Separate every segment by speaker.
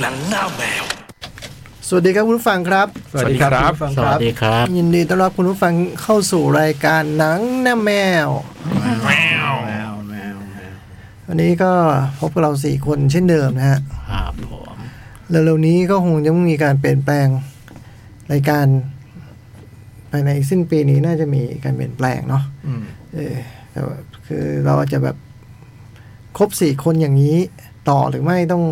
Speaker 1: หนังหน้าแมว
Speaker 2: สวัสดีครับคุณผู้ฟังครับ
Speaker 3: สวัสดีครับ
Speaker 2: สวัสดี
Speaker 4: ส
Speaker 2: ค
Speaker 4: วั
Speaker 2: รั
Speaker 4: ส
Speaker 2: บ
Speaker 4: ดีครับ
Speaker 2: ยินดีต้อนรับคุณผู้ฟังเข้าสู่รายการหนังหน้าแมว วันนี้ก็พบกับเราสี่คนเช่นเดิมนะฮะ
Speaker 4: ครับผม
Speaker 2: เร็วๆนี้ก็คงจะมีการเปลี่ยนแปลงรายการภายในสิ้นปีนี้น่าจะมีการเปลี่ยนแปลงเนาะเออแต่ว่าคือเราอาจจะแบบครบสี่คนอย่างนี้ต่อหรือไม่ต้อง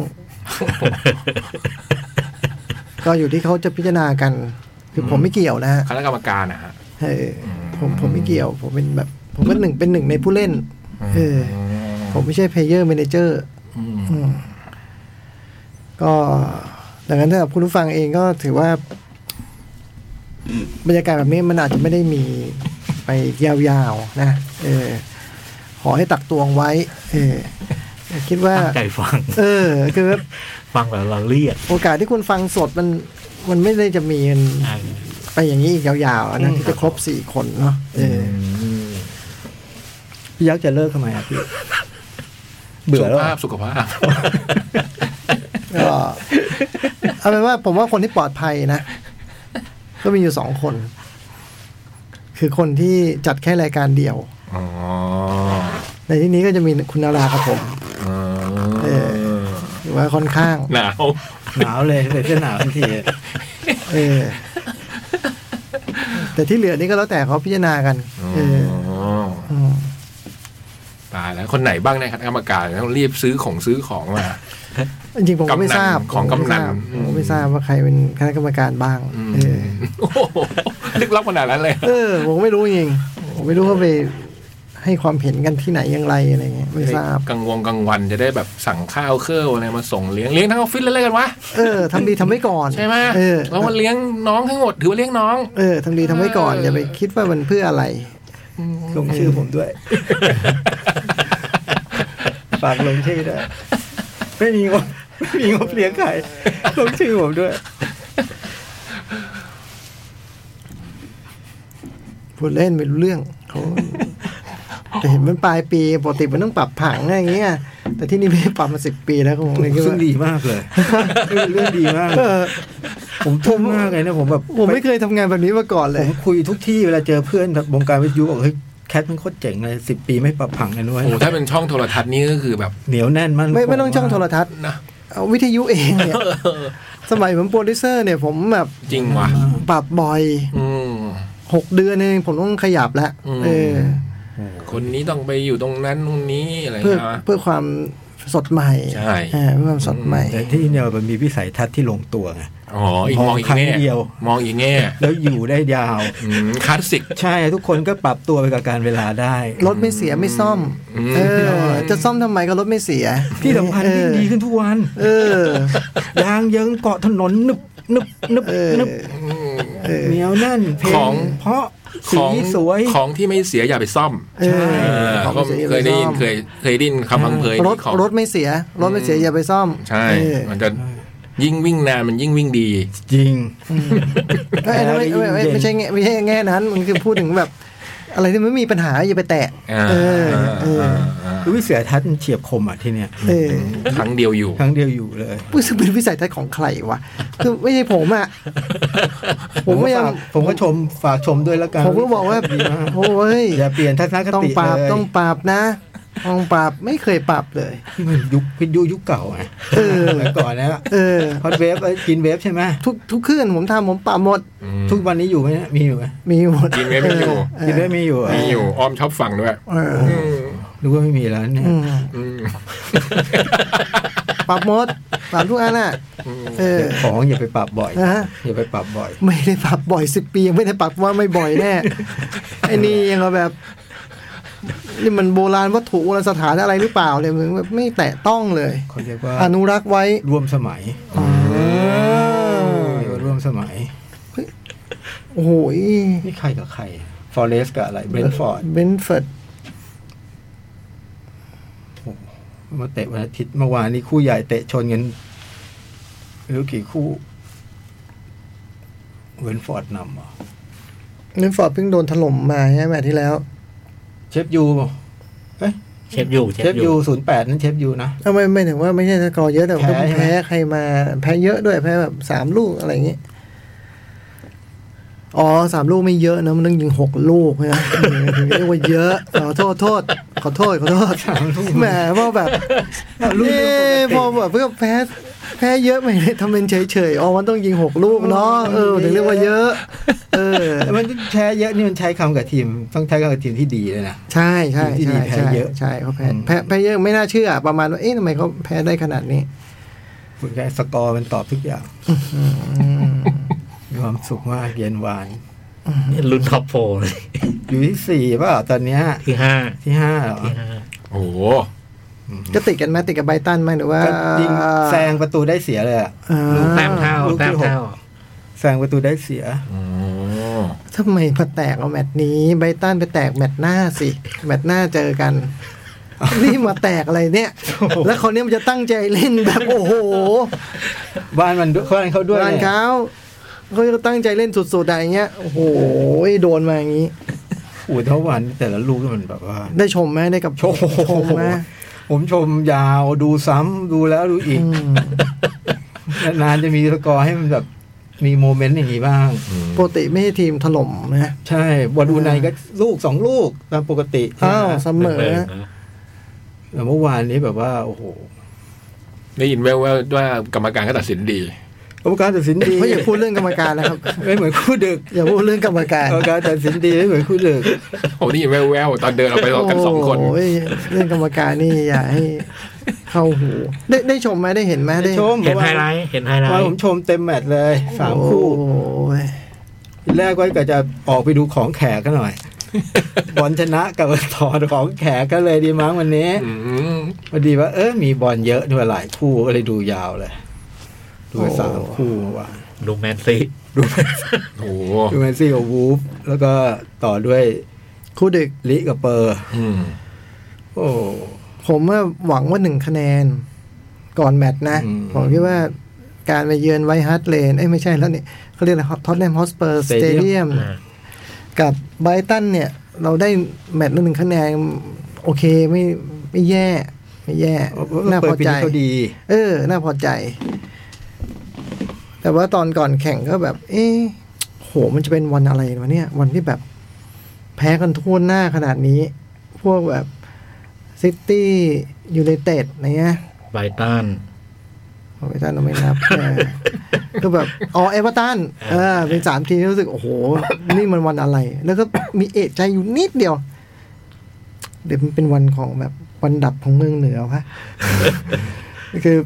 Speaker 2: ก็อยู่ที่เขาจะพิจารณากัน คือผมไม่เกี่ยวนะฮะ
Speaker 3: คณะกรรมการนะฮะ
Speaker 2: เออผมผมไม่เกี่ยว ผมเป็นแบบ ผมก็หนึ่งเป็นหนึ่งในผู้เล่นเออผมไม่ใช่เพลเยอร์เมนเจอร์ ก็ดังนั้นถ้าคุณผู้ฟังเองก็ถือว่า บรรยากาศแบบนี้มันอาจจะไม่ได้มีไปยาวๆ นะ เออ ขอให้ตักตวงไว้ เออ คิดว่า
Speaker 4: ตั้งใจฟัง
Speaker 2: เออ คือ
Speaker 4: ฟังแบบเราเรียก
Speaker 2: โอกาสที่คุณฟังสดมันมันไม่ได้จะมีมัน
Speaker 4: อ่า
Speaker 2: ไปอย่างนี้อีกยาวๆนะที่จะครบสี่คนเนาะเออ
Speaker 5: พี่ยักษ์จะเลิกทำไมอ่ะพี่ เบื่อแล้
Speaker 3: สุ
Speaker 5: ว
Speaker 3: ข
Speaker 5: อ่ะ
Speaker 3: ภาพสุขภาพ
Speaker 2: ก็เอาเป็นว่าผมว่าคนที่ปลอดภัยนะ ก็มีอยู่สองคน คือคนที่จัดแค่รายการเดียว
Speaker 3: อ๋อ
Speaker 2: ในที่นี้ก็จะมีคุณนารากับผมเออถือว่าค่อนข้าง
Speaker 3: หนาว
Speaker 5: หนาวเลยใส่เสื้อหนาวทันที
Speaker 2: เออ แต่ที่เหลือนี่ก็แล้วแต่เขาพิจารณากัน เอออืม
Speaker 3: ตายแล้วคนไหนบ้างในคณะกรรมการต้องรีบซื้อของซื้อของมา
Speaker 2: จริงๆผมก็ไม่ทราบ
Speaker 3: กำนันของกำนัน
Speaker 2: ผมไม่ทราบผมก็ไม่ทราบว่าใครเป็นคณะกรรมการบ้าง เออ
Speaker 3: โอ้โหลึกลับขนาดนั้นเลย
Speaker 2: เออ ผมไม่รู้จริงผมไม่รู้ว่าไปให้ความเห็นกันที่ไหนอย่างไรอะไรเงี้ยไม่ทราบ
Speaker 3: กังวงกังวันจะได้แบบสั่งข้าวเครื่ออะไรมาส่งเลี้ยงเลี้ยงทั้งออฟฟิศเลยแล้วกันวะ
Speaker 2: เออทำดีทำไว้ก่อน
Speaker 3: ใช่ไหม
Speaker 2: เออ
Speaker 3: แล้ววันเลี้ยงน้องทั้งหมดถือว่าเลี้ยงน้อง
Speaker 2: เออทำดีทำไว้ก่อนอย่าไปคิดว่ามันเพื่ออะไร
Speaker 5: ลงชื่อผมด้วย ฝากลงชื่อด้วย ไม่มีงบไม่มีงบเลี้ยงใคร ลงชื่อผมด้วย
Speaker 2: พูดเล่นไม่รู้เรื่องเขาแต่เห็นมันปลายปีปกติมันต้องปรับผังอะไรอย่างเงี้ย แต่ที่นี่ไม่ได้ปรับมาสิบปีแล้วผมเลยคิด
Speaker 5: ซึ่
Speaker 2: ว่าง
Speaker 5: ดีมากเลยเรื่องดีมาก
Speaker 2: เออ
Speaker 5: ผมทุ่มมากเลยนะผมแบบ
Speaker 2: ผมไม่เคยทำงานแบบนี้มาก่อนเล
Speaker 5: ผ
Speaker 2: ย
Speaker 5: มคุยทุกที่เวลาเจอเพื่อนแบบวงการวิทยุบอกเฮ้ยแคทมันโคตรเจ๋งเลยสิบปีไม่ปรับผังกันด้วย
Speaker 3: โอ้โหถ้าเป็นช่องโทรทัศน์นี่ก็คือแบบ
Speaker 5: เหนียวแน่นมัน
Speaker 2: ไม่ไม่ต้องช่องโทรทัศน์
Speaker 3: นะ
Speaker 2: เอาวิทยุเองเนี่ยสมัยผมโปรดิวเซอร์เนี่ยผมแบบ
Speaker 3: จริงว่ะ
Speaker 2: ปรับบ่อย
Speaker 3: อืม
Speaker 2: หกเดือนเองผมต้องขยับแล้ว
Speaker 3: อืม
Speaker 2: เออ
Speaker 3: คนนี้ต้องไปอยู่ตรงนั้นตรงนี้อะไร
Speaker 2: เพื่อ
Speaker 3: ใช่ไหม
Speaker 2: เพื่อความสดใหม่
Speaker 3: ใช่
Speaker 2: อ่าเพื่อความสดใหม่
Speaker 5: แต่ที่เนี่ยมันมีวิสัยทัศน์ที่ลงตัวไง
Speaker 3: อ๋ออีกมองอีกแง่
Speaker 5: มองครั้งเดียว
Speaker 3: มองอีกแง่
Speaker 5: แล้วอยู่ได้ยาว
Speaker 3: อืมคลาสสิก
Speaker 5: ใช่ทุกคนก็ปรับตัวไปกับการเวลาได้
Speaker 2: รถไม่เสียไม่ซ่อม
Speaker 3: อืม
Speaker 2: เออ จะซ่อมทำไมก็รถไม่เสีย
Speaker 5: ที่สำคัญ
Speaker 2: เอ
Speaker 5: ยิ่
Speaker 2: อง
Speaker 5: ดีขึ้นทุกวัน
Speaker 2: เออ
Speaker 5: ยางเยิงเกาะถนนนึบนึบนึบ
Speaker 2: เออ
Speaker 5: นึบเหนียวแน่นเพล
Speaker 3: ของ
Speaker 5: เพราะ
Speaker 3: ข
Speaker 5: สี
Speaker 3: อง
Speaker 5: สวย
Speaker 3: ของที่ไม่เสียอย่าไปซ่อม
Speaker 2: เออ
Speaker 3: เออ
Speaker 2: ของ
Speaker 3: ก็
Speaker 2: ไม่สีอา
Speaker 3: เคย
Speaker 2: ป
Speaker 3: ได้ยิน
Speaker 2: ซ่อม
Speaker 3: เคยเคยได้ยินคำพังเพย
Speaker 2: รถ
Speaker 3: ของ
Speaker 2: รถไม่เสีย รถไม่เสียอย่าไปซ่อม
Speaker 3: ใช่
Speaker 2: เออ
Speaker 3: มันจะยิ่งวิ่งนานมันยิ่งวิ่งดี
Speaker 5: จริง
Speaker 2: เอ้ยไม่ไม่ไม่
Speaker 5: เย็น
Speaker 2: ไม่ใช่แง่ไม่ใช่แง่นั้น มันคือพูดถึงแบบ อะไรที่มันไม่มีปัญหาอย่าไปแตะ
Speaker 3: อ่า
Speaker 2: เออเออ
Speaker 5: คือวิสัยทัศน์มันเฉียบคมอ่ะที่เนี่ย
Speaker 2: เออ
Speaker 3: ครั้งเดียวอยู่
Speaker 5: ครั้งเดียวอยู่เลย
Speaker 2: พูดถึงเป็นวิสัยทัศน์ของใครวะคือไม่ใช่ผมอ่ะผมพยายาม
Speaker 5: ฝากผมก็ชมฝากชมด้วยแล้วกัน
Speaker 2: ผมก็บอกว่า
Speaker 5: ดีมาก
Speaker 2: โอ้ย
Speaker 5: อย่าเปลี่ยนทัศนคติ
Speaker 2: ต้องปราบ
Speaker 5: เลย
Speaker 2: ต้องปราบนะต้องปราบไม่เคยปราบเลย
Speaker 5: นี่มันยุควิทยุยุคเก่าไง
Speaker 2: เออ
Speaker 5: สมัยก่อนนะ
Speaker 2: เออ
Speaker 5: ฮอตเวฟเอ้ยกินเวฟใช่ไหม
Speaker 2: ทุกทุกคืนผมทำผมปราบหมด
Speaker 5: ทุกวันนี้อยู่ไหมเนี่ยมีอยู่ไหม
Speaker 2: มีหมด
Speaker 3: กินไว้ไม่อยู่
Speaker 2: เ
Speaker 5: กินเวฟมีอยู่เหรอ
Speaker 3: มีอยู่อ้อมชอบฟังด้วย
Speaker 2: เออ
Speaker 5: นึกว่าไม่มีแล้วเนี่ย
Speaker 2: อืม
Speaker 3: อืม
Speaker 2: ปรับหมดปรับทุกอันอ่ะเออ
Speaker 5: ของอย่าไปปรับบ่อย
Speaker 2: นะฮะ
Speaker 5: อย่าไปปรับบ่อย
Speaker 2: ไม่ได้ปรับบ่อยสิบปียังไม่ได้ปรับว่าไม่บ่อยแน่ไอ้นี่ยังเอาแบบนี่มันโบราณวัตถุโบราณสถานอะไรหรือเปล่าเนี่ยมึงแบบไม่แตะต้องเลย
Speaker 5: เขาเรียกว่า
Speaker 2: อนุรักษ์ไว้
Speaker 5: ร่วมสมัยเรียกว่าร่วมสมัย
Speaker 2: โอ้โห
Speaker 5: นี่ใครกับใคร ฟอเรสกับอะไร เบรนฟอร์ด
Speaker 2: เบนฟอร์ด
Speaker 5: มาเตะวันอาทิตย์เมื่อวานนี้คู่ใหญ่เตะชนกันไม่รู้กี่คู่ เบรนฟอร์ดนำเหรอ
Speaker 2: เบนฟอร์ดเพิ่งโดนถล่มมาใช่ไหมที่แล้ว
Speaker 5: เชฟยูเปล่าเอ้ย
Speaker 4: เชฟยู
Speaker 5: เชฟยูศูนย์แปดนั้นเชฟยูนะ
Speaker 2: ทำไมไม่ถึงว่าไม่ใช่สกอร์เยอะแต่ก็
Speaker 5: แพ้ใช่ไหม
Speaker 2: แพ้ใครมาแพ้เยอะด้วยแพ้แบบสามลูกอะไรอย่างงี้ อ๋อสามลูกไม่เยอะนะมันต้องยิงหกลูกนะเออถึงเรียกว่าเยอะขอโทษโทษขอโทษขอโทษแหมว่าแบบเอ๊ะพอแบบเพื่อแพ้แพ้เยอะไปทำเป็นเฉยๆอ๋อมันต้องยิงหกลูกเนาะเออถึงเรียกว่าเยอะ เออ
Speaker 5: มันแพ้เยอะนี่มันใช้คำกับทีม ต้องใช้คำกับทีมที่ดีเลยนะ
Speaker 2: ใช่ใช่
Speaker 5: ทีมที่ดี
Speaker 2: ใช่
Speaker 5: แพ้
Speaker 2: ใช่
Speaker 5: เยอะ
Speaker 2: ใช่เขาแพ้
Speaker 5: อืม
Speaker 2: แพ้แพ้เยอะไม่น่าเชื่อ ประมาณว่าเอ๊ะทำไมเขาแพ้ได้ขนาดนี้
Speaker 5: คุณแค่สกอร์มันตอบทุกอย่างมีความสุขมากเย็นหวาน
Speaker 4: รุ่นท็อปโฟร์เลย
Speaker 5: อยู่ที่สี่เปล่าตอนเนี้ย
Speaker 4: ที่ห้า
Speaker 5: ที่ห้าเหรอ
Speaker 4: ที่ห้า
Speaker 3: โอ้โห
Speaker 2: จะติดกันไหมติดกับไบรตันไหมหรือว่า
Speaker 5: ก็ยิงแซงประตูได้เสียเลยอะ
Speaker 2: อ่า
Speaker 4: แต้มเท่า
Speaker 5: ลูกที่
Speaker 4: แต้ม
Speaker 5: หก
Speaker 4: เท่า
Speaker 5: แซงประตูได้เสีย
Speaker 3: อ๋อ
Speaker 2: ทำไมพอแตกเอาแมตช์นี้ไบรตันไปแตกแมตช์หน้าสิแมตช์หน้าเจอ กัน นี่มาแตกอะไรเนี่ย แล้วคนนี้มันจะตั้งใจเล่นแบบโอ้โห
Speaker 5: บ้านมันด้วยบ้านเขาด้วย
Speaker 2: ร้าน
Speaker 5: เนี่ย
Speaker 2: เขาเขาจะตั้งใจเล่นสุดๆอะไรเงี้ยโอ้โหโดนมาอย่างนี้
Speaker 5: อู่เท่าหวานแต่ละลูกมันแบบว่า
Speaker 2: ได้ชมไหมได้กับ
Speaker 5: ชม
Speaker 2: ไหม
Speaker 5: ผมชมยาวดูซ้ำดูแล้วดูอีก
Speaker 2: อืม
Speaker 5: นานๆจะมีสกอร์ให้มันแบบมีโมเมนต์อย่างนี้บ้าง
Speaker 3: อืม
Speaker 2: ปกติไม่ใช่ทีมถล่มนะ
Speaker 5: ใช่บอลอูไนก็ลูกสองลูกตามปกติ
Speaker 2: อ้าวเสมอ
Speaker 4: หนึ่งหนึ่ง
Speaker 2: นะ
Speaker 4: นะ
Speaker 5: แต่เมื่อวานนี้แบบว่า โอ้โห
Speaker 3: ได้ยินแววๆว่ากรรมการก็ตัดสินดี
Speaker 5: กรรมการตัดสินดี
Speaker 2: เพราะอย่าพูดเรื่องกรรมการนะครับ
Speaker 5: ไม่เหมือนคู่ดึก
Speaker 2: อย่าพูดเรื่องกรรมการ
Speaker 5: กรรมการตัดสินดีไม่เหมือนคู่ดึก
Speaker 3: โอ้ได้ยินแววๆตอนเดินออกไปกันสองคน
Speaker 2: โอ้ยเรื่องกรรมการนี่อย่าให้เข้าหูได้ได้ชมไหมได้เห็นไหม
Speaker 5: ได้ชม
Speaker 4: เห็นไฮไลท์เห็นไฮไล
Speaker 5: ว่าผ
Speaker 4: ท์
Speaker 5: มชมเต็มแมตช์เลยสามคู่
Speaker 2: โอ้ย
Speaker 5: ทีแรกไว้ก็จะออกไปดูของแขกกัน หน่อย บอลชนะกับถอนของแขกก็เลยดีมั้งวันนี้
Speaker 3: อืม
Speaker 5: พอดีว่าเออมีบอลเยอะด้วยหลายคู่ก็เลยดูยาวเลย ดูไปสามคู่เมื่อว่าน
Speaker 4: ดูแมนซี
Speaker 5: ดูแมน
Speaker 3: โอ้โห
Speaker 5: ดูแมนซี่กับวูฟแล้วก็ต่อด้วย
Speaker 2: คู่ดึก
Speaker 5: ลิกับเปอร์
Speaker 3: อืม
Speaker 5: โอ้
Speaker 2: ผมว่าหวังว่าหนึ่งคะแนน ก่อนแมตช์นะ
Speaker 5: อืม
Speaker 2: ผมคิดว่าการไปเยือนไวท์ฮัตเลนเอ้ยไม่ใช่แล้วนี่เขาเรียกอะไรท็อตแนมฮอสเปอร์สเตเดียม
Speaker 4: อ่า
Speaker 2: กับไบรตันเนี่ย เราได้แมตช์ละหนึ่งคะแนน โอเคไม่ไม่แย่ ไม่แย่น่า
Speaker 5: เปิ
Speaker 2: พ
Speaker 5: ด
Speaker 2: อ
Speaker 5: ปี
Speaker 2: ใจ
Speaker 5: นี้เขาดี
Speaker 2: เออ น่าพอใจ แต่ว่าตอนก่อนแข่งก็แบบ เอ๊ะโห มันจะเป็นวันอะไรวะเนี่ย วันที่แบบ แพ้กันทั่วหน้าขนาดนี้ พวกแบบซิตี้ยูไนเต็ดอะไรเงี้ย
Speaker 4: ไบรตัน
Speaker 2: โอเวอร์ตันเราไม่นับ เออ ก็แบบ อ๋อ เอเวอร์ตัน เออ เป็นสามทีมที่รู้สึก โอ้โห นี่มันวันอะไร แล้วก็มีเอะใจอยู่นิดเดียว เดี๋ยวมันเป็นวันของแบบวันดับของเมืองเหนือวะ คือ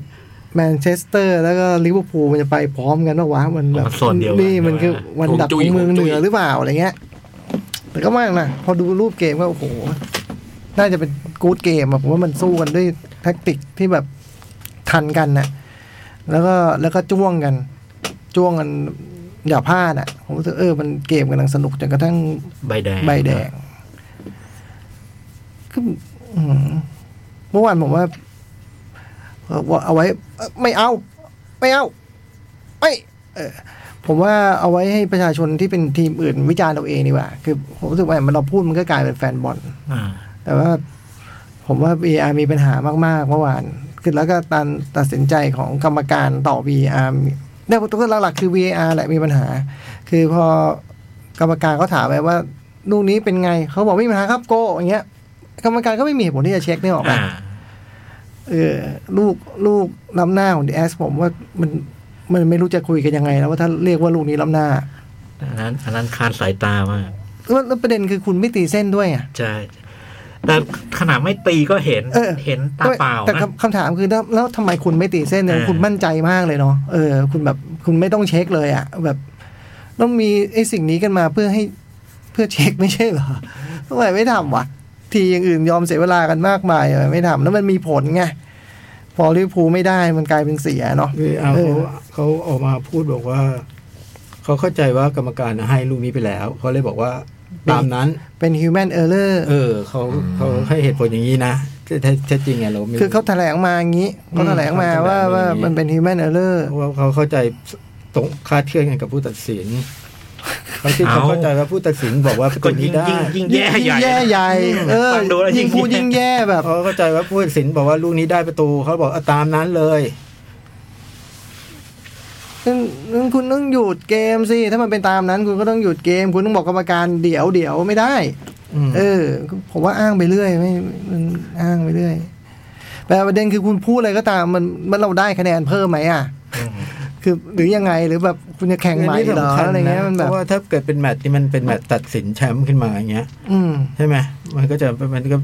Speaker 2: แมนเชสเตอร์แล้วก็ลิเวอร์พูลมันจะไปพร้อมกันปะวะมันแบบ
Speaker 4: มันส่วนเดียวกัน
Speaker 2: นี่มันคือ
Speaker 4: ใช่ไหม
Speaker 2: วันดับของเมืองเหนือหรือเปล่าอะไรเงี้ย แต่ก็ไม่นะพอดูรูปเกมก็โอ้โห น่าจะเป็นกู๊ดเกมอะผมว่ามันสู้กันด้วยแท็กติกที่แบบทันกันน่ะ แล้วก็แล้วก็จ้วงกัน จ้วงกันอย่าพลาดอ่ะ ผมรู้สึกเออมันเกมกำลังสนุกจนกระทั่ง
Speaker 4: ใบแดง
Speaker 2: ใบแดงคืออืมเมื่อวานผมว่าเอาเอาไว้ ไม่เอา ไม่เอา ไม่เออผมว่าเอาไว้ให้ประชาชนที่เป็นทีมอื่นวิจารณ์เราเองดีกว่า คือผมรู้สึกว่ามันเราพูดมันก็กลายเป็นแฟนบอล
Speaker 4: อ่า
Speaker 2: แต่ว่าผมว่า VR มีปัญหามาก ๆ เมื่อวาน คือแล้วก็ตันตัดสินใจของกรรมการต่อ VR เนี่ยตัวหลักๆคือ VR แหละมีปัญหา คือพอกรรมการเขาถามไปว่าลูกนี้เป็นไงเขาบอกไม่มีปัญหาครับโกอย่างเงี้ย กรรมการก็ไม่มีเหตุผลที่จะเช็คเนี่ยออกมา
Speaker 4: อ่า
Speaker 2: เออลูกลูกล้ำหน้าของดีแอสผมว่ามันมันไม่รู้จะคุยกันยังไงแล้วว่าถ้าเรียกว่าลูกนี้ล้ำหน้า
Speaker 4: อันนั้นอันนั้นคลานสายตามาก
Speaker 2: แล้วแล้วประเด็นคือคุณไม่ตีเส้นด้วยอ่ะ
Speaker 4: ใช่ แต่ขนาดไม่ตีก็เห็น
Speaker 2: เออ
Speaker 4: เห็นตาเปล่า
Speaker 2: แต่
Speaker 4: นะ
Speaker 2: คำคำถามคือแล้วแล้วทำไมคุณไม่ตีเส้นเนี่ย
Speaker 4: อ่า
Speaker 2: คุณมั่นใจมากเลยเนาะเออ คุณแบบคุณไม่ต้องเช็คเลยอะแบบต้องมีไอ้สิ่งนี้กันมาเพื่อให้เพื่อเช็คไม่ใช่เหรอทำไมไม่ทำวะ ทีอย่างอื่นยอมเสียเวลากันมากมายทำไมไม่ทำแล้วมันมีผลไงพอลิเวอร์พูลไม่ได้มันกลายเป็นเสียเนาะ
Speaker 5: คือเอา
Speaker 2: เออ
Speaker 5: เขาเขาออกมาพูดบอกว่า เขาเข้าใจว่ากรรมการให้ลูกนี้ไปแล้ว เขาเลยบอกว่า ตามนั้น
Speaker 2: เป็นฮิวแมนเออร์เลอร์
Speaker 5: เออเขาเขาให้เหตุผลอย่างนี้นะแต่แต่แต่จริงไงเราไม่รู้
Speaker 2: คือเขาแถลงมาอย่างนี้เขาแถลงมา
Speaker 5: อืมเขาแถลง
Speaker 2: ว่าว่า
Speaker 5: อย่างนี้
Speaker 2: มันเป็นฮิวแมนเออร์เลอร์
Speaker 5: เพราะว่าเขาเข้าใจตรงคลาดเคลื่อนกันกับผู้ตัดสิน บางทีเขา
Speaker 4: เอา
Speaker 5: เข้าใจว่าผู้ตัดสินบอกว่า
Speaker 4: ก็
Speaker 5: ตัวนี้
Speaker 4: ยิ่ง
Speaker 5: ได้
Speaker 4: ยิ่งยิ่งแย่ใหญ่
Speaker 2: แย่ใหญ่เออ
Speaker 4: ฟังดูแล้วยิ่
Speaker 2: ยิ่ง
Speaker 4: ง
Speaker 2: พูด
Speaker 4: แย่
Speaker 2: ยิ่งแย่แบบ
Speaker 5: เขาเข้าใจว่าผู้ตัดสินบอกว่าลูกนี้ได้ประตูเขาบอกเอาตามนั้นเลย
Speaker 2: ซึ่งซึ่งคุณต้องหยุดเกมสิ ถ้ามันเป็นตามนั้น คุณก็ต้องหยุดเกม คุณต้องบอกกรรมการเดี๋ยวเดี๋ยวไม่ได้
Speaker 5: อืม
Speaker 2: เออ ผมว่าอ้างไปเรื่อยไม่มันอ้างไปเรื่อย แต่ประเด็นคือคุณพูดอะไรก็ตามมันมันเราได้คะแนนเพิ่มไหมอ่ะ คือหรือยังไงหรือแบบคุณจะแข่งใหม่เหรออะไรเงี้ยมัน
Speaker 5: เพ
Speaker 2: แบบ
Speaker 5: ราะว่าถ้าเกิดเป็นแมตช์ที่มันเป็นแมตช์ตัดสินแชมป์ขึ้นมาอย่างเงี้ย
Speaker 2: อืม
Speaker 5: ใช่ไหมมันก็จะมันก็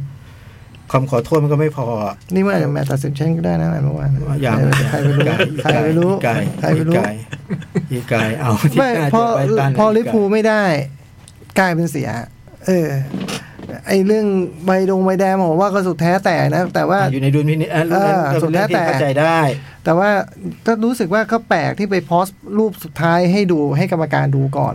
Speaker 5: คำขอโทษมันก็ไม่พออะ
Speaker 2: นี่มันอาจจะแมตช์ตัดสินเช่นก็ได้นะแมตช์เมื่อวานนะ
Speaker 5: อย่าง
Speaker 2: ใครไปรู้ใครไปรู้
Speaker 5: ไก่
Speaker 2: ใครไปรู้
Speaker 5: อีไก่เอาที่
Speaker 2: ไม่
Speaker 5: หน้า
Speaker 2: พอ
Speaker 5: จะไปตัน
Speaker 2: พอลิเวอร์พูลไม่ได้ กลายเป็นเสีย เออ ไอเรื่องใบดงใบแดงผมว่าก็สุดแท้แต่นะ แต่ว่า
Speaker 5: อยู่ในดุลพินิจเออลูกนั้น
Speaker 2: เออ
Speaker 5: ก็เป็นเรื่อง
Speaker 2: สุดแล้ว
Speaker 5: ที่
Speaker 2: แต่
Speaker 5: เข้าใจได้
Speaker 2: แต่ว่าก็รู้สึกว่าก็แปลกที่ไปโพสต์รูปสุดท้ายให้ดูให้กรรมการดูก่อน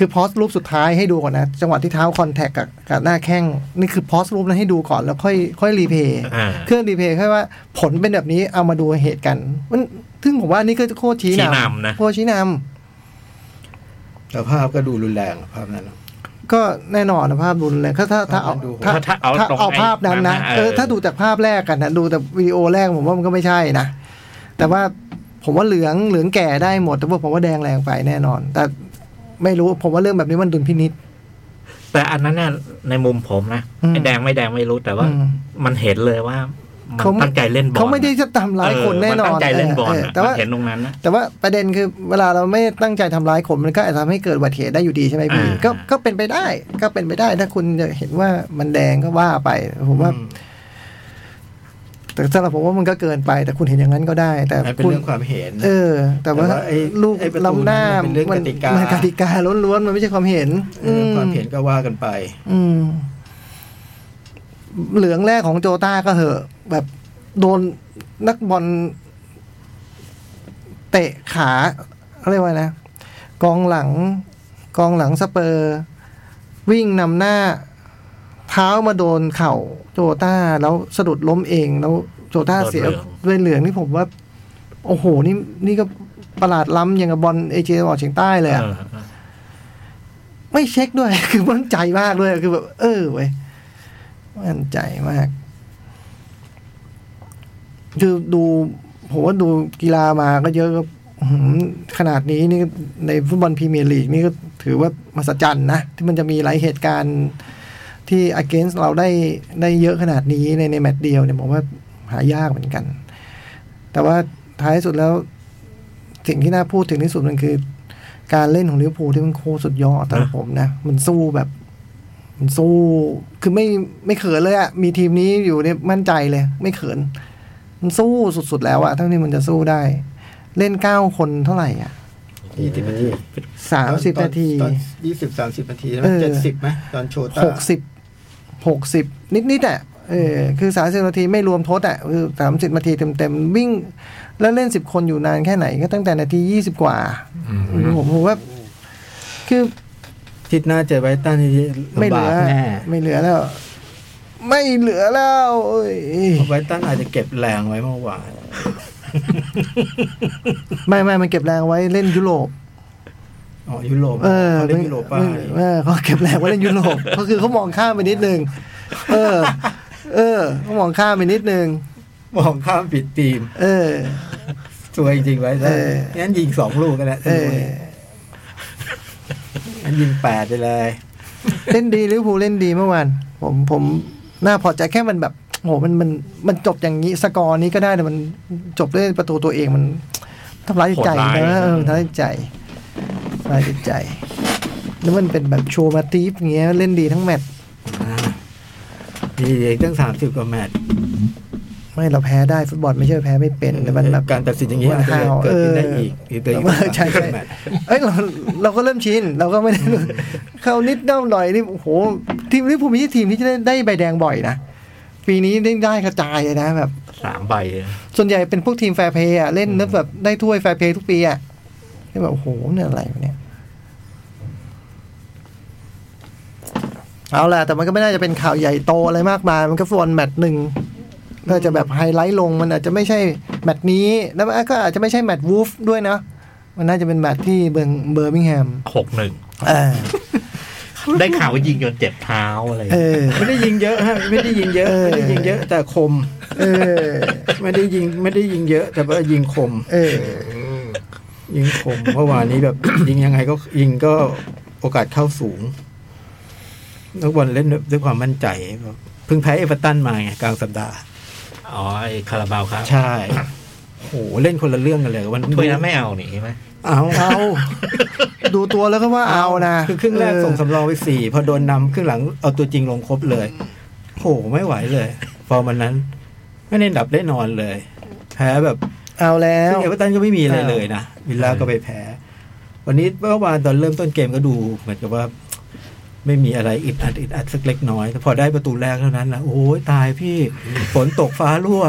Speaker 2: คือโพสต์รูปสุดท้ายให้ดูก่อนนะ จังหวะที่เท้าคอนแทคกับกับหน้าแข้งนี่คือโพสต์รูปนั้นให้ดูก่อนแล้วค่อยค่อยรีเพย์
Speaker 4: อ่า
Speaker 2: เครื่องรีเพย์แค่ว่าผลเป็นแบบนี้เอามาดูเหตุกัน มันซึ่งผมว่านี่ก็โคตรชี้
Speaker 4: ชี้
Speaker 2: นำ
Speaker 4: นำนะ
Speaker 2: โคตรชี้นำ
Speaker 5: แต่ภาพก็ดูรุนแรงภาพนั้นอะ
Speaker 2: ก็แน่นอนนะภาพรุนแรงถ้าถ้าถ้าเอา
Speaker 5: ดู
Speaker 2: ถ้า
Speaker 4: ถ้าเอา
Speaker 2: ถ้า
Speaker 4: ตรง
Speaker 2: เอา
Speaker 4: ไอ้
Speaker 2: ภาพนั้นนะ
Speaker 4: มามาเออ
Speaker 2: เออถ้าดูจากภาพแรกกันนะดูแต่วิดีโอแรกผมว่ามันก็ไม่ใช่นะแต่ว่าผมว่าเหลืองเหลืองแก่ได้หมด แต่ว่าผมว่าแดงแรงไปแน่นอน แต่ไม่รู้ผมว่าเรื่องแบบนี้มันดุลพินิษ
Speaker 4: แต่อันนั้นเนี่ยในมุมผมนะ
Speaker 2: อืม
Speaker 4: ไอ้แดงไม่แดงไม่รู้แต่ว่า
Speaker 2: อืม
Speaker 4: มันเห็นเลยว่า มัน
Speaker 2: เขาไม่
Speaker 4: ตั้งใจเล่นบอล
Speaker 2: เขาไม่ได้จะทำร้าย
Speaker 4: เออ
Speaker 2: คนแน่นอน
Speaker 4: มัตั้งใจเล่นบอล
Speaker 2: เออ
Speaker 4: อะ
Speaker 2: แต่ว่า
Speaker 4: มันเห็นตรงนั้นนะ
Speaker 2: แต่ว่าประเด็นคือเวลาเราไม่ตั้งใจทำร้ายคนมันก็อาจจะทำให้เกิดอุบัติเหตุได้อยู่ดีใช่ไหมพี่
Speaker 4: อ่า
Speaker 2: ก็ก็เป็นไปได้ ก็เป็นไปได้ ถ้าคุณจะเห็นว่ามันแดงก็ว่าไปผมว่า
Speaker 5: อืม
Speaker 2: แต่สำหรับผมว่ามันก็เกินไป แต่คุณเห็นอย่างนั้นก็ได้ แต่
Speaker 5: นั่นเป็น
Speaker 2: คุณ
Speaker 5: เรื่องความเห็น
Speaker 2: เออ แต่ว่า
Speaker 5: แต่ว่าไอ้
Speaker 2: ลูก
Speaker 5: ไอ้ประตู
Speaker 2: ล้ำหน้า
Speaker 5: เนี่ยมันเป็นเรื่องกติกามั
Speaker 2: นกติกาล้วนๆมันไม่ใช่ความเห็น
Speaker 5: เรื่องความเห็นก็ว่ากันไป
Speaker 2: อืม เหลืองแรกของโจต้าก็เหอะ แบบโดนนักบอลเตะขาเขาเรียกว่านะกองหลัง กองหลังสเปอร์ วิ่งนำหน้า เท้ามาโดนเข่าโจต้าแล้วสะดุดล้มเอง แล้วโจต้าเสีย
Speaker 4: โดนเห
Speaker 2: ด้
Speaker 4: ลือง
Speaker 2: วยเหลืองนี่ผมว่า โอ้โห นี่นี่ก็ประหลาดล้ำอย่างกับบอลเอเชียตะวันออกเฉียงใต้เลยอะ
Speaker 4: เออเออ
Speaker 2: ไม่เช็คด้วย คือมั่นใจมากด้วยคือแบบ เออเว้ยมั่นใจมาก คือดูผมว่าดูกีฬามาก็เยอะก็อื้อหือขนาดนี้นี่ในฟุตบอลพรีเมียร์ลีกนี่ก็ถือว่ามหัศจรรย์นะ ที่มันจะมีหลายเหตุการณ์ที่ against เราได้ได้เยอะขนาดนี้ในในแมตช์เดียวเนี่ยผมว่าหายากเหมือนกัน แต่ว่าท้ายสุดแล้ว สิ่งที่น่าพูดถึงที่สุดมันคือ การเล่นของลิเวอร์พูลที่มันโคตรสุดยอดแต่ผมนะ มันสู้แบบ มันสู้ คือไม่ไม่เขินเลยอะมีทีมนี้อยู่เนี่ยมั่นใจเลย ไม่เขิน มันสู้สุดๆแล้วอะเท่านี้มันจะสู้ได้ เล่นเก้าคนเท่าไหร่อะ
Speaker 5: ยี่สิบนาที
Speaker 2: สามสิบนาที
Speaker 5: ยี่สิบสามสิบนาที
Speaker 2: เออ
Speaker 5: เจ็ดสิบไหมตอนโชว์
Speaker 2: ห
Speaker 5: ตาก
Speaker 2: สิบหกสิบนิดๆอ่ะเออคือสามสิบนาทีไม่รวมทดอ่ะคือสามสิบนาทีเต็มๆวิ่ง แล้วเล่นสิบคนอยู่นานแค่ไหนก็ตั้งแต่นาทียี่สิบกว่า
Speaker 3: อืม
Speaker 2: ผมผมว่า คือ
Speaker 5: ทิศหน้าเจอไบรตันนี่
Speaker 2: ไม่เห
Speaker 5: ลำบา
Speaker 2: ลื
Speaker 5: ก
Speaker 2: อ
Speaker 5: แน่
Speaker 2: ไม่เหลือแล้ว ไม่เหลือแล้วเอ้ย
Speaker 5: เพราะไบรตันอาจจะเก็บแรงไว้เมื่อวาน
Speaker 2: ไม่ไม่มันเก็บแรงไว้เล่นยุโรป
Speaker 5: อ๋อยุโรป
Speaker 2: เออ
Speaker 5: เขาเล่นยุโรปป้า
Speaker 2: เออเขาเก็บแรงไว่าเล่นยุโรป ก็คือเขามองข้ามไปนิดนึงเออ เออเขามองข้ามไปนิดนึง
Speaker 5: มองข้ามปิดทีม
Speaker 2: เออ
Speaker 5: สวยจริงๆไว้
Speaker 2: เอ
Speaker 5: แล้ว
Speaker 2: อ
Speaker 5: งั้นยิงสองลูกก็แล้ว
Speaker 2: เออ
Speaker 5: งั้นยิงแปดไปเลย
Speaker 2: เล่นดีลิเวอร์พูลเล่นดีเมื่อวานผมผมน่าพอใจแค่มันแบบโหมันมันมันจบอย่างนี้สกอร์นี้ก็ได้แต่มันจบด้วยประตูตัวเองมันทำร้ายจิตใจ
Speaker 4: โหดร้าย
Speaker 2: นะเออทำร้ายจิตใจทำร้ายจิตใจ แล้วมันเป็นแบบโชว์มาตีฟอย่างเงี้ยเล่นดีทั้งแมตช์
Speaker 5: มีอีกตั้งสามสิบกว่าแมตช์
Speaker 2: ไม่เราแพ้ได้ฟุตบอลไม่ใช่ว่าแพ้ไม่เป็นแต่มันแบบ
Speaker 5: การตัดสินอย่างนี้อาจจะเกิดขึ้นได้อีกอีกตัวอีก
Speaker 2: เออใช่ใช่
Speaker 5: แมตช์
Speaker 2: เอ้ยเราเราก็เริ่มชินเราก็ไม่ ได้ เข้านิดเน่าหน่อยนี่โอ้โหทีมลิเวอร์พูลไม่ใช่ทีมที่จะได้ได้ใบแดงบ่อยนะปีนี้ได้ได้กระจายเลยนะแบบ
Speaker 4: สามใบอะ
Speaker 2: ส่วนใหญ่เป็นพวกทีมแฟร์เพย์อะเล่นแล้วแบบได้ถ้วยแฟร์เพย์ทุกปีอะที่แบบโอ้โหเนี่ยอะไรวะเนี่ย เอาล่ะ แต่มันก็ไม่น่าจะเป็นข่าวใหญ่โตอะไรมากมาย มันก็ส่วนแมตช์หนึ่งน่าจะแบบไฮไลท์ลงมันอาจจะไม่ใช่แมตช์นี้ แล้วก็อาจจะไม่ใช่แมตช์วูฟด้วยนะ มันน่าจะเป็นแมตช์ที่เบิงเบอร์มิงแฮม
Speaker 4: หกหนึ่ง
Speaker 2: เออ
Speaker 4: ได้ข่าวว่ายิงจนเจ็บเท้าอะไร
Speaker 2: เออ
Speaker 5: ไม่ได้ยิงเยอะฮะไม่ได้ยิงเยอะ
Speaker 2: เออ
Speaker 5: ไม่ได้ยิงเยอะ แต่คม
Speaker 2: เออ
Speaker 5: ไม่ได้ยิงไม่ได้ยิงเยอะ แต่ว่ายิงคม
Speaker 2: เออ
Speaker 5: ยิงคมเมื่อวานนี้แบบ ยิงยังไงก็ยิงก็โอกาสเข้าสูงนักบอลเล่นด้วยด้วยความมั่นใจแบบเพิ่งแพ้เอเวอร์ตันมาไงกลางสัปดาห์
Speaker 4: อ๋อไอ้คาราบาวครับ
Speaker 5: ใช่ โอ้โหเล่นคนละเรื่องกันเลยวัน
Speaker 4: ถ้วยนั้นไม่เอาหนิใช่ไหม
Speaker 5: เอา
Speaker 2: เอาดูตัวแล้วก็ว่าเอานะ
Speaker 5: คือครึ่งแรกส่งสำรองไปสี่พอโดนนำครึ่งหลังเอาตัวจริงลงครบเลยโอ้โหไม่ไหวเลยฟอร์มวันนั้น ไม่ได้ดับได้นอนเลย แพ้แบบ
Speaker 2: เอาแล้ว
Speaker 5: ซึ่งเอเวอร์ตันก็ไม่มีอะไรเลยนะวิลล่าก็ไปแพ้ วันนี้เมื่อวานตอนเริ่มต้นเกมก็ดูเหมือนกับว่า ไม่มีอะไรอึดอัดอึดอัดสักเล็กน้อยแต่พอได้ประตูแรกเท่านั้นนะโอ้ยตายพี่ ฝนตกฟ้ารั่ว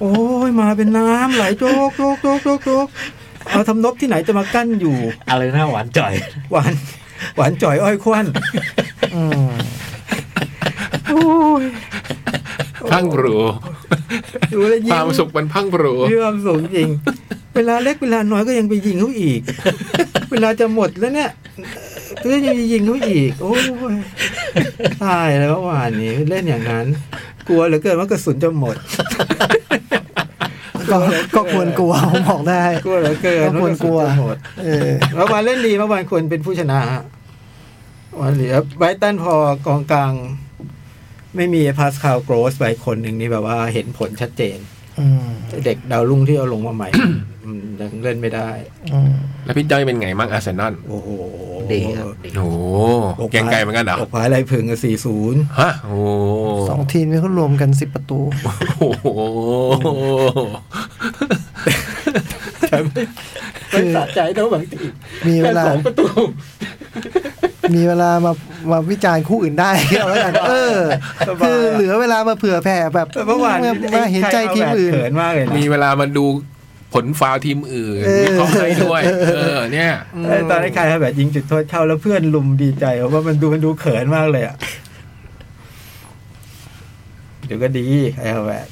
Speaker 5: โอ้ยมาเป็นน้ำไหลโจกโจกโจกโจกโจกเอาทำนบที่ไหนจะมากั้นอยู่
Speaker 4: อะไรนะหวานจ่อย
Speaker 5: หวานหวานจ่อยอ้อยควัน
Speaker 2: อืม
Speaker 5: โอ้ย
Speaker 3: พรังพรู
Speaker 5: ดูแล้ว
Speaker 3: ค
Speaker 5: ยิ้
Speaker 3: วาม
Speaker 5: ม
Speaker 3: สุขมันพรังพรู
Speaker 5: มีความสูงจริง เวลาเล็กเวลาน้อยก็ยังไปยิงเขาอี ก เวลาจะหมดแล้วเนี่ยก็ยังไปยิงเขาอีก โอ้ยตายแล้วหวานนี้เล่นอย่างนั้น กลัวเหลือเกินว่ากระสุนจะหมด
Speaker 2: ก็ก็ควรกลัวผมบอกได้
Speaker 5: กลัวเหลือเกิน
Speaker 2: ก็ควรกลัว
Speaker 5: าจะหมด
Speaker 2: เออ
Speaker 5: เมื่อวานเล่นดีเมื่อวานควรเป็นผู้ชนะฮะวันเหลือไบรตันพอกองกลาง ไม่มีพาสคาลโกรสไปคนหนึ่งนี่แบบว่าเห็นผลชัดเจน
Speaker 2: อืม
Speaker 5: เด็กดาวรุ่งที่เอาลงมาใหม่ อืมยังเล่นไม่ได้
Speaker 2: อืม
Speaker 3: แล้วพี่จ้อยเป็นไงบ้างอาร์เซนอล
Speaker 5: โอ้โห
Speaker 4: ดีครับดี
Speaker 3: โอ้โหแกงไก่เหมือนกันเหรอ
Speaker 5: อกผายลายพึงกับสี่ศูนย์
Speaker 3: ฮะโอ้โ
Speaker 2: สองทีมนี้เขารวมกันสิบประตู
Speaker 3: ห
Speaker 5: มันสะใจเท่าบางที
Speaker 2: มีเว
Speaker 5: แค่
Speaker 2: ลา
Speaker 5: สองประตู
Speaker 2: มีเวลามามาวิจารณ์คู่อื่นได้ เอาแล้วกันเออ คือเหลือเวลามาเผื่อแผ่แบบ
Speaker 5: แต่เมื่อวาน
Speaker 2: มาเห็นใจทีมอื่น
Speaker 5: เขินมากเลยนะ
Speaker 3: มีเวลามาดูผลฟาวทีมอื่น
Speaker 2: เออ
Speaker 3: วิเคราะห์ให้ด้วย เออ เนี่ย
Speaker 5: ไอ้ตอนไอ้ใครแบบยิงจุดโทษเข้าแล้วเพื่อนลุมดีใจเพราะว่ามันดูมันดูเขินมากเลยอ่ะเดี๋ยวก็ดีไอ้แบบ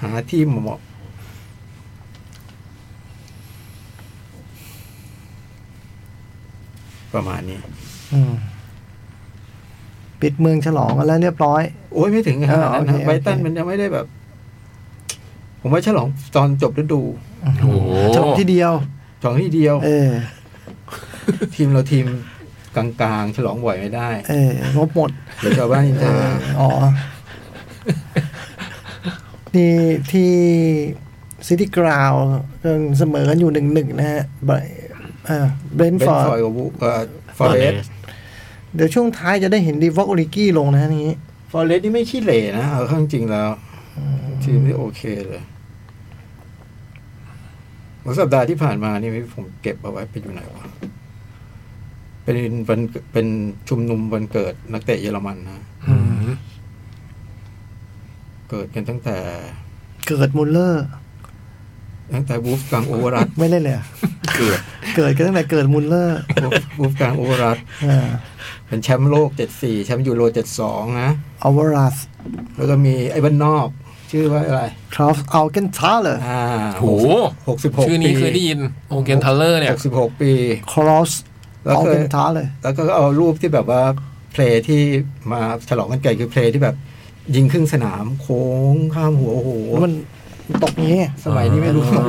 Speaker 5: หาที่เหมาะประมาณนี้
Speaker 2: อืมปิดเมืองฉลองกันแล้วเรียบร้อย
Speaker 5: โอ้ยไม่ถึงขนาดนั้น
Speaker 2: อ๋อโอเค
Speaker 5: นะไบรตัน
Speaker 2: โอเค
Speaker 5: มันยังไม่ได้แบบ ผมว่าฉลองตอนจบฤดู
Speaker 3: โอ้โห
Speaker 2: ฉลองที่เดียว
Speaker 5: ฉลองที่เดียว
Speaker 2: เออ
Speaker 5: ทีมเราทีมกลางๆ ฉลองบ่อยไม่ได้
Speaker 2: เอองบหมด
Speaker 5: เดี๋ยวชาวบ้านอิน
Speaker 2: เอ
Speaker 5: ทา
Speaker 2: ออ๋อนี่ ที่ซิตี้กราวเสมอกันอยู่หนึ่งหนึ่งนะฮะเบรน
Speaker 5: เบน
Speaker 2: ฟอร์
Speaker 5: ฟอ
Speaker 2: ด
Speaker 5: ยกับวูฟอร์เรส
Speaker 2: เดี๋ยวช่วงท้ายจะได้เห็นดีวอกโอลิกี้ลงนะฮะนี้
Speaker 5: ฟอร์เรสนี่ไม่ขี้เหร่นะเอาเข้าจริงๆแล้ว ทีมนี่โอเคเลยเมื่อสัปดาห์ที่ผ่านมานี่ผมเก็บเอาไว้ไปอยู่ไหนวะเป็นวันเป็นชุมนุมวันเกิดนักเตะเยอรมันนะ
Speaker 3: อืม
Speaker 5: เกิดกันตั้งแต่
Speaker 2: เกิดมุลเลอร์
Speaker 5: ตั้งแต่วูฟกังโอเวอรัต
Speaker 2: ไม่เล่นเลยเหรอ
Speaker 3: เกิด
Speaker 2: เกิดกันตั้งแต่เกิดมุลเลอร์
Speaker 5: วูฟวูฟกังโอเวอรัต
Speaker 2: อ่า
Speaker 5: เป็นแชมป์โลก 74 แชมป์ยูโร 72 นะ
Speaker 2: อวารัส
Speaker 5: แล้วก็มีไอ้บ้านนอก ชื่อว่าอะไร
Speaker 2: ทรอฟอัลเกนทาเลอร์
Speaker 5: อ่า
Speaker 3: โอ้โห
Speaker 5: 66
Speaker 3: ชื่อนี้เคยได้ยินโอเกนทัลเลอร์เนี่ย
Speaker 5: 66 ปี
Speaker 2: คลอส
Speaker 5: แล้ว
Speaker 2: อัล
Speaker 5: เค
Speaker 2: เก
Speaker 5: ย
Speaker 2: นทาเลอร์
Speaker 5: แล้วก็เอารูปที่แบบว่า เพลงที่มาฉลองกันเกิดคือเพลงที่แบบ ยิงครึ่งสนามโค้งข้ามหัว โอ้โห
Speaker 2: มันตกอย่างนี้
Speaker 5: สมัยนี้ไม่รู้
Speaker 3: อ๋อ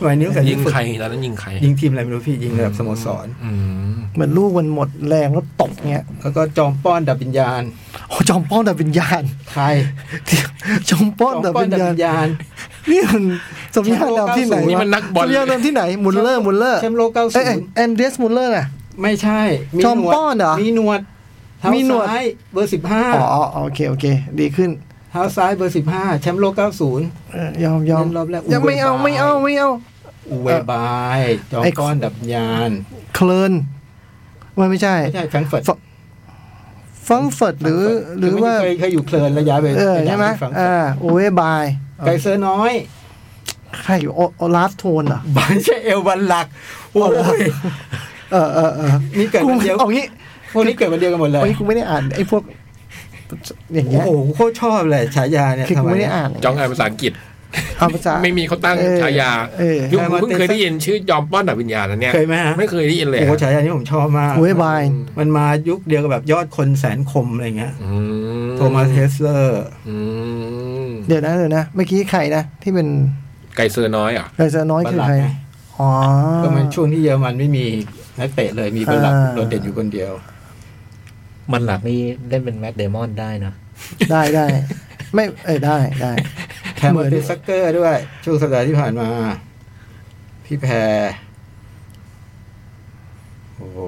Speaker 5: สมัยนี้ตั้งแต่
Speaker 3: ยิง
Speaker 5: ฝึก
Speaker 3: ใครตอนนั้นยิงใคร
Speaker 5: ยิงทีมอะไรไม่รู้พี่ ยิงแบบสโมสร
Speaker 3: อืม
Speaker 2: เหมือนลูกมันหมดแรงแล้วตกเงี้ย
Speaker 5: แล้วก็จอมป้อนดับวิญญาณ
Speaker 2: โอ้จอมป้อนดับวิญญาณ
Speaker 5: ใคร
Speaker 2: จอม
Speaker 5: จ
Speaker 2: ป้อ
Speaker 5: อน ม
Speaker 2: ดับ
Speaker 5: ป้อน
Speaker 2: วิญ
Speaker 5: ดับ
Speaker 2: ญาณ
Speaker 5: วิญญา
Speaker 2: นี่
Speaker 5: ณ
Speaker 2: มันสมญานามที่ไหน
Speaker 5: นี่
Speaker 3: นี่
Speaker 2: วะ
Speaker 3: มันนักบอ
Speaker 2: ส
Speaker 3: ล
Speaker 2: มญานามที่ไหนมุลเลอร์มุลเลอร์
Speaker 5: แชมป์โลก
Speaker 2: เอ้ยแอนเดรียสมุลเลอร์น่ะ
Speaker 5: ไม่ใช่ มี
Speaker 2: จอม
Speaker 5: หนวด
Speaker 2: ป้อนเหรอ
Speaker 5: มีหนวดเท้า
Speaker 2: มีหนวด
Speaker 5: ซ้ายเบอร์สิบห้า
Speaker 2: อ๋ออ๋อโอเคโอเค ดีขึ้น
Speaker 5: เท้าซ้ายเบอร์สิบห้าแชมป์โลกเก้าศูนย์
Speaker 2: เออยอมยอม
Speaker 5: เล่นรอบแรก
Speaker 2: ยังไม่เอา
Speaker 5: อุบาย
Speaker 2: ไม่เอาไม่เอา
Speaker 5: อูเวบาย จอม
Speaker 2: ไอ้
Speaker 5: ก้อนดับยาน
Speaker 2: เคลินว่าไม่ใช่
Speaker 5: ไม่ใช่แฟรงก์เฟิร์ต
Speaker 2: ฟรังก์ ฟังก์เฟิร์ตหรือหรือว่า
Speaker 5: เคยเคยอยู่เคลินระยะไป
Speaker 2: เออใช่ไหม
Speaker 5: แฟรงก์เฟิร์ต
Speaker 2: อ่าโอเวบาย
Speaker 5: ไกเซอร์น้อย
Speaker 2: ใครอยู่โอโอลาฟโทนเหรอ
Speaker 5: บันเชเอลบันหลักโอ้
Speaker 2: โอ้โห
Speaker 5: ย
Speaker 2: เออเออเออ
Speaker 5: นี่เกิด
Speaker 2: กู
Speaker 5: วันเดียว
Speaker 2: เอางี้
Speaker 5: พวกนี้เกิดวันเดียวกันหมดเลย
Speaker 2: ไอ้ยกูไม่ได้อ่านไอ้พวกอย่าง
Speaker 5: โอ้
Speaker 2: เงี้ย
Speaker 5: โหโคตรชอบเลยฉายาเนี่ย
Speaker 2: คือ
Speaker 5: ทำ
Speaker 2: กู
Speaker 5: ไม
Speaker 2: ไม่ได้อ่าน
Speaker 3: จ้องอ่านภาษาอังกฤษ
Speaker 2: เอาภาษา
Speaker 3: ไม่มีเขาตั้ง
Speaker 2: เออ
Speaker 3: ฉายา
Speaker 2: เออ
Speaker 3: ยุคเพิ่งเคยได้ยินชื่อยอมป้อนดับวิญญาณนะเนี่ย
Speaker 5: เคยไหมฮะ
Speaker 3: ไม่เคยได้ยินเลย
Speaker 5: โอ้โหฉายานี้ผมชอบมาก
Speaker 2: อุ้ยบาย
Speaker 5: มันมายุคเดียวกับแบบยอดคนแสนคมอะไรเงี้ย
Speaker 3: อื
Speaker 5: โทมัสเทสเลอร์
Speaker 3: อืม
Speaker 2: เดี๋ยวนะเดี๋ยวนะ เมื่อกี้ใครนะ ที่เป็น
Speaker 3: ไก่เซอร์น้อยเหรอ่ะ
Speaker 2: ไรเซอร์น้อยคือใคร
Speaker 5: บัลลังก์ไง
Speaker 2: อ๋อ
Speaker 5: ก็มันช่วงที่เยอรมันไม่มีนักเตะเลยมีเบอร์หลัก
Speaker 2: อ่า
Speaker 5: โดดเด่นอยู่คนเดียว
Speaker 4: มันหลักนี่เล่นเป็นแมดเดมอนได้นะ
Speaker 2: ได้ได้ ไม่เออได้ได้
Speaker 5: แคมเมอร์ติซักเกอร์ด้วย ช่วงสัปดาห์ที่ผ่านมา พี่แพร โอ้โห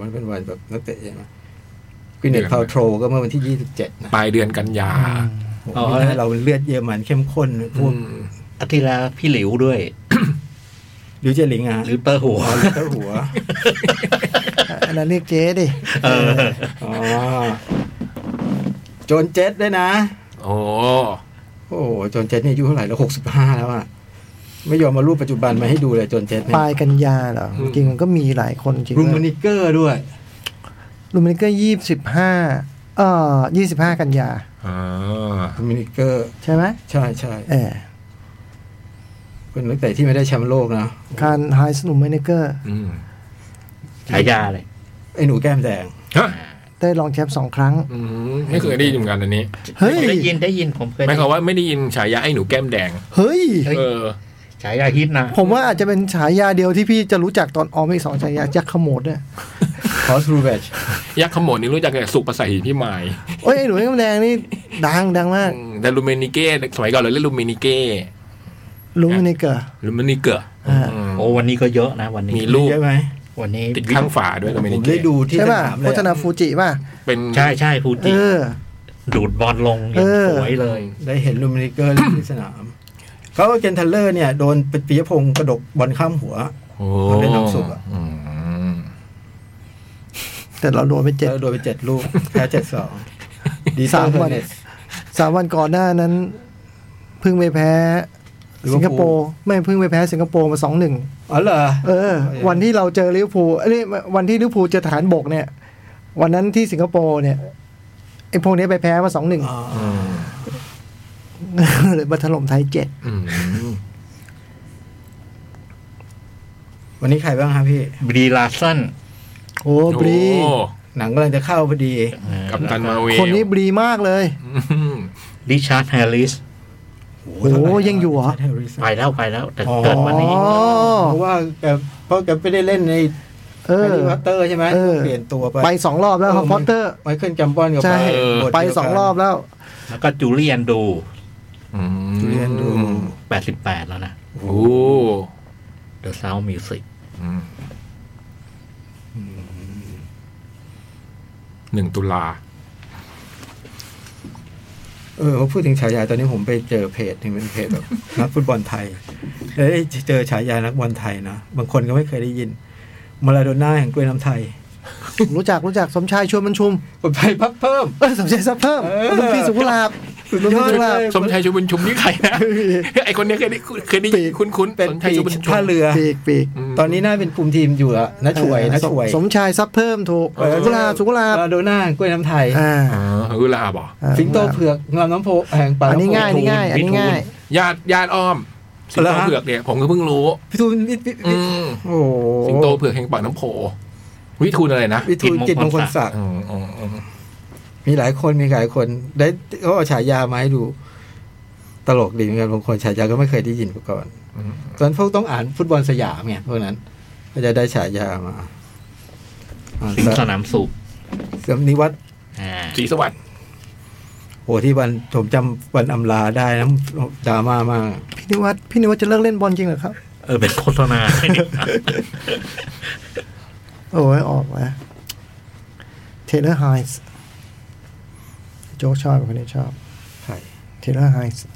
Speaker 5: มันเป็นวันแบบนักเตะใช่ไหมกวินเนตพาวโทรก็เมื่อวันที่ยี่สิบเจ็ดนะ
Speaker 3: ปลายเดือนกันยา
Speaker 5: โอ้โห
Speaker 4: อ๋อ
Speaker 5: นี่เราเลือดเยอรมันเข้มข้นพวก
Speaker 3: อืม
Speaker 4: อาทิตย์ละพี่หลิวด้วย
Speaker 5: ลิวเจลิงอ่ะ
Speaker 4: หรือเตอร์หั ว
Speaker 5: อ๋อลิวเตอร์หัว
Speaker 2: อันนั้นเรียกเจ๊ดิ
Speaker 4: เออ
Speaker 5: อ๋อ โจนเจ็ดด้วยนะ
Speaker 3: โอ้
Speaker 5: โอ้โหโจนเจ็ดนี่อายุเท่าไหร่แล้วหกสิบห้าแล้วอ่ะ ไม่ยอมมารูปปัจจุบันมาให้ดูเลยโจนเจ็ดเนี่
Speaker 2: ป
Speaker 5: ย
Speaker 2: ลายกันยาเหรอ จริงๆมันก็มีหลายคนจริง
Speaker 5: รู
Speaker 2: ด้ว
Speaker 5: มา
Speaker 2: ย
Speaker 5: นิเกอร์ด้วย
Speaker 2: รูมานิเกอร์ยี่สิบห้าเอ่อยี่สิบห้ากันยา
Speaker 3: อ่า
Speaker 5: รูมานิเกอร์
Speaker 2: ใช่ไหม
Speaker 5: ใช่ใช่
Speaker 2: เออ
Speaker 5: เป็นนักเตะที่ไม่ได้แชมป์โลกนะ
Speaker 2: การไฮสนุมเมนิเกอร์
Speaker 3: อืม
Speaker 4: ฉายาเลย
Speaker 5: ไอ้หนูแก้มแดง
Speaker 3: ฮะ
Speaker 2: ได้รองแชมป์สองครั้ง
Speaker 3: อืมไม่เคยได้ยินเหมือนกันอันนี้
Speaker 2: เฮ้ย
Speaker 4: ได้ยินได้ยินผมเคย
Speaker 3: หมาย
Speaker 4: ได้
Speaker 3: ความ
Speaker 4: ยิน
Speaker 3: ว่าไม่ได้ยินฉายาไอ้หนูแก้มแดง
Speaker 2: เฮ้ย
Speaker 4: เฮ้ย
Speaker 3: เออ
Speaker 4: ฉายาฮิตนะ
Speaker 2: ผมว่าอาจจะเป็นฉายาเดียวที่พี่จะรู้จักตอนออมอีกสองฉายายักษ์ขโมดเนี่ย
Speaker 5: คอสรูเบช
Speaker 3: ยักษ์ขโมดนี่รู้จักแต่สุกประสาหิพี่ไมาย
Speaker 2: โอ้ยไอ้หนูไอ้กำแดงนี่ดังดังมาก
Speaker 3: แต่ลูเมนิเก้สมัยก่อนเราเรียกลูเมนิเก้
Speaker 2: รู้ไหมนิเกอร์
Speaker 3: ลูเมนิเกะ
Speaker 2: อ่า
Speaker 3: อืม
Speaker 4: โอ้วันนี้ก็เยอะนะวันนี้
Speaker 3: มีรูป
Speaker 5: ใช่ไหม
Speaker 4: วันนี้
Speaker 3: ติดข้างฝาด้วยลูเม
Speaker 5: ผ
Speaker 3: นิ
Speaker 5: ม
Speaker 3: เก้
Speaker 5: ได้ดูที่
Speaker 2: ใช่
Speaker 5: ส
Speaker 2: ป่ะ
Speaker 5: นาม
Speaker 2: โฆ
Speaker 5: เลย
Speaker 2: ษณาฟูจิป่ะ
Speaker 3: เป็น
Speaker 4: ใช่ใช่ฟู
Speaker 2: เอ
Speaker 4: จิ
Speaker 2: อ
Speaker 4: ดูดบอลลงอ
Speaker 2: เอย่าง อ
Speaker 4: สวยเลย
Speaker 5: ได้เห็นลูมินิเกอร์ ที่สนาม เขาเอาเกนทัลเลอร์เนี่ยโดนปิยพงศ์กระดกบอลข้ามหัว
Speaker 3: โอ้
Speaker 5: เขาเล่นน้ำสุกอะ
Speaker 3: ม
Speaker 2: แต่เราโดนไปเจ็ด
Speaker 5: แล้วโดนไปเจ็ดลูก แพ้เจ็ดส องดี
Speaker 2: สา
Speaker 5: สาม ม
Speaker 2: วั
Speaker 5: วัน น
Speaker 2: สามวันก่อนหน้านั้นเพิ่งไปแพ้
Speaker 5: ลิเวอร์
Speaker 2: สิง
Speaker 5: พูล
Speaker 2: คโปร์ไม่เพิ่งไปแพ้สิงคโปร์มาสองหนึ่ง
Speaker 5: อ๋อเหรอ
Speaker 2: เออ วันที่เราเจอลิเวอร์พูลเอ้ยวันที่ลิเวอร์พูลเจอฐานบกเนี่ย วันนั้นที่สิงคโปร์เนี่ยไอ้พวกนี้ไปแพ้มาสองหนึ่ง
Speaker 5: อ๋อ
Speaker 2: เลยมาถล่มไทยเจ็ด
Speaker 3: อืม
Speaker 5: วันนี้ใครบ้างครับพี่
Speaker 4: บรีลาสัน
Speaker 2: โอ้บรี
Speaker 3: โอ้
Speaker 5: หนังกำลังจะเข้าพอดี
Speaker 3: กับตันมาเวล
Speaker 2: คนนี้บรีมากเลย
Speaker 3: อืม
Speaker 4: ริชาร์ดแฮร์ริส
Speaker 2: โอ้โหยังอยู่เหรอ
Speaker 5: Richard Harris
Speaker 4: ไปแล้วไปแล้ว แต่
Speaker 5: อ๋อ
Speaker 4: เกิดวันนี้
Speaker 2: อ๋อ
Speaker 5: เพราะว่าแกเพราะแกไม่ได้เล่นใน
Speaker 2: เออ
Speaker 5: แฮร์รี่พอตเตอร์ใช่ไหม
Speaker 2: เออ
Speaker 5: เปลี่ยนตัวไป
Speaker 2: ไปสองรอบแล้วครับพอตเตอร์
Speaker 5: ไมเคิลแกมบอนกับ
Speaker 2: ใช่
Speaker 5: บท
Speaker 2: ไป
Speaker 5: เดียวกัน
Speaker 2: สองรอบแล้ว
Speaker 4: แล้วก็จูเลียนดู
Speaker 3: อืม
Speaker 5: จูเลียนดู
Speaker 4: 88 แล้วนะ
Speaker 3: โอ้
Speaker 4: The Sound Music
Speaker 3: อืมหนึ่งตุลา
Speaker 5: เออพอพูดถึงฉายาตอนนี้ผมไปเจอเพจหนึ่งเป็นเพจแบบ นักฟุตบอลไทยแล้วได้เจอฉายานักบอลไทยนะบางคนก็ไม่เคยได้ยินมาราโดน่าแห่งกล้วยน้ำไทย
Speaker 2: รู้จักรู้จักสมชายชวนมันชุม
Speaker 5: คนไทยพับเพิ่ม
Speaker 2: เออสมชายซับเพิ่ม
Speaker 5: เออ
Speaker 2: รุ่นพี่สุกุลาบ
Speaker 5: สุดยอดเลย
Speaker 3: สมชายชูบุญชุมนี่ใครนะ ไอคนเนี้ยเคยได้เคยได้ยิน
Speaker 2: ปีก
Speaker 3: คุ้นคุ้นๆ
Speaker 5: เป็น
Speaker 3: สมชายชูบุญชุม
Speaker 5: ท่าเรือ
Speaker 2: ปีกปีก
Speaker 3: ม
Speaker 5: ตอนนี้น่าเป็นคุมทีมอยู่ละนะช่วยนะช่วย
Speaker 2: สมชายซับเพิ่มถูก
Speaker 5: เออ
Speaker 2: สุกุลาบสุกุลาบ
Speaker 5: มาราโดน่าแห่งกล้วยน้ำไทย
Speaker 2: อ่า
Speaker 3: อ๋อเวลาบอก
Speaker 2: อ่า
Speaker 5: สิงโตเผือกลำน้ำโพแห่งป่า
Speaker 2: อันนี้
Speaker 5: ลำโพ
Speaker 2: ง่ายอันนี้ง่ายอันนี้ง่าย
Speaker 3: ญาติญาติอ้อม สิงโตเผือกเนี่ยผมก็เพิ่งรู้
Speaker 5: พี่ทูนวิทวิท
Speaker 3: อื
Speaker 5: วิท
Speaker 3: ม
Speaker 5: โอ้โห
Speaker 3: สิงโตเผือกแห่งปากน้ำโพวิทูลอะไรนะ
Speaker 5: วิทูลจิตมงคลศักดิ์
Speaker 3: อืมอืมอืม
Speaker 5: มีหลายคนมีหลายคนได้เขาเอาฉายามาให้ดู ตลกดีเหมือนกันบางคนฉายาก็ไม่เคยได้ยินมาก่อน
Speaker 3: อืม
Speaker 5: ตอนพวกต้องอ่านฟุตบอลสยามไงพวกนั้น ก็จะได้ฉายามาอ่า
Speaker 4: สิงสนามสุข
Speaker 5: เสื่อมนิวัต
Speaker 4: อ่า
Speaker 3: สีสวัสดิ์
Speaker 5: โอ้ที่วันผมจำวันอำลาได้นะดราม่ามาก
Speaker 2: พี่นิวัตพี่นิวัตจะเลิกเล่นบอลจริงเหรอครับ
Speaker 4: เออเป็นโฆษณา
Speaker 2: โอ้ยออกมาเทเลอร์ไฮส์โจ๊กชอบคนนี้ชอบ
Speaker 5: ใคร
Speaker 2: เทเลอร์ไฮส์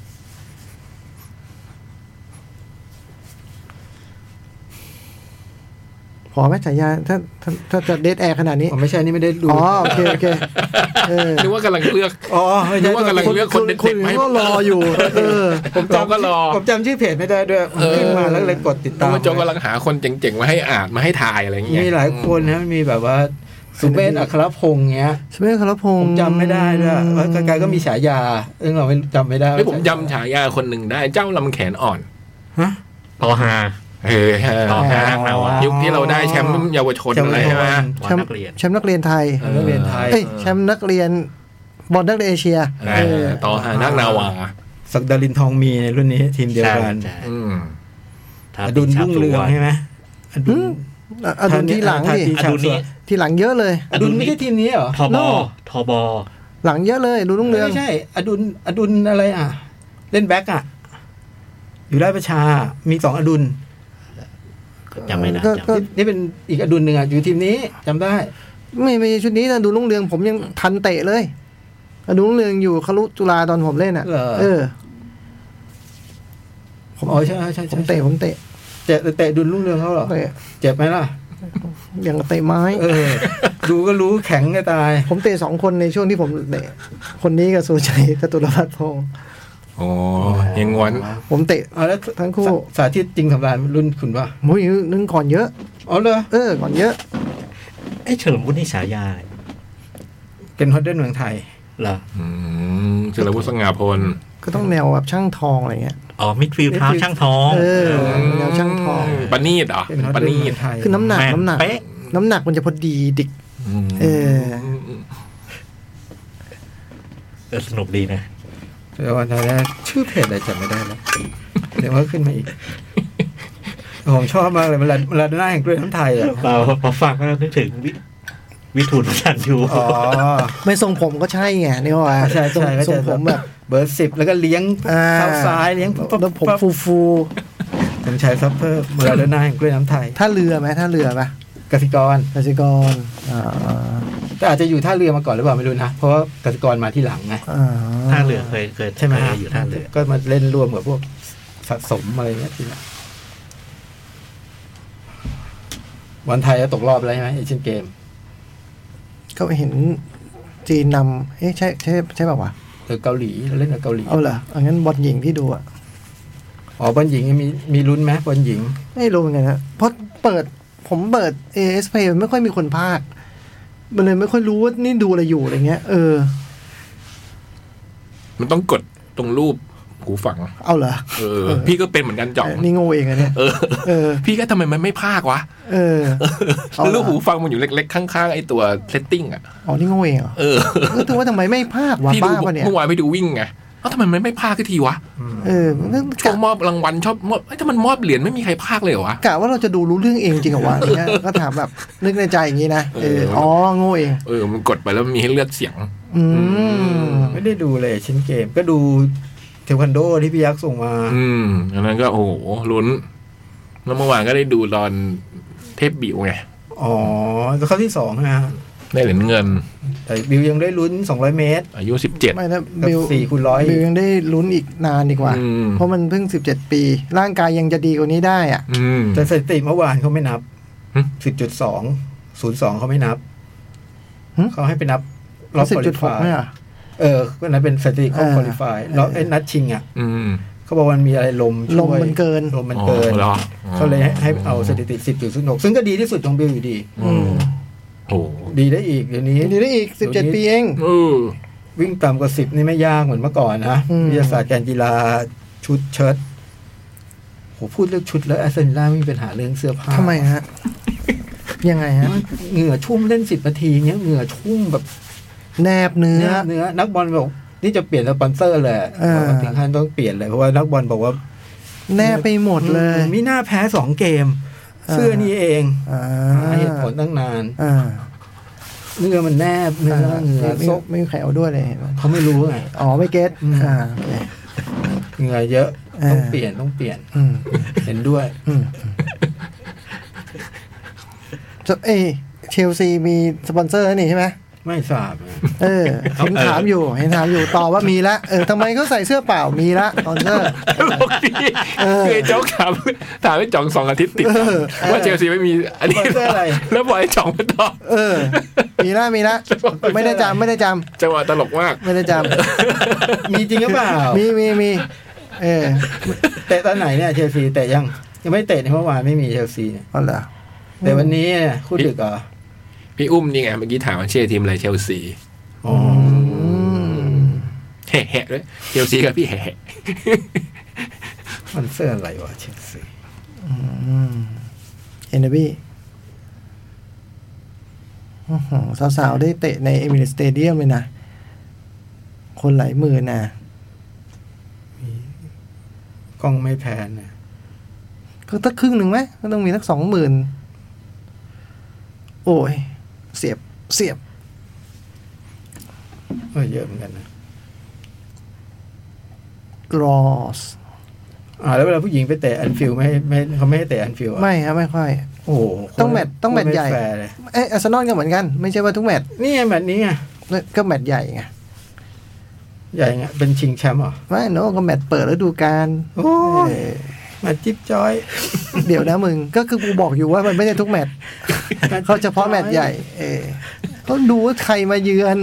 Speaker 2: พอไหมฉายาถ้าถ้าถ้าจะเดทแอร์ขนาดนี้
Speaker 5: อ๋อไม่ใช่นี่ไม่ได้ดู
Speaker 2: อ๋อ โอเค โอเคเออ
Speaker 3: นึกว่ากำลังเลือก
Speaker 5: อ๋อไม่
Speaker 3: นึ
Speaker 5: ใช่
Speaker 3: กว่ากำลังเลือกคนเด็ด
Speaker 2: คุณ
Speaker 3: ๆไหม
Speaker 2: ก็รออยู่ เออ
Speaker 3: ผมจอก็รอ
Speaker 5: ผมจำชื่อเพจไม่ได้ด้วยผมขึ้นมาแล้วเลยกดติด
Speaker 3: นึ
Speaker 5: ตาก ม
Speaker 3: ว่าจอกำลังหาคนเจ๋งๆมาให้อ่านมาให้ถ่ายอะไรอย่างเงี้ย
Speaker 5: มีหลายคนนะมีแบบว่า สุเมธอัครพงษ์เงี้ย
Speaker 2: สเปคคารพง
Speaker 5: ผม
Speaker 2: ศ์
Speaker 5: จำไม่ได้ด้วยแล้วกายก็มีฉายาซึ่งเราไม่จำไม่ได้
Speaker 3: แล้วผมจำฉายาคนหนึ่งได้เจ้าลำแขนอ่อน
Speaker 5: ฮะ
Speaker 4: ต่อหา
Speaker 3: เออฮะ
Speaker 4: อ๋อ
Speaker 5: ฮะ
Speaker 3: ยุคที่เราได้แชมป์เยาวชนอะไรใช่ไหม
Speaker 4: วัน
Speaker 2: แชมป์
Speaker 4: นักเรียน
Speaker 2: แชมป์นักเรียนไทย
Speaker 3: เอ
Speaker 5: แชม
Speaker 3: อ
Speaker 5: ป์นักเรียนไทย
Speaker 2: เอ้ยแชมป์นักเรียนบอลนักเรียนเอเชีย
Speaker 3: เออต่อหานักนาวา
Speaker 5: ศักดาลินทองมีในรุ่นนี้ทีมเดียวกัน
Speaker 4: ใช่
Speaker 3: อืม
Speaker 4: ใช่
Speaker 5: อดุลรุ่งเรืองใช่ไหมอดุล
Speaker 2: อ่ะเอาดูที่หลังดิ
Speaker 4: อดุลนี้
Speaker 2: ที่หลังเยอะเลย
Speaker 5: อดุลไม่ใช่ทีมนี้เหรอ
Speaker 4: ทบ
Speaker 2: โน่
Speaker 4: ทบ
Speaker 2: หลังเยอะเลยดูรุ่งเรือง
Speaker 5: ไม่ใช่ อดุลอดุลอะไรอ่ะ เล่นแบ็กอ่ะ อยู่ได้ประชา มีสองอดุล
Speaker 4: จำไม่ได้
Speaker 2: ก็
Speaker 4: จำ
Speaker 2: ก็
Speaker 5: นี่นี่เป็นอีกอดุลหนึ่งอ่ะอยู่ทีมนี้จำได้
Speaker 2: ไม่ไม่ใช่ชุดนี้นะดูรุ่งเรืองผมยังทันเตะเลยดูรุ่งเรืองอยู่คารุจุฬาตอนผมเล่นอ่ะเออ
Speaker 5: ผมอ๋อใช่ใช่ใช่
Speaker 2: ผมเตะผมเตะ
Speaker 5: เตะเตะอดุลรุ่งเรืองเขาเหรอ
Speaker 2: เตะ
Speaker 5: เจ็บไหมล่ะ
Speaker 2: อย่างกับเตะไม้
Speaker 5: เออ ดูก็รู้แข็งจะตาย
Speaker 2: ผมเตะสองคนในช่วงที่ผมเตะคนนี้กับสุชัยจตุรพัฒน์พงศ์
Speaker 3: โอ้ยังงวน
Speaker 2: ผมเตะ
Speaker 5: เอาแล้ว
Speaker 2: ทั้งคู่
Speaker 5: สาสาธิตจริงสำราญรุ่นคุณป่ะ
Speaker 2: มุ้ยนึงก่อนเยอะ
Speaker 5: อ๋อเหรอ
Speaker 2: เออ ก่อนเยอะ
Speaker 4: เอ้ยเฉลิมวุฒินี่ฉายาอะไร
Speaker 5: เป็นฮอตเดนเมืองไทย
Speaker 4: เหรอ
Speaker 3: อืมเจริญวุฒิสง่าพล
Speaker 2: ก็ต้องแนวแบบช่างทองอะไรเงี้ย
Speaker 4: อ๋อมิดฟิลด์เท้า
Speaker 5: midfield
Speaker 4: ช่างท้อง
Speaker 2: เออ แนวช่างทอง
Speaker 3: ปานีดเหรอ
Speaker 5: เป็นฮอต
Speaker 3: ปา
Speaker 5: เดน
Speaker 3: นี
Speaker 5: เมื
Speaker 3: ด
Speaker 5: องไทย
Speaker 2: คือน้ำหนัก
Speaker 4: แม่ง
Speaker 2: น้ำหนัก
Speaker 4: เป๊ะ
Speaker 2: น้ำหนักมันจะพอดีดิก
Speaker 3: ม
Speaker 2: เออ
Speaker 4: เออสนุกดีนะ
Speaker 5: เดี๋ยววันไทยแรกชื่อเพจอะไรจำไม่ได้แล้วเดี๋ยวว่าขึ้นมาอีกผมชอบมากเลยเวลาเวลาหน้าแห่งกล้วยน้ำไทยอ่ะ
Speaker 4: เราพอฟังก็นึกถึงวิวิทูลสันยู
Speaker 5: อ๋อ
Speaker 2: ไม่ทรงผมก็ใช่ไงเนี่ยว่า
Speaker 5: ใช่
Speaker 2: ทรง
Speaker 5: ใช่ก็
Speaker 2: ทร
Speaker 5: จะ
Speaker 2: งผมแบบ
Speaker 5: เบอร์สิบแล้วก็เลี้ยง
Speaker 2: อ่
Speaker 5: เท้าซ้ายเลี้ยงปุ๊บปุ๊บ
Speaker 2: แล้วผม
Speaker 5: ปุ๊บ
Speaker 2: ฟูฟู
Speaker 5: ผมใช้ซัพเปอร์เวลาหน้าแห่งกล้วยน้ำไทย
Speaker 2: ท่าเรือไหมท่าเรือปะ
Speaker 5: กสิกร
Speaker 2: กสิกรอ่า
Speaker 5: แต่อาจจะอยู่ท่าเรือมาก่อนหรือเปล่าไม่รู้นะ เพราะว่ากสิกรมาที่หลังไง
Speaker 2: อ่า
Speaker 4: ท่าเรือเคยเคย
Speaker 5: ใช่ไหม
Speaker 4: เค
Speaker 5: ฮะ
Speaker 4: ยอยู่ท่าเรือ
Speaker 5: ก็มาเล่นร่วมกับพวกสะสมอะไรเงี้ยทีละวันไทยจะตกรอบแล้วใช่ไหมเอเชียนเกม
Speaker 2: ก็เห็นจีนนำเอ๊ะใช่ใช่ใช่แบบวะ
Speaker 5: หรือเกาหลีเราเล่นกับเกาหลี
Speaker 2: เอาเหรอเอางั้นบอลหญิงที่ดูอะ
Speaker 5: อ๋อบอลหญิงมีมีลุ้นไหมบอลหญิง
Speaker 2: ไม่รู้เหมือนกันนะเพราะเปิดผมเปิด AS Play ไม่ค่อยมีคนพากย์มันเลยไม่ค่อยรู้ว่านี่ดูอะไรอยู่อะไรเงี้ย เออ
Speaker 3: มันต้องกดตรงรูปหูฝัง
Speaker 2: เอาเหรอ
Speaker 3: เออ พี่ก็เป็นเหมือนกันจ่อง
Speaker 2: นี่โง่เองอะเนี่ย
Speaker 3: เออ
Speaker 2: เออ
Speaker 3: พี่ก็ทำไมมันไม่ภาควะ
Speaker 2: เออ เอาเหรอ
Speaker 3: แล้วรูปหูฟังมันอยู่เล็กๆ ข้างๆ ไอ้ตัวเซตติ้งอ่ะ
Speaker 2: อ๋อนี่โง่เองเหรอ
Speaker 3: เออ
Speaker 2: เออถึงว่าทำไมไม่พากย์วะ
Speaker 3: พี่ดู
Speaker 2: บ้าปะเนี่ย
Speaker 3: เมื่อวานไปดูวิ่งไงเอ้าทำไมมันไม่ภาคสักทีวะ
Speaker 2: เออนึก
Speaker 3: ช่วงมอบรางวัลชอบมอบเอ้ยถ้ามันมอบเหรียญไม่มีใครภาคเลยเหรอวะ
Speaker 2: กะว่าเราจะดูรู้เรื่องเองจริงเหรอวะอะไรเงี้ยก็ถามแบบนึกในใจอย่างนี้นะ เออ
Speaker 3: เอออ๋
Speaker 2: อ๋อโง่เอง
Speaker 3: เออ มันกดไปแล้วมันมีให้เลือกเสียง
Speaker 2: อืม
Speaker 5: ไม่ได้ดูเลยเอเชียนเกม ก็ดูเทควันโดที่พี่ยักษ์ส่งมา
Speaker 3: อืมอันนั้นก็โอ้โหลุ้น แล้วเมื่อวานก็ได้ดูตอนเทปบิวไง
Speaker 5: อ๋อก็เข้าที่สองนะฮะ
Speaker 3: ได้เหรียญเงิน
Speaker 5: แต่บิวยังได้ลุ้น 200 เมตร
Speaker 3: อายุสิบเจ็ด
Speaker 2: ไม่นะ
Speaker 5: กับ
Speaker 2: บิว
Speaker 5: สี่คูณร้อย
Speaker 2: บิวยังได้ลุ้นอีกนานดีกว่า
Speaker 3: อืม
Speaker 2: เพราะมันเพิ่งสิบเจ็ดปี ร่างกายยังจะดีกว่านี้ได้อ่ะ
Speaker 3: อืม
Speaker 5: แต่สถิติเมื่อวานเขาไม่นับ
Speaker 3: หึ
Speaker 5: สิบจุดสองศูนย์สองเขาไม่นับ
Speaker 2: หึ
Speaker 5: เขาให้ไปนับร
Speaker 2: รอ
Speaker 5: อบบ
Speaker 2: สิบ
Speaker 5: คุ
Speaker 2: จุ
Speaker 5: ริ
Speaker 2: ดห
Speaker 5: ฟาก ย
Speaker 2: ไม่เหรอ
Speaker 5: เออก็นั้นเป็นสถิติของ
Speaker 2: อ่า
Speaker 5: คอลี่ฟายแล้วไอ้นัดชิงอ่ะ
Speaker 3: อืม
Speaker 5: เขาบอกว่ามันมีอะไรลมช่วย
Speaker 2: ลมมันเกิน
Speaker 5: ลมมันเกิน
Speaker 3: อ๋อหรอ
Speaker 5: เขาเลยให้ให้เอาสถิติ 10.06 ซึ่งก็ดีที่สุดของบิลอยู่ดี
Speaker 3: อืมโอ้โห
Speaker 5: ดีได้อีกเดี๋ยวนี้
Speaker 2: ดีได้อีกสิบเจ็ดปีเอง
Speaker 3: เออ
Speaker 5: วิ่งต่ำกว่า 10 นี่ไม่ยากเหมือนเมื่อก่อนนะ
Speaker 2: อืม
Speaker 5: วิทยาศาสตร์การกีฬาชุดเชิ้ตโหพูดเรื่องชุดแล้วแอสเซนล่าไม่มีปัญหาเรื่องเสื้อผ้า
Speaker 2: ทำไมฮะ ยังไงฮะ
Speaker 5: เหงื่อชุ่มเล่น 10 นาทีเนี้ยเหงื่อชุ่มแบบ
Speaker 2: แนบเนื้อ
Speaker 5: เนื้อเนื้อนักบอลบอกนี่จะเปลี่ยนสปอนเซอร์เลย
Speaker 2: อ่า
Speaker 5: ถึงขั้นต้องเปลี่ยนเลยเพราะว่านักบอลบอกว่า
Speaker 2: แนบไปหมดเลย
Speaker 5: มิน่าแพ้สองเกม
Speaker 2: อ่า
Speaker 5: เสื้อนี่เอง
Speaker 2: อ่า
Speaker 5: หาเหตุผลตั้งนาน
Speaker 2: อ่า
Speaker 5: เนื้อมันแนบเนื้อเหงื่อ
Speaker 2: ไม่
Speaker 5: ซก
Speaker 2: ไม่มีใครเอาด้วยเลยเห็นไหม
Speaker 5: เขาไม่รู้ไง
Speaker 2: อ๋อไม่เก็ต
Speaker 5: อืม
Speaker 2: อ่าโอเค
Speaker 5: เหงื่อเยอะ
Speaker 2: อ่า
Speaker 5: ต้องเปลี่ยนต้องเปลี่ยน
Speaker 2: อืม
Speaker 5: เห็นด้วย
Speaker 2: อืมจะเอยเชลซีมีสปอนเซอร์แล้วนี่ใช่ไหม
Speaker 5: ไม่ท ราบ
Speaker 2: เออเห็นถามอยู่เห็นถามอยู่ต่อว่ามีละเออทำไมเขาใส่เสื้อเปล่ามีละสปอนเซอร์
Speaker 3: บอกดีเคยโจ๊กถามถามไอ้จ่องสองอาทิตย์ติด ว่าเชลซีไม่มีอันนี้
Speaker 5: สปอนเซอร์อะไร
Speaker 3: แล้วบอกไอ้จ่องมาตอบ
Speaker 2: เออ มีละมีละไม่ได้จำไม่ได้จำ
Speaker 3: จังหวะตลกมาก
Speaker 2: ไม่ได้จ
Speaker 5: มีจริงหรือเปล่า
Speaker 2: ำ มีมีมี เออ
Speaker 5: เตะตอนไหนเนี่ยเชลซีเตะยังยังไม่เตะในเมื่อวานไม่มีเชลซีเนี่ย
Speaker 2: เอาเหรอ
Speaker 5: แต่วันนี้เนี่ยคู่ดึกเหรอ่ะ
Speaker 3: พี่อุ้มนี่ไงเมื่อกี้ถามว่าเชียร์ทีมอะไรเชลซี
Speaker 5: อ๋อ
Speaker 3: แหะๆเลยเชลซีกับพี่แหะ
Speaker 5: มันเสื้ออะไรวะเชลซี
Speaker 2: เอ็นเดอร์บี้อื้อหือสาวๆ ได้เตะในเอมิเรสเตเดียมเลยนะ คนหลายหมื่นนะ
Speaker 5: กล้องไม่แพนนะ
Speaker 2: ก็ตักครึ่งหนึ่งไหมก็ต้องมีสักสองหมื่นโอ้ย เสียบเสียบ
Speaker 5: เออเยอะเหมือนกันนะ
Speaker 2: กรอส
Speaker 5: อ่าแล้วเวลาผู้หญิงไปเตะอันฟิลด์ไม่ไม่เขาไม่ให้เตะอันฟิลด์อะ
Speaker 2: ไม่ครับไม่ค่อย
Speaker 5: โอ้โหคน
Speaker 2: ต้องแมตช์ต้องแมตช์ใหญ่
Speaker 5: ไฟร์เลย
Speaker 2: เอยอาร์เซนอลก็เหมือนกัน ไม่ใช่ว่าทุกแมตช์
Speaker 5: นี่ไงแมตช์นี้ไง
Speaker 2: ก็แมตช์ใหญ่ไง
Speaker 5: ใหญ่ไงเป็นชิงแชมป์เหรอ
Speaker 2: ไม่โนก็แมตช์เปิดฤดูกาล
Speaker 5: โอ้ย
Speaker 2: เออ
Speaker 5: แมตช์จิ๊บจ้อย
Speaker 2: เดี๋ยวนะมึง ก็คือกูบอกอยู่ว่ามันไม่ใช่ทุกแมตช์
Speaker 5: ช์
Speaker 2: เขาเฉพาะแมตช์ใหญ่ เออเขาดูว่าใครมาเยือน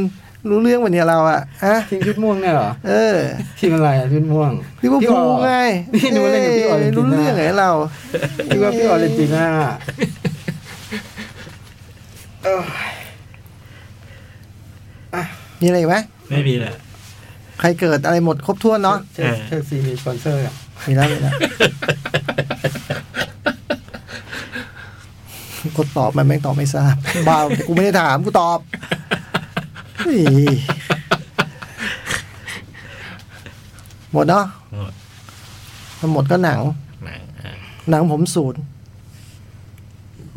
Speaker 2: รู้เรื่องวันนี้เราอะอะ
Speaker 5: ทีมชุดม่วงเนี่ยเหรอ
Speaker 2: เออ
Speaker 5: ทีมอะไรอะชุดม่วง
Speaker 2: ลิเวอร์พูลไง
Speaker 5: พี่ออนี่หนูเล่นกับพี่ออเรนติ
Speaker 2: รู้
Speaker 5: น่า
Speaker 2: เรื่องไงเรา
Speaker 5: พี่ว่าพี่ออเรนติน่าเอ้ย
Speaker 2: มีอะไรอีกไหม
Speaker 1: ไม่มีแหละ
Speaker 2: ใครเกิดอะไรหมดครบถ้วนเนาะ
Speaker 5: เชลเชลซีมีสปอนเซอร์อะ
Speaker 2: มีแล้วมีแล้วกดตอบมันแม่งตอบไม่ทราบบ้าแต่กูไม่ได้ถามกูตอบเฮ้ยหมดเนาะ
Speaker 4: หมด
Speaker 2: ถ้าหมดก็หนัง
Speaker 4: หนังอ่ะ
Speaker 2: หนังผมศูนย์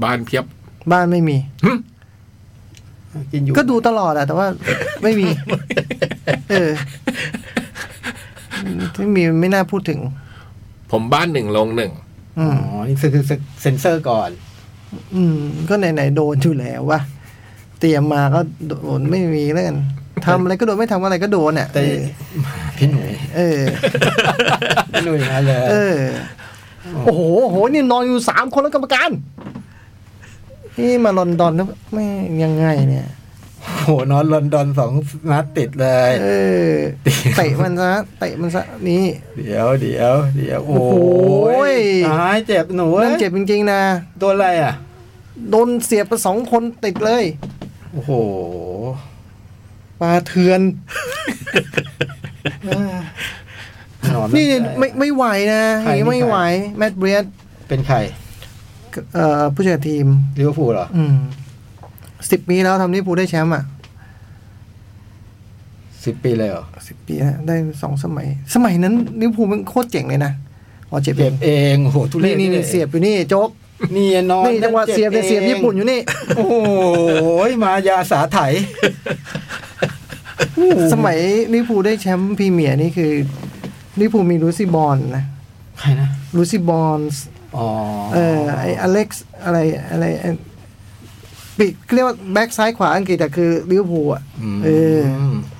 Speaker 3: บ้านเพียบ
Speaker 2: บ้านไม่มี
Speaker 5: กินอยู่
Speaker 2: ก็ดูตลอดอะแต่ว่า ไม่มี เออที่มีไม่น่าพูดถึง
Speaker 3: ผมบ้านหนึ่งลงหนึ่ง
Speaker 2: อืม
Speaker 5: อ๋อ นี่คือคือเซ็นเซอร์ก่อน
Speaker 2: อืม ก็ไหนๆโดนอยู่แล้วว่าเตรียมมาก็โดนไม่มีแล้วกันทำอะไรก็โดนไม่ทำอะไรก็โดนเนี่ย
Speaker 5: แต่พี่หนุ่ย
Speaker 2: เออ
Speaker 5: พี่หนุ่ยนะเลย
Speaker 2: เออ โอ้โหโอ้โหนี่นอนอยู่สามคนแล้วกรรมการ นี่มาลอนดอนแล้วไม่ยังไงเนี่ย
Speaker 5: โอ้โหนอนลอนดอนสองนัดติดเลย
Speaker 2: เออเตะมันซะเตะมันซะนี่
Speaker 5: เดี๋ยวเดี๋ยวเดี๋ยวโอ้
Speaker 2: โอ้โห
Speaker 5: ยตายเจ็บหนู
Speaker 2: มันเจ็บจริงๆนะ
Speaker 5: โดนอะไรอ่ะ
Speaker 2: โดนเสียบไปสองคนติดเลย
Speaker 5: โอ้โห
Speaker 2: ปลาเทือน
Speaker 5: นอน
Speaker 2: นี่ไม่
Speaker 5: ด้
Speaker 2: ไม่ไหวนะ
Speaker 5: ใครนี่
Speaker 2: ไม่ไหว แมตต์เบรียด
Speaker 5: เป็นใคร
Speaker 2: เอ่อผู้จัดทีม
Speaker 5: ลิเวอร์พูลเหรอ
Speaker 2: อืมสิบปีแล้วทำนี่ปูลได้แชมป์อ่ะ
Speaker 5: สิบปีเลยเหรอ
Speaker 2: สิบปีแล้วได้สองสมัย สมัยนั้นลิเวอร์พูลมันโคตรเจ๋งเลยนะอ๋อเจ็บ
Speaker 5: เจ็บเองโอ้โหทุเร
Speaker 2: นี่
Speaker 5: ศ
Speaker 2: นี่นี่เสียบอยู่นี่โจ๊ก
Speaker 5: นี่นอน
Speaker 2: นี่จังหวะเสียบเนี่ยเสียบ
Speaker 5: จ็
Speaker 2: ญี่ปุ่นอยู่นี่
Speaker 5: โอ้โหมายาสาไถ
Speaker 2: สมัยลิเวอร์พูลได้แชมป์พรีเมียร์นี่คือลิเวอร์พูลมีลูซี่บอลนะ
Speaker 5: ใครนะ
Speaker 2: ลูซี่บอล
Speaker 5: อ๋อ
Speaker 2: เออไออเล็กซ์อะไรอะไรไอ้ปีกเรียกว่าแบ็กซ้ายขวาอังกฤษแต่คือลิเวอร์พูลอ่ะ
Speaker 5: ม
Speaker 2: เออ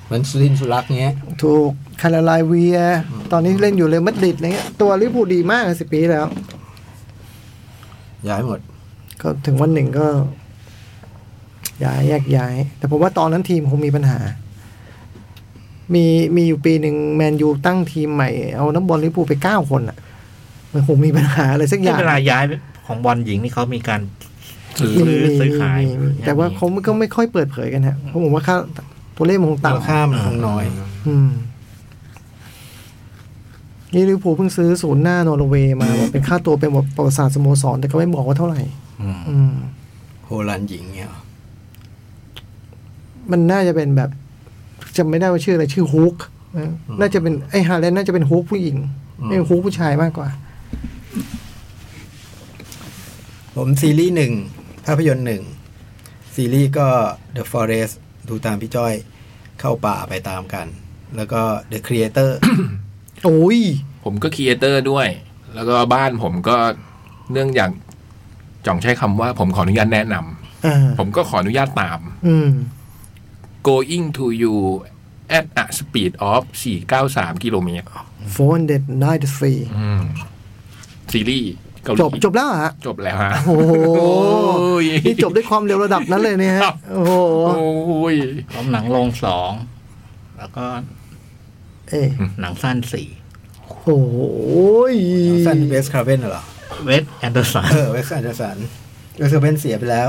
Speaker 5: เหมือนสุรินทร์สุรักษ์เงี้ย
Speaker 2: ถูกคาราไลเวีย ตอนนี้เล่นอยู่เลยลมาดริดอะไรเงี้ยตัวลิเวอร์พูลดีมากสิบปีแล้ว
Speaker 5: ย้ายหมด
Speaker 2: ก็ถึงวันหนึ่งก็ ย้ายแยกย้าย แต่ผมว่าตอนนั้นทีมคงมีปัญหา มีมีอยู่ปีหนึ่งแมนยูตั้งทีมใหม่ เอานักบอลลิเวอร์พูลไปเก้าคนอ่ะ มันคงมีปัญหาอะไรสักอ
Speaker 4: ที่
Speaker 2: ย่าง
Speaker 4: เวลาย้ายของบอลหญิงนี่เขามีการ
Speaker 3: ซื้อ
Speaker 4: มี ซื้อขาย
Speaker 2: มีมีมีแต่ว่าเขาก็ไม่ค่อยเปิดเผยกันฮะเพราะผมว่าค่าตัวเลขมันคง
Speaker 5: ต่าง
Speaker 2: ต่ำ
Speaker 5: ข้ามมันคงน้อย
Speaker 2: อืมนี่ลิเวอร์พูลเพิ่งซื้อศูนย์หน้านอร์เวย์มาบอกเป็นค่าตัวเป็นแบบประวัติศาสตร์สโมสร แต่ก็ไม่บอกว่าเท่าไหร่
Speaker 4: อืม
Speaker 2: อืม
Speaker 5: โฮลันด์หญิงเงี้ยเหรอ
Speaker 2: มันน่าจะเป็นแบบจำไม่ได้ว่าชื่ออะไรชื่อฮุกนะน่าจะเป็นไอฮาแลนด์น่าจะเป็นฮุกผู้หญิงไม่ฮุกผู้ชายมากกว่า
Speaker 5: ผมซีรีส์หนึ่ง ภาพยนตร์หนึ่ง ซีรีส์ก็ The Forest ดูตามพี่จ้อยเข้าป่าไปตามกัน แล้วก็ The Creator
Speaker 2: โอ้ย
Speaker 3: ผมก็ครีเอเตอร์ด้วย แล้วก็บ้านผมก็เนื่องอย่างจ่องใช้คำว่าผมขออนุญาตแนะน
Speaker 2: อ่า
Speaker 3: ำผมก็ขออนุญาตตาม
Speaker 2: อืม
Speaker 3: going to you at a speed of 493กิโลเมตร
Speaker 2: โฟนเด็ดไนท์ฟรี
Speaker 3: อืมซีรีส์เกาหลี
Speaker 2: จบจบแล้วเหรอฮะ
Speaker 3: จบแล้วฮะ
Speaker 2: โอ้โห
Speaker 3: โอ้ย
Speaker 2: นี่จบด้วยความเร็วระดับนั้นเลยเนี่ยฮะ
Speaker 3: ครับ
Speaker 2: โอ้โห
Speaker 3: โอ้ย
Speaker 4: ผมหนังลงสองแล้วก็
Speaker 2: เอย
Speaker 4: หนังสั้นสี่
Speaker 2: โอ้โหย
Speaker 5: ซันเวสคาร์เวนเหรอ
Speaker 4: เวสแอนเดอร์สัน
Speaker 5: เออเวสอันเดอร์สันเวสคาร์เวนเสียไปแล้ว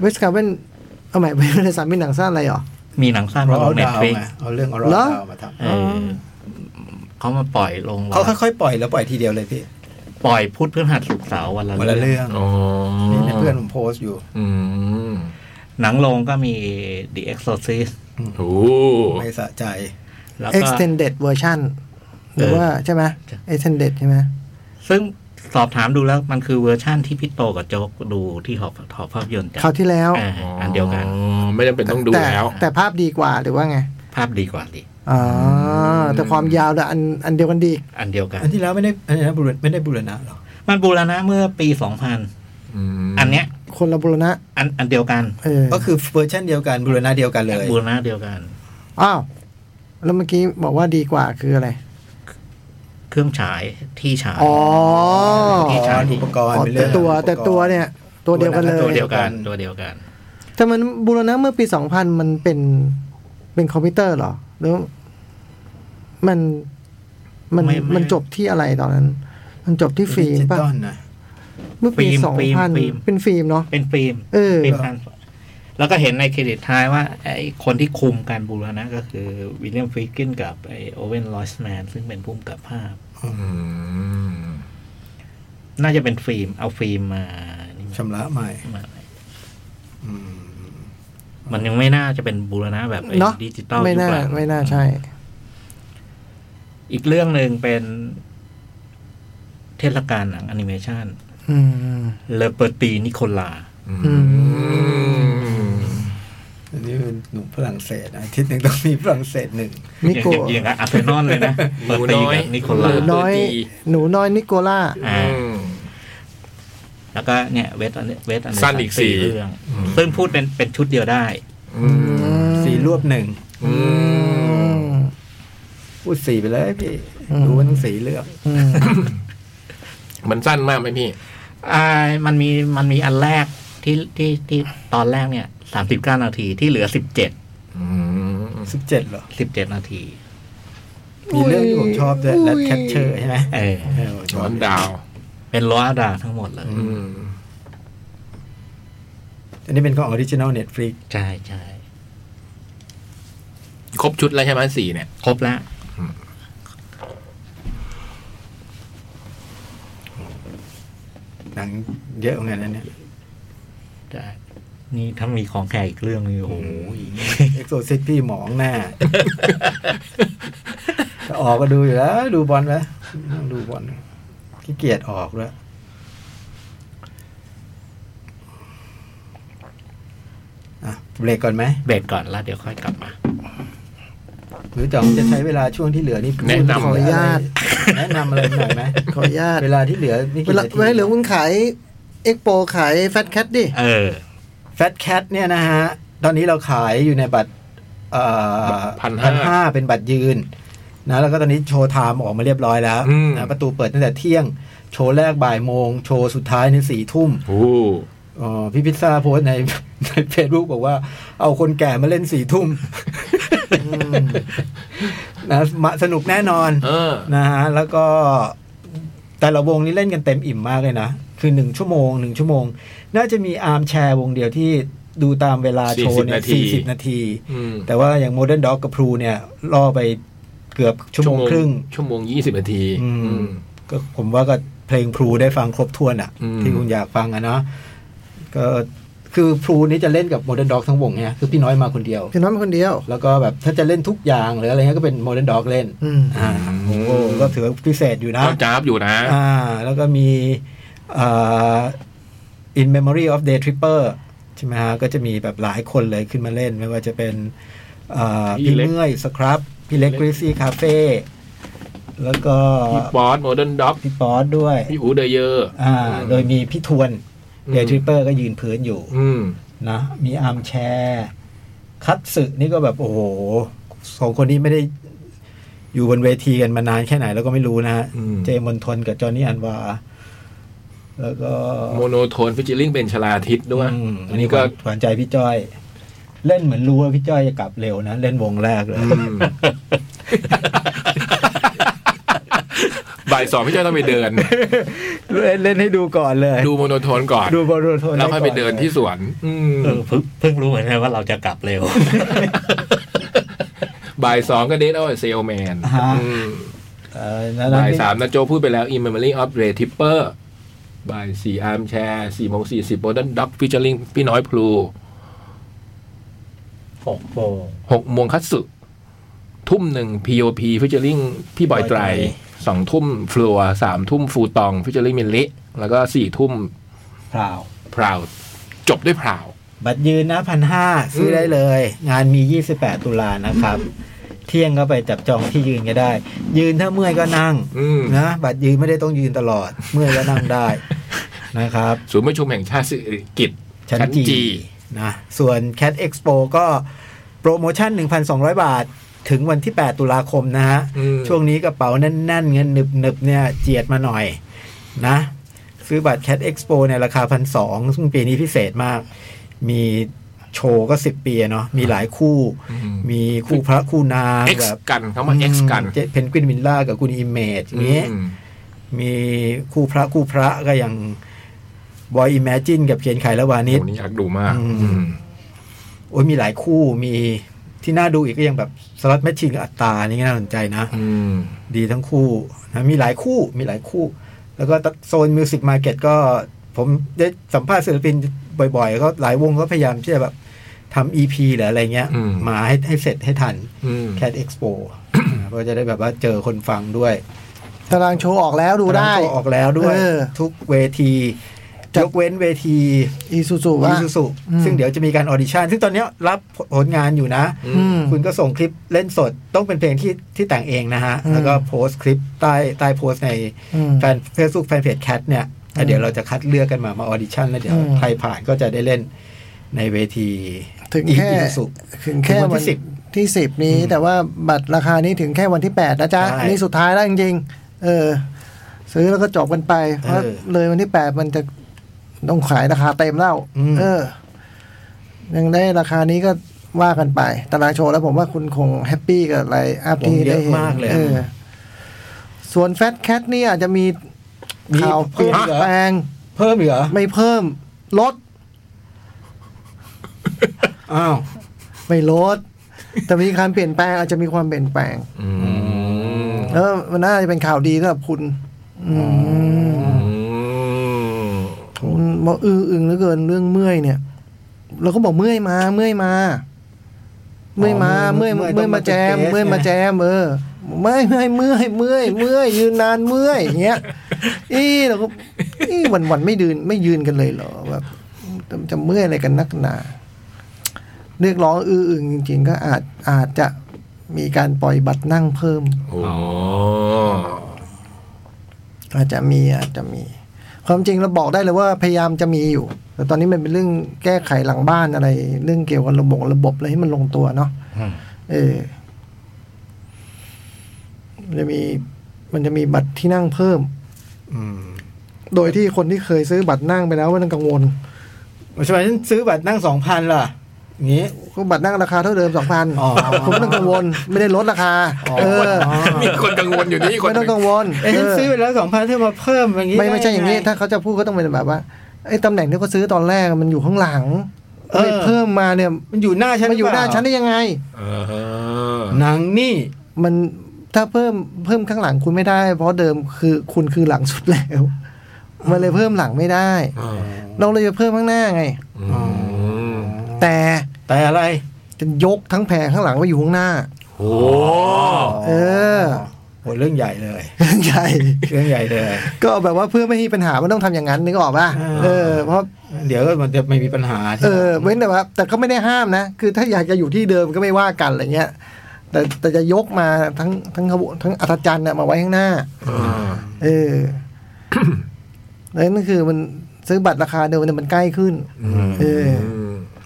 Speaker 2: เวสคาร์เวน เอาใหม่ไป ในสามมีหนังสั้นอะไรเหรอ
Speaker 4: มีหนังสั้น
Speaker 5: เรา
Speaker 4: มาล
Speaker 5: เอา
Speaker 4: งเน็ต
Speaker 5: ดาว
Speaker 4: ฟลิก
Speaker 5: มาเอาเรื่องเอาดาวมาทำ
Speaker 4: เออเขามาปล่อยลง
Speaker 5: เขาค่อยๆปล่อยแล้วปล่อยทีเดียวเลยพี่
Speaker 4: ปล่อยพุธพฤหัสศุกร์เสาร์วันละ
Speaker 5: วันละ
Speaker 4: เรื่อง
Speaker 5: เรื่อง
Speaker 3: อ๋อ
Speaker 5: นี่เพื่อนผมโพสต์อยู่
Speaker 3: อืม
Speaker 4: หนังลงก็มี The Exorcist
Speaker 3: โอ้
Speaker 5: ไม่สะใจ
Speaker 4: แล้วก็
Speaker 2: extended version หรือว่าใช่ไหม extended ใช่ไหม
Speaker 4: ซึ่งสอบถามดูแล้วมันคือเวอร์ชั่นที่พี่โตกับโจ๊กดูที่หอหอภาพยนตร์กัน
Speaker 2: คราวที่แล้ว
Speaker 4: อ่าอันเดียวกัน
Speaker 3: อ๋อไม่จำเป็นต้องดู
Speaker 2: แต่
Speaker 3: แล้ว
Speaker 2: แต่ภาพดีกว่าหรือว่าไง
Speaker 4: ภาพดีกว่าดิ
Speaker 2: อ๋อ แต่ความยาวละอันอันเดียวกันดีอีก
Speaker 4: อันเดียวกัน
Speaker 5: อันที่แล้วไม่ได้อันนี้นะบูรณะไม่ได้บูรณะหรอ
Speaker 4: มันบูรณะเมื่อปีสองพัน
Speaker 3: อืม
Speaker 4: อันเนี้ย
Speaker 2: คนละบุรณะ
Speaker 4: อันอันเดียวกัน
Speaker 2: เออ
Speaker 5: ก็คือเวอร์ชันเดียวกันบูรณะเดียวกันเลย
Speaker 4: บูรณะเดียวกัน
Speaker 2: อ้าว แล้วเมื่อกี้บอกว่าดีกว่าคืออะไร
Speaker 4: เครื่องฉายที่ฉาย
Speaker 2: อ๋อ
Speaker 4: ที่ฉาย
Speaker 5: อุปกรณ์
Speaker 2: อ๋อ
Speaker 5: เป็นเรื่
Speaker 2: แต่
Speaker 5: อง
Speaker 2: ตัวแต่ตัวเนี่ย ตัวเดียวกันเล
Speaker 4: ตัวย เดียวกันตัวเดียวกัน
Speaker 2: แต่มันบุรณะเมื่อปีสองพันมันเป็นเป็นคอมพิวเตอร์เหรอแล้วมันมัน
Speaker 4: ไม่ไม่
Speaker 2: มันจบที่อะไรตอนนั้น มันจบที่ฟิล์ม
Speaker 5: ดิจิ
Speaker 2: ป่ะ
Speaker 5: ตอลนะ
Speaker 2: เมื่อปี
Speaker 4: ฟิล์ม
Speaker 2: สอง
Speaker 4: ฟิล์ม
Speaker 2: พัน
Speaker 4: ฟิล์ม
Speaker 2: เป็นฟิล์มเนาะ
Speaker 4: เป็นฟิล์ม
Speaker 2: เออ
Speaker 4: ฟิล์มพันแล้วก็เห็นในเครดิตท้ายว่าไอ้คนที่คุมการบูรณะก็คือวิลเลียมฟริกกินกับไอ้โอเวนลอยส์แมนซึ่งเป็นผู้กำกับภาพ
Speaker 3: อืม
Speaker 4: น่าจะเป็นฟิล์มเอาฟิล์มมานี่
Speaker 5: ชำระใหม่
Speaker 4: มา
Speaker 5: อืม
Speaker 4: มันยังไม่น่าจะเป็นบูรณะแบบไอ้
Speaker 2: เนาะ
Speaker 4: ดิจิตอล
Speaker 2: ไม่
Speaker 4: ยุค
Speaker 2: น่า
Speaker 4: หลัง
Speaker 2: ไม่น่าใช่
Speaker 4: อีกเรื่องหนึ่งเป็นเทศกาลหนังแอนิเมชัน
Speaker 2: อืม
Speaker 4: เลเปอร์ตีนิโคลา
Speaker 3: อืม
Speaker 5: อันนี้เป็นหนุ่มฝรั่งเศสนะอาทิตย์หนึ่งต้องมีฝรั่งเศสหนึ่ง
Speaker 2: นิโก
Speaker 4: อย่างอย่างอาร์เซนอลเลยนะ
Speaker 3: หนู
Speaker 4: เปิดตี
Speaker 3: น้อย
Speaker 4: กับนิโค
Speaker 2: ห
Speaker 4: ลา
Speaker 2: นูน้อย หนูน้อยนิโกล่า
Speaker 3: อืม
Speaker 4: แล้วก็เนี่ยเวทอันเวทอัน
Speaker 3: สั้นอีกสี่
Speaker 4: เรื่อง
Speaker 3: อืม
Speaker 4: ซึ่งพูดเป็นเป็นชุดเดียวได้
Speaker 3: อืม
Speaker 5: สีรวบหนึ่ง
Speaker 3: อืม
Speaker 5: พูดสีไปเลยพี่
Speaker 2: อืม
Speaker 5: ดูว่าต้องสีเลือก
Speaker 2: อืม
Speaker 3: มันสั้นมากไหมพี่
Speaker 4: อ่ามันมีมันมีอันแรกที่ที่ที่ตอนแรกเนี่ยสามสิบเก้านาทีที่เหลือสิบเจ็ด
Speaker 3: อืม
Speaker 5: สิบเจ็ดเหรอ
Speaker 4: สิบเจ็ดนาที
Speaker 5: มีเรื่องที่ผมชอบด้วยและแคปเชอร์ใช่ไหม
Speaker 4: เออ
Speaker 5: เออผมช
Speaker 3: ช้
Speaker 5: อ
Speaker 3: อบ นดาว
Speaker 4: เป็นล้ออาดาทั้งหมดเลย
Speaker 3: อืม
Speaker 5: อันนี้เป็นของออริจินอลเน็ตฟลิก
Speaker 4: ใช่ใช่
Speaker 3: ครบชุดแล้วใช่ไหมสี่เนี่ย
Speaker 4: ครบแล้ว
Speaker 5: หนังเยอะเหมือนกันนะเนี่ย
Speaker 4: ใช่ นี่ถ้ามีของแขกอีกเรื่องนึงโอ้โห
Speaker 5: เอ็กโซซิพี่หมองห น้าแต่ออกก็ดูอยู่แล้ว ดูบอลไหมต้องดูบอลขี้เกียจออกแล้วยอ่ะเบรกก่อนไหม
Speaker 4: เบรกก่อนแล้วเดี๋ยวค่อยกลับมา
Speaker 5: หรือจอมจะใช้เวลาช่วงที่เหลือนี่
Speaker 3: แนะนำ
Speaker 5: พูดถึงะไรแนะนำอะไรหน่อยไหม
Speaker 2: ขออนุญาต
Speaker 5: เวลาที่เหลือนี่
Speaker 2: เว
Speaker 5: กี่
Speaker 2: ลา
Speaker 5: นาที
Speaker 2: เวลาเหลือมึงขายเอ็กโปขายแฟตแคทดิ
Speaker 4: เออ
Speaker 5: แฟตแคทเนี่ยนะฮะ ตอนนี้เราขายอยู่ในบัตรเอ่อ
Speaker 3: บัตร1,500
Speaker 5: เป็นบัตรยืนนะแล้วก็ตอนนี้โชว์ไทม์ออกมาเรียบร้อยแล้ว
Speaker 3: อืม
Speaker 5: นะประตูเปิดตั้งแต่เที่ยง โชว์แรกบ่ายโมง โชว์สุดท้ายในสี่ทุ่ม
Speaker 3: โอ้
Speaker 5: เอ่อพี่พิซซ่าโพสต์ใน ในเฟซบุ๊กบอกว่าเอาคนแก่มาเล่นสี่ทุ่ม นะมาสนุกแน่นอน
Speaker 3: เออ
Speaker 5: นะฮะแล้วก็แต่ละวงนี่เล่นกันเต็มอิ่มมากเลยนะ คือหนึ่งชั่วโมงหนึ่งชั่วโมง น่าจะมีอาร์มแชร์วงเดียวที่ดูตามเวลาโชว์เนี่ย
Speaker 3: 40นาที
Speaker 5: สี่สิบนาที
Speaker 3: อืม
Speaker 5: แต่ว่าอย่างโมเดิร์นด็อกกับพลูเนี่ยล่อไปเกือบชั่วโมงครึ่ง
Speaker 3: ชั่วโมงยี่สิบนาที
Speaker 5: อืม ก็ผมว่าก็เพลงพลูได้ฟังครบถ้วนอ่ะ
Speaker 3: อืม
Speaker 5: ที่คุณอยากฟังอ่ะเนาะก็คือพลูนี่จะเล่นกับโมเดิร์นด็อกทั้งวงเนี่ยคือพี่น้อยมาคนเดียว
Speaker 2: พี่น้องเป็นคนเดียว
Speaker 5: แล้วก็แบบถ้าจะเล่นทุกอย่างหรืออะไรเงี้ยก็เป็นโมเดิร์นด็อกเล่น
Speaker 2: อืม
Speaker 5: อ่าโอ้โหก็ถือว่าพิเศษอยู่นะ
Speaker 3: ก็จ้าบอยู่นะ
Speaker 5: อ่าแล้วก็มีเอ่อ In Memory of Day Tripper ใช่ไหมฮะ ก็จะมีแบบหลายคนเลยขึ้นมาเล่น ไม่ว่าจะเป็นเอ่อ
Speaker 3: พี่
Speaker 5: พี่
Speaker 3: เล็ก
Speaker 5: เมื่อยสครับ พี่เล็กกริซี่คาเฟ่แล้วก็
Speaker 3: พี่บอสโมเดิร์นด็อก
Speaker 5: พี่ป๊อดด้วย
Speaker 3: พี่อูเดเยอร์
Speaker 5: อ่าโดยมีพี่ทวนเดย์
Speaker 3: อืม
Speaker 5: ทริปเปอร์ก็ยืนพื้นอยู่
Speaker 3: อืม
Speaker 5: นะมีอาร์มแชร์คัตสึนี่ก็แบบ โอ้โหสองคนนี้ไม่ได้อยู่บนเวทีกันมานานแค่ไหนแล้วก็ไม่รู้นะฮะ
Speaker 3: อืม
Speaker 5: เจมอนทนกับจอห์นนี่อันวาแล้วก็
Speaker 3: โมโนโทนฟิจิลิงเป็นชลาทิศด้วย
Speaker 5: อืม
Speaker 3: อันนี้ก็
Speaker 5: หวานใจพี่จ้อย เล่นเหมือนรู้ว่าพี่จ้อยจะกลับเร็วนะ เล่นวงแรกเลย
Speaker 3: อืม ใบ บ่ายสองพี่เจ้าต้องไปเดิน
Speaker 5: เล่นเล่นให้ดูก่อนเลย
Speaker 3: ดูโมโนโทนก่อน
Speaker 5: ดูบอลลูนโทน
Speaker 3: แล้วค่อยไปเดินที่สวน อืม
Speaker 4: เออเพิ่งเพิ่งรู้เหมือนกันว่าเราจะกลับเร็ว
Speaker 3: บ่ายสองก็เดทเอาเซลแมน
Speaker 5: เออแล้วนะ
Speaker 3: บ่ายสามนะโจพูดไปแล้ว In Memory of Ray Tipper บ่ายสี่อาร์มแชร์สี่โมงสี่สิบโบดันด็อกฟิชเชอริงพี่น้อยพลู
Speaker 5: หกโมง
Speaker 3: หกโมงคัตสึทุ่มหนึ่ง POP ฟิชเชอริงพี่บอยไตร
Speaker 5: บอยไตร
Speaker 3: สองทุ่มฟลัวสามทุ่มฟูตองฟิชเชอริงมินลิแล้วก็สี่ทุ่ม
Speaker 5: เปล่า
Speaker 3: พราวจบด้วยพราว
Speaker 5: บัตรยืนนะพันห้าซื้อได้เลย งานมี 28 ตุลานะครับ เที่ยงก็ไปจับจองที่ยืนก็ได้ ยืนถ้าเมื่อยก็นั่ง
Speaker 3: อืม
Speaker 5: นะบัตรยืนไม่ได้ต้องยืนตลอด เมื่อยก็นั่งได้นะครับ
Speaker 3: ศูนย์ประชุมแห่งชาติสิริกิต
Speaker 5: ชั้น
Speaker 3: ชั้นจี
Speaker 5: จีนะส่วน Cat Expo ก็โปรโมชั่น 1,200 บาท ถึงวันที่ 8 ตุลาคมนะฮะ ช่วงนี้กระเป๋าแน่นๆ เงินหนึบๆเนี่ยเจียดมาหน่อยนะ ซื้อบัตร Cat Expo ในยราคาพันสองซึ่งปีนี้พิเศษมาก มีโชว์ก็ 10 ปีอะเนาะมีหลายคู่
Speaker 3: อืม
Speaker 5: มีคู่พระคู่นาง
Speaker 3: เอ็ก
Speaker 5: แบ
Speaker 3: ซ์
Speaker 5: บ
Speaker 3: กันเขามาเอ็กซ์กัน
Speaker 5: เพนกวินวินล่ากับคุณอิมเมจอย่างนี้
Speaker 3: อืม
Speaker 5: มีคู่พระคู่พระก็อย่างบอยอิมเมจินกับเพียนไขและวานิช
Speaker 3: โหนี่อยากดูมาก
Speaker 5: อืม
Speaker 3: อืม
Speaker 5: โอ้ยมีหลายคู่มีที่น่าดูอีกก็ยังแบบสล็อตแมชชิงกับอัตตรานี่ก็น่าสนใจนะ
Speaker 3: อืม
Speaker 5: ดีทั้งคู่นะมีหลายคู่มีหลายคู่ แล้วก็โซนมิวสิกมาเก็ตก็ผมได้สัมภาษณ์ศิลปินบ่อยๆ ก็หลายวงก็พยายามที่จะแบบทำ EP หรืออะไรเงี้ย มาให้ให้เสร็จให้ทัน
Speaker 3: อืม
Speaker 5: Cat Expo นะก็จะได้แบบว่าเจอคนฟังด้วย
Speaker 2: ตารางโชว์ออกแล้วดูได้
Speaker 5: ตารางโชว์ออกแล้วด้วย
Speaker 2: เออ
Speaker 5: ทุกเวทียกเว้นเวที
Speaker 2: อีซูซูว่า
Speaker 5: อีซูซู
Speaker 2: อืม
Speaker 5: ซึ่งเดี๋ยวจะมีการออดิชั่นซึ่งตอนเนี้ยรับผลงานอยู่นะ
Speaker 3: อื
Speaker 2: อืม
Speaker 5: คุณก็ส่งคลิปเล่นสดต้องเป็นเพลงที่ที่แต่งเองนะฮะ
Speaker 2: อืม
Speaker 5: แล้วก็โพสต์คลิปใต้ใต้โพสต์ใน
Speaker 2: อืม
Speaker 5: แฟนเฟซบุ๊กแฟนเพจแคทเนี่ยแล้วเดี๋ยวเราจะคัดเลือกกันมามาออดิชั่นแล้วเดี๋ยว
Speaker 2: อืม
Speaker 5: ใครผ่านก็จะได้เล่นในเวที
Speaker 2: ถึง
Speaker 5: อี
Speaker 2: แค่
Speaker 5: อีซูซู
Speaker 2: ถึงแค่
Speaker 5: ถึงวั
Speaker 2: วัน น
Speaker 5: ที่
Speaker 2: ที่สิบนี้ แต่ว่าบัตรราคานี้ถึงแค่วันที่แปดนะจ๊ะ
Speaker 5: ใช่
Speaker 2: อันนี่สุดท้ายแล้วจริงๆเออ ซื้อแล้วก็จบกันไป เพราะ
Speaker 5: เออ
Speaker 2: เลยวันที่แปดมันจะต้องขายราคาเต็มแล้ว
Speaker 5: อืม
Speaker 2: เออ ยังได้ราคานี้ก็ว่ากันไปตารางโชว์แล้วผมว่าคุณคงแฮปปี้กับอะไรอัพที่
Speaker 5: วงเย
Speaker 2: ได้
Speaker 5: อะ
Speaker 2: เห็น
Speaker 5: มากเลย
Speaker 2: ออส่วนแฟตแคทนี่อาจจะมี
Speaker 5: มี
Speaker 2: ข่าวเป
Speaker 5: เพิ่
Speaker 2: ลี่ยน
Speaker 5: มอีกเหรอ
Speaker 2: แปลง
Speaker 5: เพิ่มอีกเหรอ
Speaker 2: ไม่เพิ่มลด
Speaker 5: อ้าว
Speaker 2: ไม่ลด แต่มีการเปลี่ยนแปลงอาจจะมีความเปลี่ยนแปลง
Speaker 3: อืม
Speaker 2: เออมันน่าจะเป็นข่าวดีสำหรับคุณ อืม
Speaker 3: อืม
Speaker 2: คุณบอกอื้ออึงเหลือเกินเรื่องเมื่อยเนี่ย เราก็บอกเมื่อยมาเมื่อยมา เมื่อยมาเมื่อยเมื่อยมาแจมเมื่อยมาแจมเออเมื่อยเมื่อยเมื่อยเมื่อยเมื่อยยืนนานเมื่อยอย่างเงี้ยอีเราก็อีวันวันๆไม่ยืนไม่ยืนกันเลยเหรอแบบจะจะเมื่อยอะไรกันนักหนาเรียกร้องอื้ออึงจริง ๆ ก็อาจอาจจะมีการปล่อยบัตรนั่งเพิ่ม
Speaker 3: โอ้
Speaker 2: อาจจะมีอาจจะมี ความจริงเราบอกได้เลยว่าพยายามจะมีอยู่ แต่ตอนนี้มันเป็นเรื่องแก้ไขหลังบ้านอะไร เรื่องเกี่ยวกับระบบระบบอะไรให้มันลงตัวเนาะ
Speaker 4: อืม
Speaker 2: เออมันจะมี มันจะมีบัตรที่นั่งเพิ่ม
Speaker 5: อืม
Speaker 2: โดยที่คนที่เคยซื้อบัตรนั่งไปแล้วไมันกังวล
Speaker 5: ใช่ไหมฉันซื้อบัตรนั่งสองพันล่ะอย่างงี้
Speaker 2: ก็บัตรนั่งราคาเท่าเดิมสองพัน
Speaker 5: อ๋อ
Speaker 2: คุณไม่ต้องกังวล ไม่ได้ลดราคา เออ
Speaker 3: มีคนกังวลอยู่นี่คน
Speaker 2: ไม่ต้องกังวล
Speaker 5: เอ้ยฉันซื้อไปแล้วสองพันเธอมาเพิ่มอย่างงี้
Speaker 2: ไม่ไม่ใช่อย่างนี้
Speaker 5: นี้
Speaker 2: ถ้าเขาจะพูดก็ต้องเป็นแบบว่าไอ้ตำแหน่งที่เขาซื้อตอนแรกมันอยู่ข้างหลัง
Speaker 5: เออ
Speaker 2: ไปเพิ่มมาเนี่ย
Speaker 5: มันอยู่หน้าฉัน
Speaker 2: มันอยู่หน้า
Speaker 5: เปล่
Speaker 2: ฉันได้ยังไง
Speaker 3: เออ
Speaker 5: หนังนี่
Speaker 2: มันถ้าเพิ่มเพิ่มข้างหลังคุณไม่ได้ เพราะเดิมคือคุณคือหลังสุดแล้ว มันเลยเพิ่มหลังไม่ได้
Speaker 3: เออ
Speaker 2: เราเลยจะเพิ่มข้างหน้าไง
Speaker 3: อืม
Speaker 2: แต่
Speaker 5: แต่อะไร
Speaker 2: จะยกทั้งแผงข้างหลังไปอยู่ข้างหน้า
Speaker 3: โอ้
Speaker 2: เออ
Speaker 5: โหเรื่องใหญ่เลย
Speaker 2: ใช่
Speaker 5: เรื่องใหญ่เลย
Speaker 2: ก็แบบว่าเพื่อไม่ให้มีปัญหามันต้องทำอย่างนั้นนึกออกป่ะเออเพราะ
Speaker 5: เดี๋ยวก็มันจะไม่มีปัญหา
Speaker 2: เออเว้นแต่ว่า แต่ก็ไม่ได้ห้ามนะ คือถ้าอยากจะอยู่ที่เดิมก็ไม่ว่ากันอะไรเงี้ย แต่แต่จะยกมาทั้งทั้งขบวนทั้งอัศจรรย์เนี่ยมาไว้ข้างหน้า
Speaker 3: เออ
Speaker 2: เออ แล้วนั่นคือมันซื้อบัตรราคาเดิมเนี่ยมันใกล้ขึ้น เออ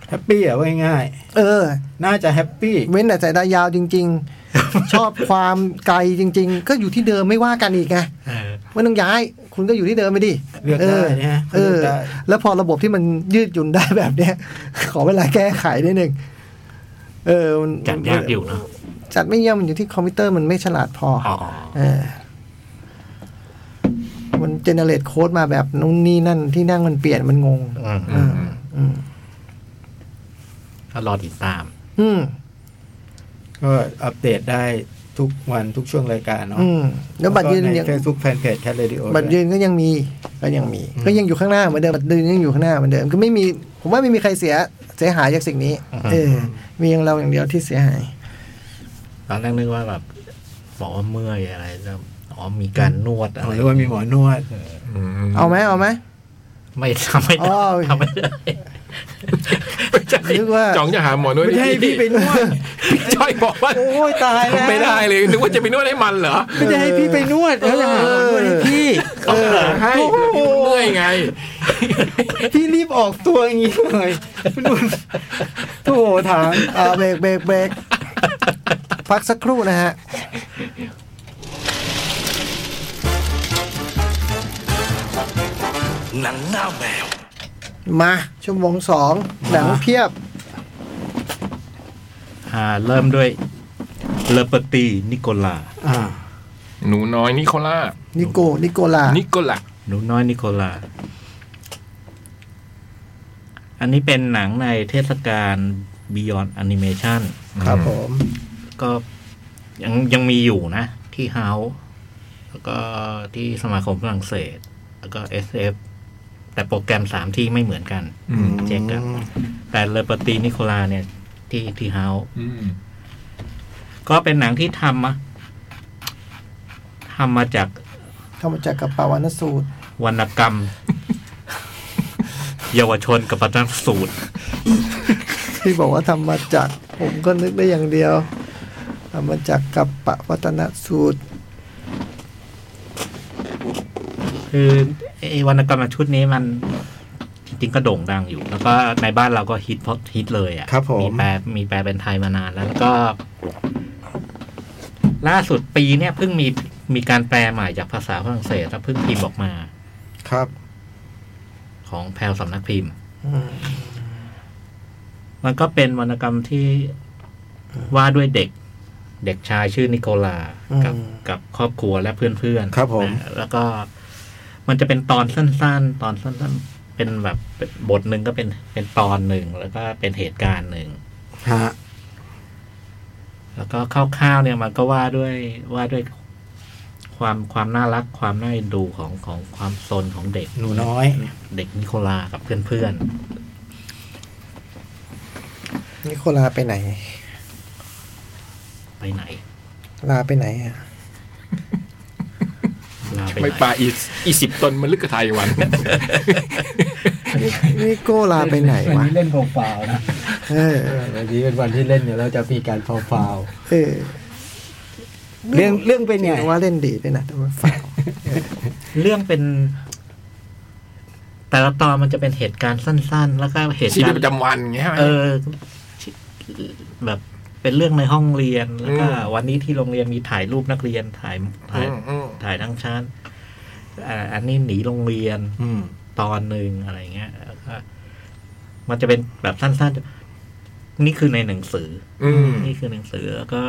Speaker 5: แฮปปี้อ่ะว่าง่าย
Speaker 2: เออ
Speaker 5: ๆน่าจะแฮปปี้
Speaker 2: เว้นแต่สายตายาวจริง ๆ ชอบความไกลจริง ๆ ก็อยู่ที่เดิมไม่ว่ากันอีกไง
Speaker 4: เออ
Speaker 2: ไม่ต้องย้าย คุณก็อยู่ที่เดิมไปดิ
Speaker 5: เลือกได้นะฮะ
Speaker 2: เอ
Speaker 5: เลือ
Speaker 2: อ
Speaker 5: กได้
Speaker 2: แล้วพอระบบที่มันยืดหยุ่นได้แบบเนี้ย ขอเวลาแก้ไขนิดหนึ่งเออมัน
Speaker 4: จัดยากอยู่เนาะ
Speaker 2: จัดไม่เยี่ยมมันอยู่ที่คอมพิวเตอร์มันไม่ฉลาดพอ
Speaker 4: อ๋อ
Speaker 2: เออ มันเจเนเรตโค้ดมาแบบนู่นนี่นั่นที่นั่งมันเปลี่ยนมันงง
Speaker 4: อืม
Speaker 2: อืมอืม
Speaker 4: ก็รอติดตาม
Speaker 2: อืม
Speaker 5: ก็อัปเดตได้ทุกวันทุกช่วงรายการเนาะ
Speaker 2: อืมแล้วบัตรยืนยัง
Speaker 5: เฟซบุ๊กแฟนเพจแคทเรดิโอ
Speaker 2: บัตรยืนก็ยังมีก็ยังมี ก็ยังอยู่ข้างหน้าเหมือนเดิมบัตรยืนยังอยู่ข้างหน้าเหมือนเดิมก็ไม่มี ผมว่าไม่มีใครเสียเสียหายจากสิ่งนี้
Speaker 4: อืม
Speaker 2: เออ มีอย่างเราอย่างเดียวที่เสียหาย
Speaker 4: ตอนแรกนึกว่าแบบบอกว่าเมื่อยอะไรจะอ๋อมีการนวดอะไร
Speaker 5: หรือว่ามีหมอนวด
Speaker 2: เอาไหมเอาไหม
Speaker 4: ไม่ทำไม่
Speaker 2: อ๋
Speaker 4: ได้
Speaker 2: อ
Speaker 4: ทำไม่ได้ไม่ใช่
Speaker 2: นึกว่า
Speaker 3: จ่องจะหาหมอนวด
Speaker 5: ไม่ใช่พี่ไปนวด
Speaker 3: พี่จ้อยบอกว่า
Speaker 2: โอ้ยตายแล้ว
Speaker 3: ไม่ได้เลยนึกว่าจะไปนวดให้มันเหรอ
Speaker 5: ก็จะให้พี่ ไปนวดแล้วจะหาหมอนวดให้พี่
Speaker 3: เออให้เผื่อพี่มันเมื่อยไง
Speaker 5: พี่รีบออกตัวอย่างนี้เลยพี่นุ่นโถถาม
Speaker 2: เอาเบรกเบรกเบรกพักสักครู่นะฮะ
Speaker 1: หนังหน้าแมว
Speaker 2: มาชั่วโมงสองหนังเพียบ
Speaker 4: อ่าเริ่มด้วยเลเปอร์ตีนิโคลา
Speaker 5: อ่า
Speaker 3: หนูน้อยนิโคล่า
Speaker 2: นิโกนิโกลา
Speaker 3: นิโคล่า
Speaker 4: หนูน้อยนิโคลา อันนี้เป็นหนังในเทศกาล Beyond Animation
Speaker 5: ครับผม
Speaker 4: ก็ยังยังมีอยู่นะ ที่เฮาส์แล้วก็ที่สมาคมฝรั่งเศส แล้วก็ SF แต่โปรแกรมสามที่ไม่เหมือนกัน
Speaker 3: อืม
Speaker 4: เจ๊กอะ แต่เลปตีนิโคลาเนี่ย ที่ที่เฮาส์
Speaker 3: อืม
Speaker 4: ก็เป็นหนังที่ทำมาทำมาจาก
Speaker 2: ทำมาจากกับปาวานสูตร
Speaker 4: วรรณกรรม เยาวชนกับประจันสูตร
Speaker 2: ที่บอกว่าทำมาจาก ผมก็นึกได้อย่างเดียวทำมาจากกับปะวัตนสูตร
Speaker 4: คือไอ้วรรณกรรมชุดนี้มัน จริงๆก็โด่งดังอยู่ แล้วก็ในบ้านเราก็ฮิตเพราะฮิตเลยอ่ะ
Speaker 5: ครับผม
Speaker 4: แปลมีแปลเป็นไทยมานานแล้ว แล้วก็ ล่าสุดปีเนี่ยเพิ่งมีมีการแปลใหม่จากภาษาฝรั่งเศสแล้วเพิ่งพิมพ์ออกมา
Speaker 5: ครับ
Speaker 4: ของแพลวสำนักพิมพ์ มันก็เป็นวรรณกรรมที่ว่าด้วยเด็ก เด็กชายชื่อนิโคลา กับ
Speaker 2: อืม
Speaker 4: กับครอบครัวและเพื่อนๆ
Speaker 5: ครับผม
Speaker 4: นะแล้วก็มันจะเป็นตอนสั้นๆ ตอนสั้นๆ เป็นแบบเป็นบทหนึ่งก็เป็นเป็นตอนหนึ่ง แล้วก็เป็นเหตุการณ์หนึ่ง
Speaker 5: ฮะ
Speaker 4: แล้วก็คร่าวๆเนี่ยมันก็ว่าด้วยว่าด้วยความความน่ารักความน่าเอ็นดูของของความซนของเด็ก
Speaker 5: หนูน้อย
Speaker 4: เด็กนิโคลากับเพื่อนๆ
Speaker 2: นิโคลาไปไหน
Speaker 4: ไปไหน
Speaker 2: ลาไปไหนอะ
Speaker 4: ลาไปไหน
Speaker 3: ไม่ปลาอีสอีสิบตนมันลึกกระไทยวัน
Speaker 2: นินิโกลาไปไหน
Speaker 5: วัน
Speaker 2: วะ
Speaker 5: นี้เล่นเปล่าๆนะ
Speaker 2: เออ
Speaker 5: วันนี้เป็นวันที่เล่นเดี๋ยวเราจะมีการเปล่า
Speaker 2: เออ
Speaker 5: ๆเรื่องเรื่องเป็นไง
Speaker 2: แต่ว่าเล่นดีด้วยนะแต่ว่าฟัง
Speaker 4: เรื่องเป็น แต่ละตอนมันจะเป็นเหตุการณ์สั้น ๆ แล้วก็เหตุ
Speaker 3: ชีวิ
Speaker 4: กา
Speaker 3: ต
Speaker 4: ร
Speaker 3: ประ
Speaker 4: ณ์
Speaker 3: จำวันอย่างเงี้ยใช่ไหม
Speaker 4: เออชิแบบเป็นเรื่องในห้องเรียนแล้วก็
Speaker 3: อืม
Speaker 4: วันนี้ที่โรงเรียนมีถ่ายรูปนักเรียนถ่ายถ่าย
Speaker 3: มอืม
Speaker 4: ถ่ายทั้งชั้นอ่าอันนี้หนีโรงเรียน
Speaker 5: อืม
Speaker 4: ตอนหนึ่งอะไรเงี้ยแล้วก็มันจะเป็นแบบสั้นๆ นี่คือในหนังสือ
Speaker 3: อืม
Speaker 4: นี่คือหนังสือแล้วก็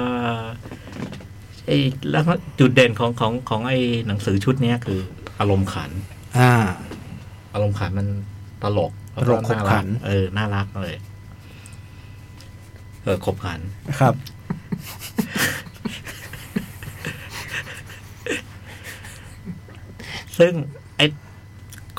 Speaker 4: ไอ้แล้วก็จุดเด่นของของของไอ้หนังสือชุดเนี้ยคือ อารมณ์ขัน
Speaker 5: อ่า
Speaker 4: อารมณ์ขันมันตลกแว
Speaker 5: ตลกขบขัน
Speaker 4: ารัเออ น่ารักเลย เออขบขัน
Speaker 5: ครับ
Speaker 4: ซึ่งไอ้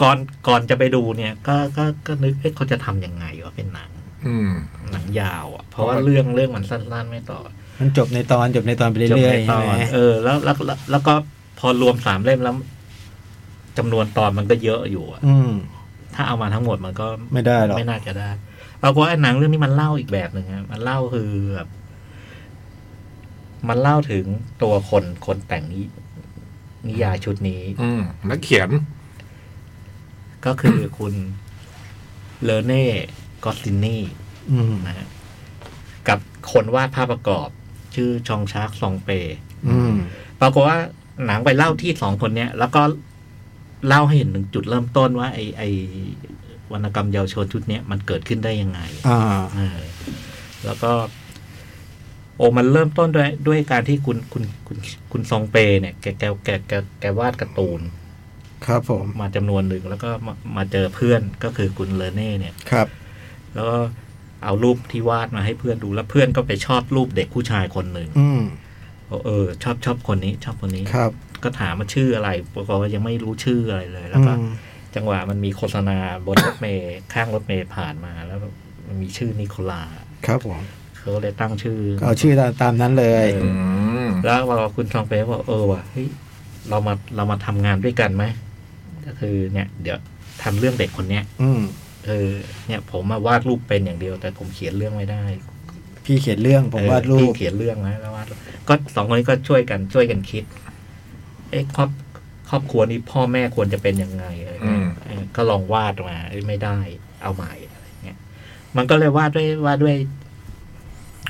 Speaker 4: ก่อนก่อนจะไปดูเนี่ย ก็ก็ก็นึกเอ๊ะเขาจะทำยังไงวะเป็นหนัง
Speaker 3: อืม
Speaker 4: หนังยาวอ่ะเพราะว่าเรื่องเรื่องมันสั้นๆไม่ต่อ
Speaker 5: มันจบในตอนจบในตอนไปเรื่
Speaker 4: จบ
Speaker 5: อย
Speaker 4: ใน
Speaker 5: ๆ
Speaker 4: ต
Speaker 5: ใช่
Speaker 4: อ
Speaker 5: ไหม
Speaker 4: นเออแล้วแล้วแล้วแล้วก็พอรวมสามเล่มแล้วจำนวนตอนมันก็เยอะอยู่อะ
Speaker 5: อืม
Speaker 4: ถ้าเอามาทั้งหมดมันก็
Speaker 5: ไม่ได้หรอก
Speaker 4: ไม่น่าจะได้ปรากฏว่าไอ้หนังเรื่องนี้มันเล่าอีกแบบหนึ่งฮะมันเล่าคือแบบมันเล่าถึงตัวคนคนแต่งนี้นิยายชุดนี้
Speaker 3: อืมนักเขียน
Speaker 4: ก็คือคุณเลเน่กอสซินี่
Speaker 5: อืม
Speaker 4: นะฮะกับคนวาดภาพประกอบ ชื่อชองชาร์กซองเป
Speaker 5: อืม
Speaker 4: ปรากฏว่าหนังไปเล่าที่สองคนเนี้ย แล้วก็เล่าให้เห็นถึงจุดเริ่มต้นว่า ไอไอวรรณกรรมเยาวชนชุดเนี้ยมันเกิดขึ้นได้ยังไง
Speaker 5: อ่า
Speaker 4: เออแล้วก็ โอ้มันเริ่มต้นด้วยด้วยการที่คุณคุณคุณคุณซองเปเนี่ยแกแกแกแกแกวาดการ์ตูน
Speaker 5: ครับผม
Speaker 4: มาจำนวนหนึ่งแล้วก็มามาเจอเพื่อนก็คือคุณเลอเน่เนี่ย
Speaker 5: ครับ
Speaker 4: แล้วก็เอารูปที่วาดมาให้เพื่อนดูแล้วเพื่อนก็ไปชอบรูปเด็กผู้ชายคนหนึ่ง
Speaker 5: อืม
Speaker 4: บอกเออ ชอบชอบคนนี้ ชอบคนนี้
Speaker 5: ครับ
Speaker 4: ก็ถามมาชื่ออะไรปรากฏว่ายังไม่รู้ชื่ออะไรเลยแล้วก็
Speaker 5: อืม
Speaker 4: จังหวะมันมีโฆษณาบนรถเมย์ข้างรถเมย์ผ่านมาแล้วมันมีชื่อนิโคลา
Speaker 5: ครับผม
Speaker 4: เขาเลยตั้งชื่อ
Speaker 5: ก็เอาชื่อตามตามนั้นเลย
Speaker 3: อืม
Speaker 4: แล้วพอคุณทองเปบอกเออว่ะเฮ้ยเรามาเรามาทำงานด้วยกันไหมก็คือเนี่ย เดี๋ยวทำเรื่องเด็กคนเนี้ย
Speaker 5: อืม
Speaker 4: เออเนี่ยผมมาวาดรูปเป็นอย่างเดียว แต่ผมเขียนเรื่องไม่ได้
Speaker 5: พี่เขียนเรื่องผมวาดรู
Speaker 4: เออ
Speaker 5: ป
Speaker 4: พี่เขียนเรื่องนะแล้ววาดก็สองคนนี้ก็ช่วยกันช่วยกันคิดเอ้ครอบครอบครัวนี้พ่อแม่ควรจะเป็นยังไงอะไรเงี้ยเออก็ลองวาดมาเอ้ยไม่ได้เอาใหม่อะไรเงี้ยมันก็เลยวาดด้วยวาดด้วย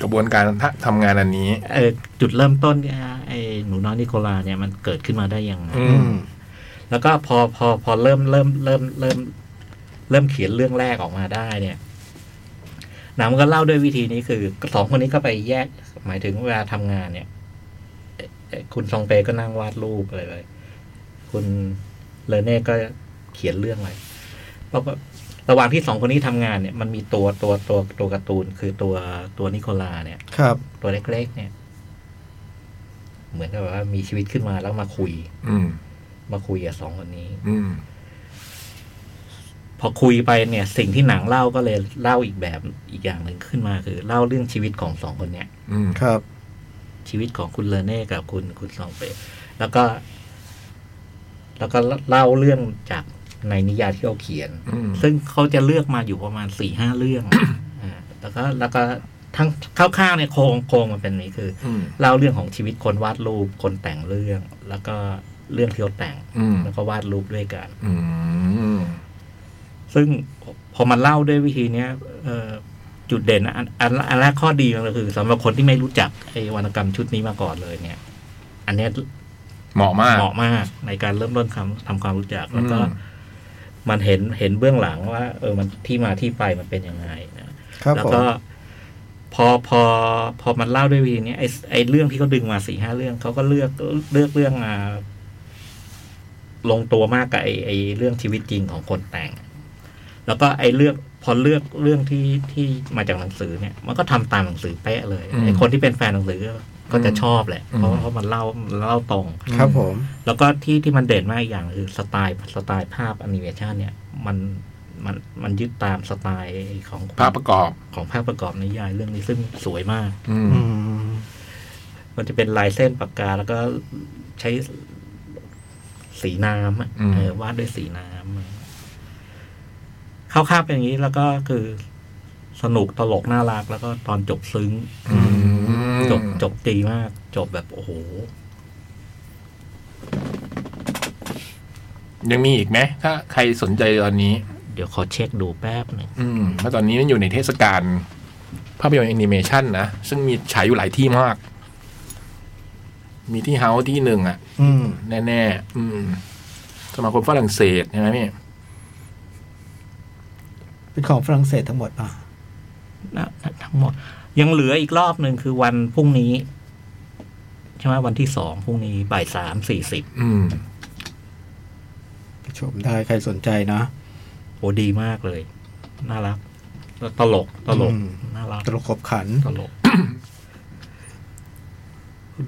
Speaker 3: กระบวนการทำงานอันนี้
Speaker 4: เออจุดเริ่มต้นเนี่ยไอ้หนูน้อยนิโคลาเนี่ยมันเกิดขึ้นมาได้ยังไง
Speaker 3: อื
Speaker 5: อืม
Speaker 4: แล้วก็พอพอพอเริ่มเริ่มเริ่มเริ่ม เริ่มเขียนเรื่องแรกออกมาได้เนี่ยหนังมันก็เล่าด้วยวิธีนี้คือสองคนนี้ก็ไปแยก หมายถึงเวลาทำงานเนี่ยเอ่อเอ่อคุณซองเปก็นั่งวาดรูปอะไรไปคุณเลเน่ก็เขียนเรื่องไว้เพราะว่าระหว่างที่สองคนนี้ทำงานเนี่ยมันมีตัวตัวตัวตัวการ์ตูน คือตัวตัวนิโคลาเนี่ย
Speaker 5: ครับ
Speaker 4: ตัวเล็กๆเนี่ย เหมือนกับว่ามีชีวิตขึ้นมาแล้วมาคุย
Speaker 3: อืม
Speaker 4: มาคุยกับสองคนนี้
Speaker 3: อืม
Speaker 4: พอคุยไปเนี่ย สิ่งที่หนังเล่าก็เลยเล่าอีกแบบอีกอย่างหนึ่งขึ้นมาคือ เล่าเรื่องชีวิตของสองคนเนี่ย
Speaker 3: อืม
Speaker 5: ครับ
Speaker 4: ชีวิตของคุณเลเน่กับคุณคุณซองเปแล้วก็ แล้วก็เล่าเรื่องจากในนิยายที่เขาเขียน
Speaker 3: อืม
Speaker 4: ซึ่งเขาจะเลือกมาอยู่ประมาณสี่ห้าเรื่องอ่าแล้วก็แล้วก็ทั้งคร่าวๆเนี่ยโครงโครงมันเป็นอย่างนี้คือ
Speaker 3: อืม
Speaker 4: เล่าเรื่องของชีวิตคนวาดรูปคนแต่งเรื่อง แล้วก็เรื่องที่เขาแต่ง
Speaker 3: อืม
Speaker 4: แล้วก็วาดรูปด้วยกัน
Speaker 3: อืม
Speaker 4: ซึ่งพอมันเล่าด้วยวิธีเนี้ยเอ่อจุดเด่นอันอันอันแรกข้อดีมันก็คือสำหรับคนที่ไม่รู้จักไอ้วรรณกรรมชุดนี้มาก่อนเลยเนี่ย อันเนี้ย
Speaker 3: เหมาะมาก
Speaker 4: เหมาะมากในการเริ่มต้นคำทำความรู้จักแล้วก็
Speaker 3: อืม
Speaker 4: มันเห็นเห็นเบื้องหลังว่า เออมันที่มาที่ไปมันเป็นยังไงนะ
Speaker 5: ครับ
Speaker 4: แล้ว
Speaker 5: ผม
Speaker 4: ก็พอพอพอมันเล่าด้วยวิธีเนี้ยไอ้ไอ้เรื่องที่เขาดึงมาสี่ห้าเรื่องเขาก็เลือกเลือกเรื่องมาลงตัวมากกับไอ้ไอ้เรื่องชีวิตจริงของคนแต่ง แล้วก็ไอ้เลือกพอเลือกเรื่องที่ที่มาจากหนังสือเนี่ย มันก็ทำตามหนังสือเป๊ะเลย
Speaker 3: อืม
Speaker 4: ไอ้คนที่เป็นแฟนหนังสือก็ก็จะชอบแหละ
Speaker 3: อืม
Speaker 4: เพราะเพราะมันเล่ามันเล่าตรง
Speaker 5: ครับผม
Speaker 4: แล้วก็ที่ที่มันเด่นมากอีกอย่างคือสไตล์สไตล์ภาพแอนิเมชันเนี่ย มันมันมันยึดตามสไตล์ของ
Speaker 3: ภาพประกอบ
Speaker 4: ของภาพประกอบนิยายเรื่องนี้ซึ่งสวยมาก
Speaker 3: อืม
Speaker 5: อืม
Speaker 4: มันจะเป็นลายเส้นปากกา แล้วก็ใช้สีน้ำอะ
Speaker 3: อืม
Speaker 4: เออวาดด้วยสีน้ำอะคร่าวๆเป็นอย่างนี้แล้วก็คือสนุกตลกน่ารัก แล้วก็ตอนจบซึ้ง
Speaker 3: อืม
Speaker 4: จบจบดีมาก จบแบบโอ้โห
Speaker 3: ยังมีอีกไหมถ้าใครสนใจตอนนี้
Speaker 4: เดี๋ยวขอเช็คดูแป๊บหนึ่ง
Speaker 3: อืมเพราะตอนนี้มันอยู่ในเทศกาลภาพยนตร์แอนิเมชันนะ ซึ่งมีฉายอยู่หลายที่มาก มีที่เฮาส์ที่หนึ่งอะ
Speaker 5: อืม
Speaker 3: แน่ๆอืม สมาคมฝรั่งเศสใช่ไหมพี่
Speaker 5: เป็นของฝรั่งเศสทั้งหมดป่ะ
Speaker 4: นะนะทั้งหมด ยังเหลืออีกรอบหนึ่งคือวันพรุ่งนี้ ใช่ไหมวันที่สองพรุ่งนี้บ่ายสามสี่สิบ
Speaker 3: อืม
Speaker 5: ไปชมได้ใครสนใจนะ
Speaker 4: โอ้ดีมากเลย น่ารักแล้วตลกตลก
Speaker 5: อืม
Speaker 4: น่ารัก
Speaker 5: ตลกขบขัน
Speaker 4: ตลก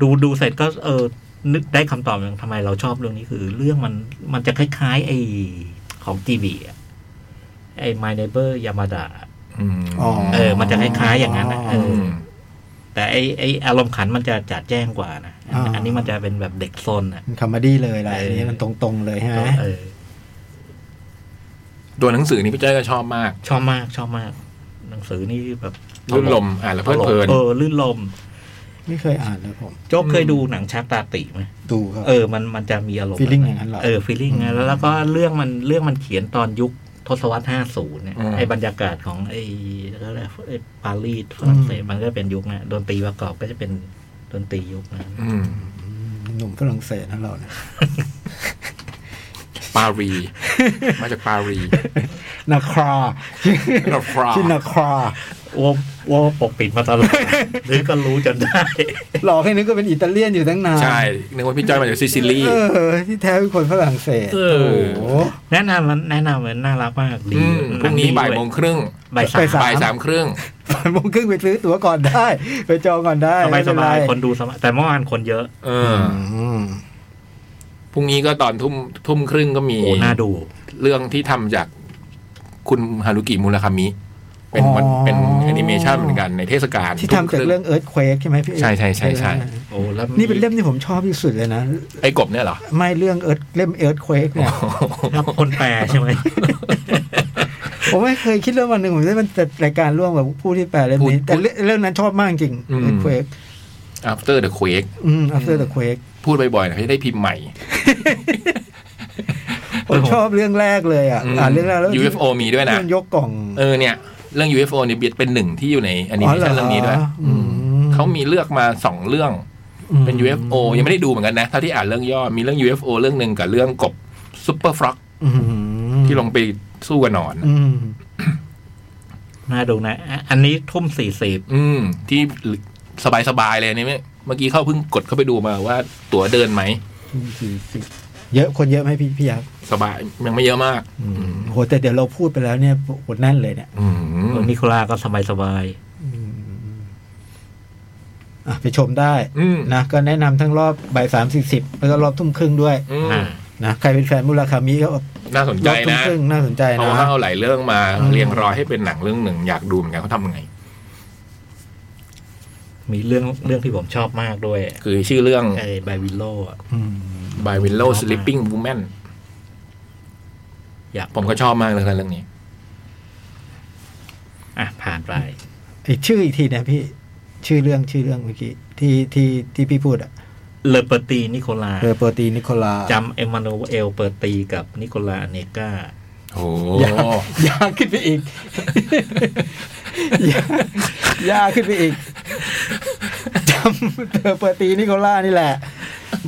Speaker 4: ดูดูเสร็จก็ เออ นึกได้คำตอบอย่างทำไมเราชอบเรื่องนี้คือ เรื่องมันมันจะคล้ายๆ ไอ้ของจีบีอะไอ้ My Neighbor Yamada
Speaker 3: อืม
Speaker 5: อ๋อ
Speaker 4: เออ มันจะคล้ายๆอย่างนั้นนะเอ
Speaker 3: อื
Speaker 4: อ
Speaker 3: ม
Speaker 4: แต่ไอ้ไอ้อารมณ์ขันมันจะจัดแจ้งกว่านะอัน
Speaker 5: อ่า
Speaker 4: อันนี้มันจะเป็นแบบเด็กซนอ่ะ
Speaker 5: มันคอมเมดี้เลยอะไร
Speaker 4: เออ
Speaker 5: นี้มันตรงๆเลยฮะ
Speaker 4: เออ
Speaker 3: ตัวหนังสือนี่พี่จ้อยก็ชอบมาก
Speaker 4: ชอบมากชอบมาก หนังสือนี่แบบ
Speaker 3: ลื่นลมอ่านแล้วเพลิดเพลิน
Speaker 4: เออลื่นลม
Speaker 5: ไม่เคยอ่านเลยผม
Speaker 4: โจ๊กเคย
Speaker 3: อืม
Speaker 4: ดูหนังชักตาติไหม
Speaker 5: ดูครับ
Speaker 4: เออ มันมันจะมีอารมณ์
Speaker 5: Feeling อย่างนั้นเหรอ
Speaker 4: เออ ฟีลิ่ง
Speaker 5: อืม
Speaker 4: แล้วแล้วก็เรื่องมันเรื่องมันเขียนตอนยุคทศวรรษ 50 เนี่ย
Speaker 3: อืม
Speaker 4: ไอ้บรรยากาศของไอ้ก็อะไรยกไอ้ปารีสฝรั่งเศสมันก็เป็นยุคนะดนตรีประกอบก็จะเป็นดนตรียุคนั้น
Speaker 3: อืม
Speaker 5: หนุ่มฝรั่งเศสนั่นเราเนี่ย
Speaker 3: ปารี มาจากปารี
Speaker 5: นาครา
Speaker 3: นครา
Speaker 5: ชื่อนาครา
Speaker 4: โอ้โอ้ปกปิดมาต ลอดหรือก็รู้จนได้
Speaker 5: หลอกให้นึกว่าเป็นอิตาเลียนอยู่ตั้งนาน
Speaker 3: ใช่นึกว่าพี่จอยมาจากซิซิลี
Speaker 5: เออที่แท้เป็นคนฝรั่งเศส
Speaker 3: เออ
Speaker 5: โอ้โห
Speaker 4: แนะนำมันแนะนำมันน่ารักมากดี
Speaker 3: อืมพรุ่งนี้บ่ายโมงครึ่ง
Speaker 4: บ่ายสา
Speaker 5: บ่ายส
Speaker 4: ม
Speaker 3: บ่ายสามครึ่ง
Speaker 5: บ่ายโมงครึ่งไปซื้อตั๋วก่อนได้ ไปจองก่อนได้
Speaker 4: สบายสบาย
Speaker 5: ไม่เป็ไร
Speaker 4: คนดูสบายแต่เมื่อวานคนเยอะ
Speaker 3: เออ
Speaker 5: อืม
Speaker 3: พรุ่งนี้ก็ตอนทุ่มทุ่มครึ่งก็มี
Speaker 4: โอ้น่าดู
Speaker 3: เรื่องที่ทำจากคุณฮารุกิมุราคามิ เป็นวันเป็นแอนิเมชันเหมือนกันในเทศกาล
Speaker 5: ที่ทำจากเรื่องเอิร์ธเควกใช่ไหมพี่เอก
Speaker 3: ใช่ใช่ใช่ใช่
Speaker 4: โอ้แล้ว
Speaker 5: นี่เป็นเล่มที่ผมชอบที่สุดเลยนะ
Speaker 3: ไอ้กบเนี่ยเหรอ
Speaker 5: ไม่เรื่องเอิร์ธเล่มเอิร์ธเควกเนี่ย
Speaker 4: รับคนแปลใช่ไหม
Speaker 5: ผมไม่เคยคิดเรื่องวันหนึ่งผมได้มันจัดรายการร่วมกับผู้ที่แปลเล่ม
Speaker 3: พู
Speaker 5: นี้
Speaker 3: ด
Speaker 5: แต่เรื่องเรื่องนั้นชอบมากจริง
Speaker 3: อืม
Speaker 5: เอิร์ธเควก
Speaker 3: After the Quake
Speaker 5: อืม after the quake
Speaker 3: พูดบ่อยๆนะเขาจะได้พิมพ์ใหม่
Speaker 5: ผมชอบเรื่องแรกเลยอ่ะ
Speaker 3: อืม
Speaker 5: อ่านเรื่องแรกแล้ว
Speaker 3: UFO มีด้วยนะ
Speaker 5: ที่มันยกกล่อง
Speaker 3: เออเนี่ย เรื่อง UFO เนี่ยเบียดเป็นหนึ่งที่อยู่ในแอนิ
Speaker 5: อ๋
Speaker 3: เม
Speaker 5: อเหร
Speaker 3: ชั
Speaker 5: อน
Speaker 3: เรื่องนี้ด้วย
Speaker 5: อืม
Speaker 3: เขามีเลือกมาสองเรื่องเป็น UFO ยังไม่ได้ดูเหมือนกันนะเท่าที่อ่านเรื่องย่อมีเรื่อง UFO เรื่องหนึ่งกับเรื่องกบซุปเปอร์ฟล็อก
Speaker 5: อืม
Speaker 3: ที่ลงไปสู้กับหนอน
Speaker 5: อืม
Speaker 4: น่าดูนะอ่ะอันนี้ทุ่มสี่สิบ
Speaker 3: อืม ที่สบายสบายๆเลยอันนี่เมื่อกี้เข้าเพิ่งกดเข้าไปดูมาว่า ตั๋วเดินไหม
Speaker 5: เยอะคนเยอะไหมพี่พี่ยักษ์
Speaker 3: สบายยังไม่เยอะมาก
Speaker 5: โหแต่เดี๋ยวเราพูดไปแล้วเนี่ยโหดแน่นเลยเนี่ย
Speaker 3: อืม
Speaker 4: นิโคลาก็สบายสบาย
Speaker 5: อ่ะไปชมได้
Speaker 3: อืม
Speaker 5: นะก็แนะนำทั้งรอบบ่ายสามสี่สิบแล้วก็รอบทุ่มครึ่งด้วย
Speaker 3: อืม
Speaker 4: ๆอ่า
Speaker 5: นะใครเป็นแฟนมุราคามิก็รอบ
Speaker 3: น่าสนใจ
Speaker 5: ทุ่ม
Speaker 3: นะ
Speaker 5: ครึ่งน่าสนใจ
Speaker 3: เขา
Speaker 5: นะ
Speaker 3: เอาหลายเรื่องมา
Speaker 5: อืม
Speaker 3: เรียงร้อยให้เป็นหนังเรื่องหนึ่งอยากดูเหมือนกันเขาทำไง
Speaker 4: มีเรื่องเรื่องที่ผมชอบมากด้วย
Speaker 3: คือชื่อเรื่อง
Speaker 4: ไอ้ไบวิลโลอะ
Speaker 5: อืม
Speaker 3: By Willow Sleeping Woman
Speaker 4: อยาก
Speaker 3: ผมก็ชอบมากเลยครับเรื่องนี้
Speaker 4: อ่ะผ่านไป
Speaker 5: อีกชื่ออีกทีนะพี่ชื่อเรื่องชื่อเรื่องเมื่อกี้ที่ที่ที่พี่พูดอะ
Speaker 4: เลเปอร์ตีนิโคลา
Speaker 5: เรอเปอร์ตีนิโคลา
Speaker 4: จำเอมมานูเอลเปอร์ตีกับนิโคลาเนกา
Speaker 3: โอ้
Speaker 5: อยาก อยากขึ้นไปอีก อยากอยากขึ้นไปอีกจำเธอเปิดตีนิโคล่านี่แหละ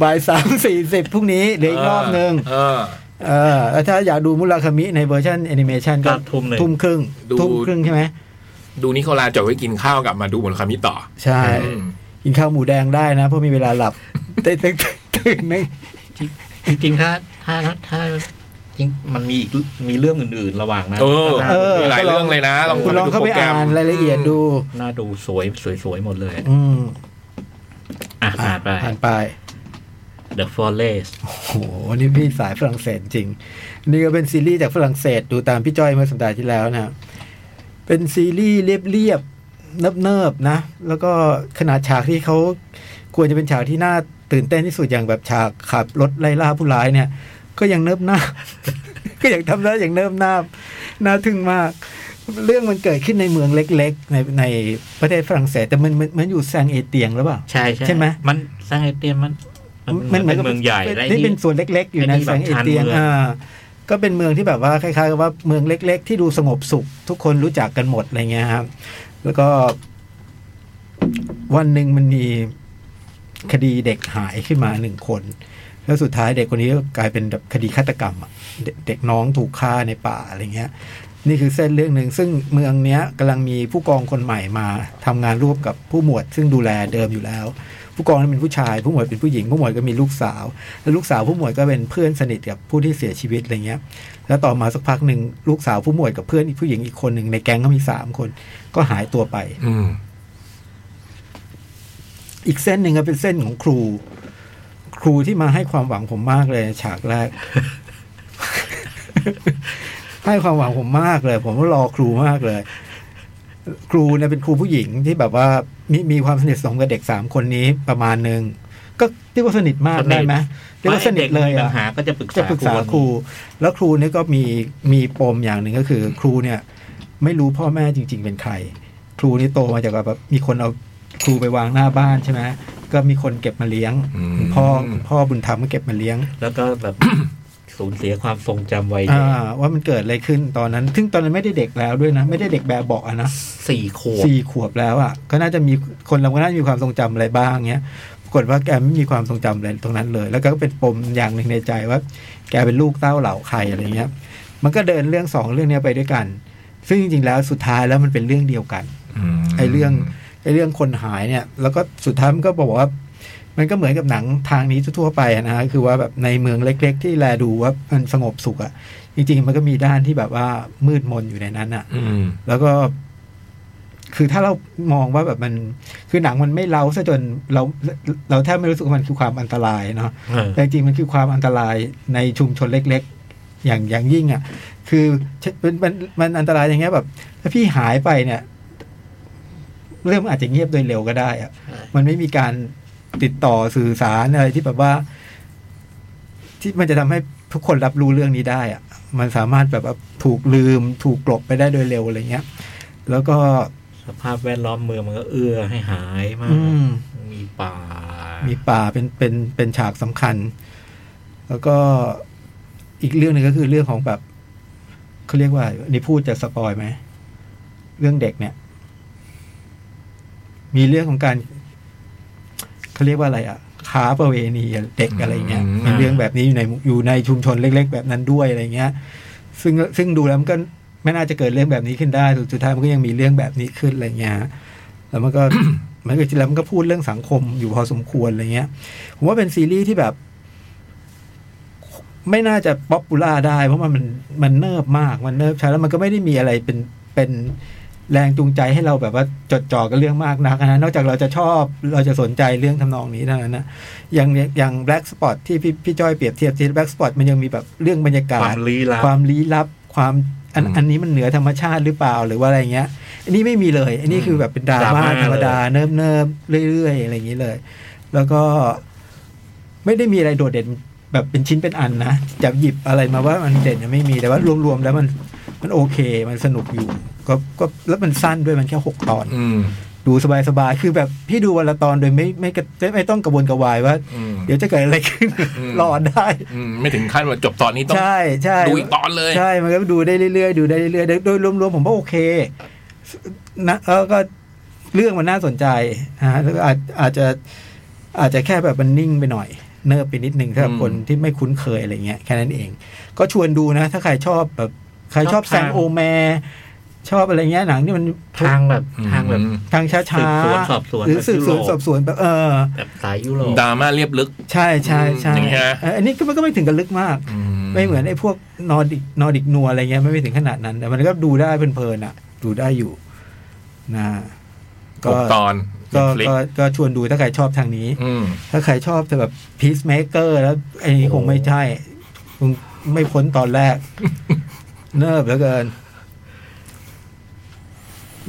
Speaker 5: บ่ายสามสี่สิบพรุ่งนี้เดี๋ยวอีกรอบหนึ่ง
Speaker 3: เออ
Speaker 5: เออแล้วถ้าอยากดูมุราคามิในเวอร์ชันแอนิเมชันก็
Speaker 4: ก็ทุ่มหนึ่ง
Speaker 5: ทุ่มครึ่ง
Speaker 3: ดู
Speaker 5: ทุ่มครึ่งใช่ไหม
Speaker 3: ดูนิโคลาจอดไว้กินข้าวกลับมาดูบนคามิต่อ
Speaker 5: ใช่
Speaker 3: อืม
Speaker 5: กินข้าวหมูแดงได้นะ เพราะมีเวลา หลับแต่ตื่นตื่นไม่
Speaker 4: จริงๆถ้าถ้าถ้าจริงมันมีอีกมีเรื่องอื่นๆระหว่างนั้น
Speaker 3: เออ
Speaker 4: น่า
Speaker 5: เออ
Speaker 3: มีหลายเรื่องเลยนะลอง
Speaker 5: คุณลองเข้าไปอ่านรายละเอียดดู
Speaker 4: น่าดูสวยสวยๆหมดเลย
Speaker 5: อืม
Speaker 4: อ่ะผ่านไป
Speaker 5: ผ่านไป
Speaker 4: The Forest
Speaker 5: โอ้โหนี่พี่สายฝรั่งเศสจริง นี่ก็เป็นซีรีส์จากฝรั่งเศสดูตามพี่จ้อยเมื่อสัปดาห์ที่แล้วนะ เป็นซีรีส์เรียบๆเนิบๆนะ แล้วก็ขนาดฉากที่เขาควรจะเป็นฉากที่น่าตื่นเต้นที่สุดอย่างแบบฉากขับรถไล่ล่าผู้ร้ายเนี่ย ก็ยังเนิบหน้า ก็ยังทำได้อย่างเนิบหน้าน่าทึ่งมาก เรื่องมันเกิดขึ้นในเมืองเล็กๆ ในในประเทศฝรั่งเศสแต่มันมันมันอยู่แซงเอเตียงหรือเปล่า
Speaker 4: ใช่ใช่
Speaker 5: ใช่ไหม
Speaker 4: มันสร้างไอเตียมมันมันเหมือนเป็นเมืองใหญ่
Speaker 5: ป็น
Speaker 4: และ
Speaker 5: นี่
Speaker 4: นี่
Speaker 5: เป็นส่วนเล็ก ๆ อยู่
Speaker 4: ไอ้
Speaker 5: ใน
Speaker 4: นี่
Speaker 5: แสง
Speaker 4: แบบ
Speaker 5: เอ
Speaker 4: ชาน
Speaker 5: เตียง
Speaker 4: เมือง
Speaker 5: อ่าก็เป็นเมืองที่แบบว่าคล้ายๆกับว่าเมืองเล็ก ๆ ที่ดูสงบสุข ทุกคนรู้จักกันหมดอะไรเงี้ยครับ แล้วก็ วันหนึ่งมันมีคดีเด็กหายขึ้นมาหนึ่งคน แล้วสุดท้ายเด็กคนนี้ก็กลายเป็นแบบคดีฆาตกรรมอะเด็กเด็กน้องถูกฆ่าในป่าอะไรเงี้ย นี่คือเส้นเรื่องหนึ่งซึ่งเมืองเนี้ยกำลังมีผู้กองคนใหม่มาทำงานร่วมกับผู้หมวด ซึ่งดูแลเดิมอยู่แล้ว ผู้กองนั้นเป็นผู้ชาย ผู้หมวดเป็นผู้หญิง ผู้หมวดก็มีลูกสาว แล้วลูกสาวผู้หมวดก็เป็นเพื่อนสนิทกับผู้ที่เสียชีวิตอะไรเงี้ย แล้วต่อมาสักพักหนึ่งลูกสาวผู้หมวดกับเพื่อนอีกผู้หญิงอีกคนหนึ่งในแก๊งก็มีสามคน ก็หายตัวไป
Speaker 3: อืม
Speaker 5: อีกเส้นหนึ่งก็เป็นเส้นของครู ครูที่มาให้ความหวังผมมากเลย ฉากแรก ให้ความหวังผมมากเลย ผมก็รอครูมากเลย ครูเนี่ยเป็นครูผู้หญิงที่แบบว่ามีมีความสนิทสนมกับเด็กสามคนนี้ประมาณหนึ่งก็เรียกว่าสนิทมาก
Speaker 4: สนิท
Speaker 5: ได้ไหมเรียกว่าสนิทเลย
Speaker 4: ไม่ด็กมีปั
Speaker 5: อะ
Speaker 4: ญหาก็จะปรึกษา
Speaker 5: จะปรึกษาครู แล้วครูเนี่ยก็มีมีปมอย่างหนึ่งก็คือ ครูเนี่ย ไม่รู้พ่อแม่จริง ๆ เป็นใคร ครูนี่โตมาจากแบบมีคนเอาครูไปวางหน้าบ้านใช่ไหมก็มีคนเก็บมาเลี้ยง
Speaker 3: อืม
Speaker 5: พ่อพ่อบุญธรรมก็เก็บมาเลี้ยง
Speaker 4: แล้วก็ แบบ สูญเสียความทรงจำวัยเด็
Speaker 5: อ่าก ว่ามันเกิดอะไรขึ้นตอนนั้น ซึ่งตอนนั้นไม่ได้เด็กแล้วด้วยนะ ไม่ได้เด็กแบบเบาะอะนะ
Speaker 4: สี่ขวบ
Speaker 5: สี่ขวบแล้วอ่ะก็น่าจะมีคนเราก็น่าจะมีความทรงจำอะไรบ้างเงี้ยปร ากฏว่าแกไม่มีความทรงจำอะไรตรงนั้นเลย แล้วก็เป็นปมอย่างหนึ่งในใจว่า แกเป็นลูกเต้าเหล่าใครอะไรเงี้ย มันก็เดินเรื่องสองเรื่องเนี้ยไปด้วยกัน ซึ่งจริงๆแล้วสุดท้ายแล้วมันเป็นเรื่องเดียวกัน
Speaker 3: ม
Speaker 5: ไอ้เรื่องไอ้เรื่องคนหายเนี่ย แล้วก็สุดท้ายมันก็บอกว่า มันก็เหมือนกับหนังทางนี้ทั่วๆไปอะนะฮะคือว่าแบบในเมืองเล็ก ๆ ที่แลดูว่ามันสงบสุขอะจริง ๆ มันก็มีด้านที่แบบว่ามืดมนอยู่ในนั้นอะ
Speaker 3: อืม
Speaker 5: แล้วก็ คือถ้าเรามองว่าแบบมัน คือหนังมันไม่เล้าซะจนเราเราแทบไม่รู้สึกว่ามันคือความอันตรายเนาะ
Speaker 4: เออ
Speaker 5: แต่จริงๆมันคือความอันตรายในชุมชนเล็ก ๆ อย่างอย่างยิ่งอะ่ะ คือมันมันมันอันตรายอย่างเงี้ยแบบ ถ้าพี่หายไปเนี่ย เรื่องมันอาจจะเงียบโดยเร็วก็ได้อะมันไม่มีการติดต่อสื่อสารอะไรที่แบบว่า ที่มันจะทำให้ทุกคนรับรู้เรื่องนี้ได้อะมันสามารถแบบว่าถูกลืม ถูกกลบไปได้โดยเร็วอะไรเงี้ย แล้วก็
Speaker 4: สภาพแวดล้อมเมืองมันก็เอื้อให้หายมาก
Speaker 5: อืม
Speaker 4: มีป่า
Speaker 5: มี
Speaker 4: มี
Speaker 5: ป่าเป็นเป็นเป็นฉากสำคัญ แล้วก็อีกเรื่องหนึ่งก็คือเรื่องของแบบเขาเรียกว่า นี่พูดจะสปอยไหม เรื่องเด็กเนี่ย มีเรื่องของการเขาเรียกว่าอะไรอะค้าประเวณีเด็กอะไรเงี้ย
Speaker 3: อืม
Speaker 5: มีเรื่องแบบนี้อยู่ในอยู่ในชุมชนเล็ก ๆ แบบนั้นด้วยอะไรเงี้ย ซึ่งซึ่งดูแล้วมันก็ไม่น่าจะเกิดเรื่องแบบนี้ขึ้นได้สุดสุดท้ายมันก็ยังมีเรื่องแบบนี้ขึ้นอะไรเงี้ย แล้วมันก็ มันก็จริงๆแล้วมันก็พูดเรื่องสังคมอยู่พอสมควรอะไรเงี้ย ผมว่าเป็นซีรีส์ที่แบบ ไม่น่าจะป๊อปปูล่าได้ เพราะมันมันมันเนิบมากมันเนิบช้าแล้วมันก็ไม่ได้มีอะไรเป็นเป็นแรงจูงใจให้เราแบบว่าจดจ่อกับเรื่องมากนักนะนอกจากเราจะชอบเราจะสนใจเรื่องทำนองนี้เท่านั้นนะอย่างอย่างแบล็กสปอตที่พี่พี่จ้อยเปรียบเทียบที่แบล็กสปอตมันยังมีแบบเรื่องบรรยากา
Speaker 4: ค
Speaker 5: ศ
Speaker 4: วามลี้ลับ
Speaker 5: ความลี้ลับความอัน
Speaker 3: อืม
Speaker 5: อันนี้มันเหนือธรรมชาติหรือเปล่าหรือว่าอะไรเงี้ย อันนี้ไม่มีเลย อันนี้คือแบบเป็นดรา
Speaker 4: ด
Speaker 5: ม่า
Speaker 4: ราม่า
Speaker 5: ธรรมดาเนิบเนิบๆเรื่อยๆอะไรอย่างนี้เลย แล้วก็ไม่ได้มีอะไรโดดเด่นแบบเป็นชิ้นเป็นอันนะจับหยิบอะไรมาว่ามันเด่นเนี่ยไม่มีแต่ว่ารวมๆแล้วมันมันโอเค มันสนุกอยู่ ก็ก็แล้วมันสั้นด้วยมันแค่หกตอน
Speaker 3: อืม
Speaker 5: ดูสบายๆคือแบบพี่ดูวันละตอนโดยไม่ไม่กระไม่ต้องกระวนกระวายว่า
Speaker 3: อืม
Speaker 5: เดี๋ยวจะเกิดอะไรขึ้น
Speaker 3: อืม
Speaker 5: รอได้
Speaker 3: อืมไม่ถึงขั้นว่าจบตอนนี้ต้อง
Speaker 5: ใช่ใช่
Speaker 3: ดูอีกตอนเลย
Speaker 5: ใช่ มันก็ดูได้เรื่อยๆ ดูได้เรื่อยๆ โดยรวมๆ ผมว่าโอเคนะแล้วก็เรื่องมันน่าสนใจนะฮะแล้วก็อาจอาจจะอาจจะแค่แบบมันนิ่งไปหน่อย เนิบไปนิดนึงสำหรับ
Speaker 3: อืม
Speaker 5: คนที่ไม่คุ้นเคยอะไรเงี้ยแค่นั้นเอง ก็ชวนดูนะ ถ้าใครชอบแบบใครชอบ
Speaker 4: ชอบ
Speaker 5: แซง
Speaker 4: ทาง
Speaker 5: โอแมร์ชอบอะไรเงี้ยหนังที่มัน
Speaker 4: ทางแบบทางแบบ
Speaker 3: อืม
Speaker 5: ทางช้า
Speaker 4: สืบสวนสอบสวน
Speaker 5: ๆหรือ
Speaker 4: แบบ
Speaker 5: สืบสว
Speaker 4: ยุ
Speaker 5: น
Speaker 4: โรป
Speaker 5: สอบสวนแบบเออ
Speaker 4: แบบสายยุโรป
Speaker 3: ดราม่าเรียบลึก
Speaker 5: ใช่ใช่ใช่
Speaker 3: อืมอย่างเงี้ย
Speaker 5: เอออันนี้ก็มันก็ไม่ถึงกับลึกมาก ไม่เหมือนไอ้พวกนอร์ดิกนอร์ดิกนัวอะไรเงี้ยไม่ไปถึงขนาดนั้น แต่มันก็ดูได้เพลินๆอ่ะ ดูได้อยู่นะ
Speaker 3: จบตอน
Speaker 5: ก็
Speaker 3: ฟลิก
Speaker 5: ก็ก็ชวนดูถ้าใครชอบทางนี้
Speaker 3: อืม
Speaker 5: ถ้าใครชอบจะแบบพีซเมเกอร์แล้วไอ้นี้
Speaker 4: โอ้
Speaker 5: คงไม่ใช่คงไม่พ้นตอนแรก เนิบเหลือเกิน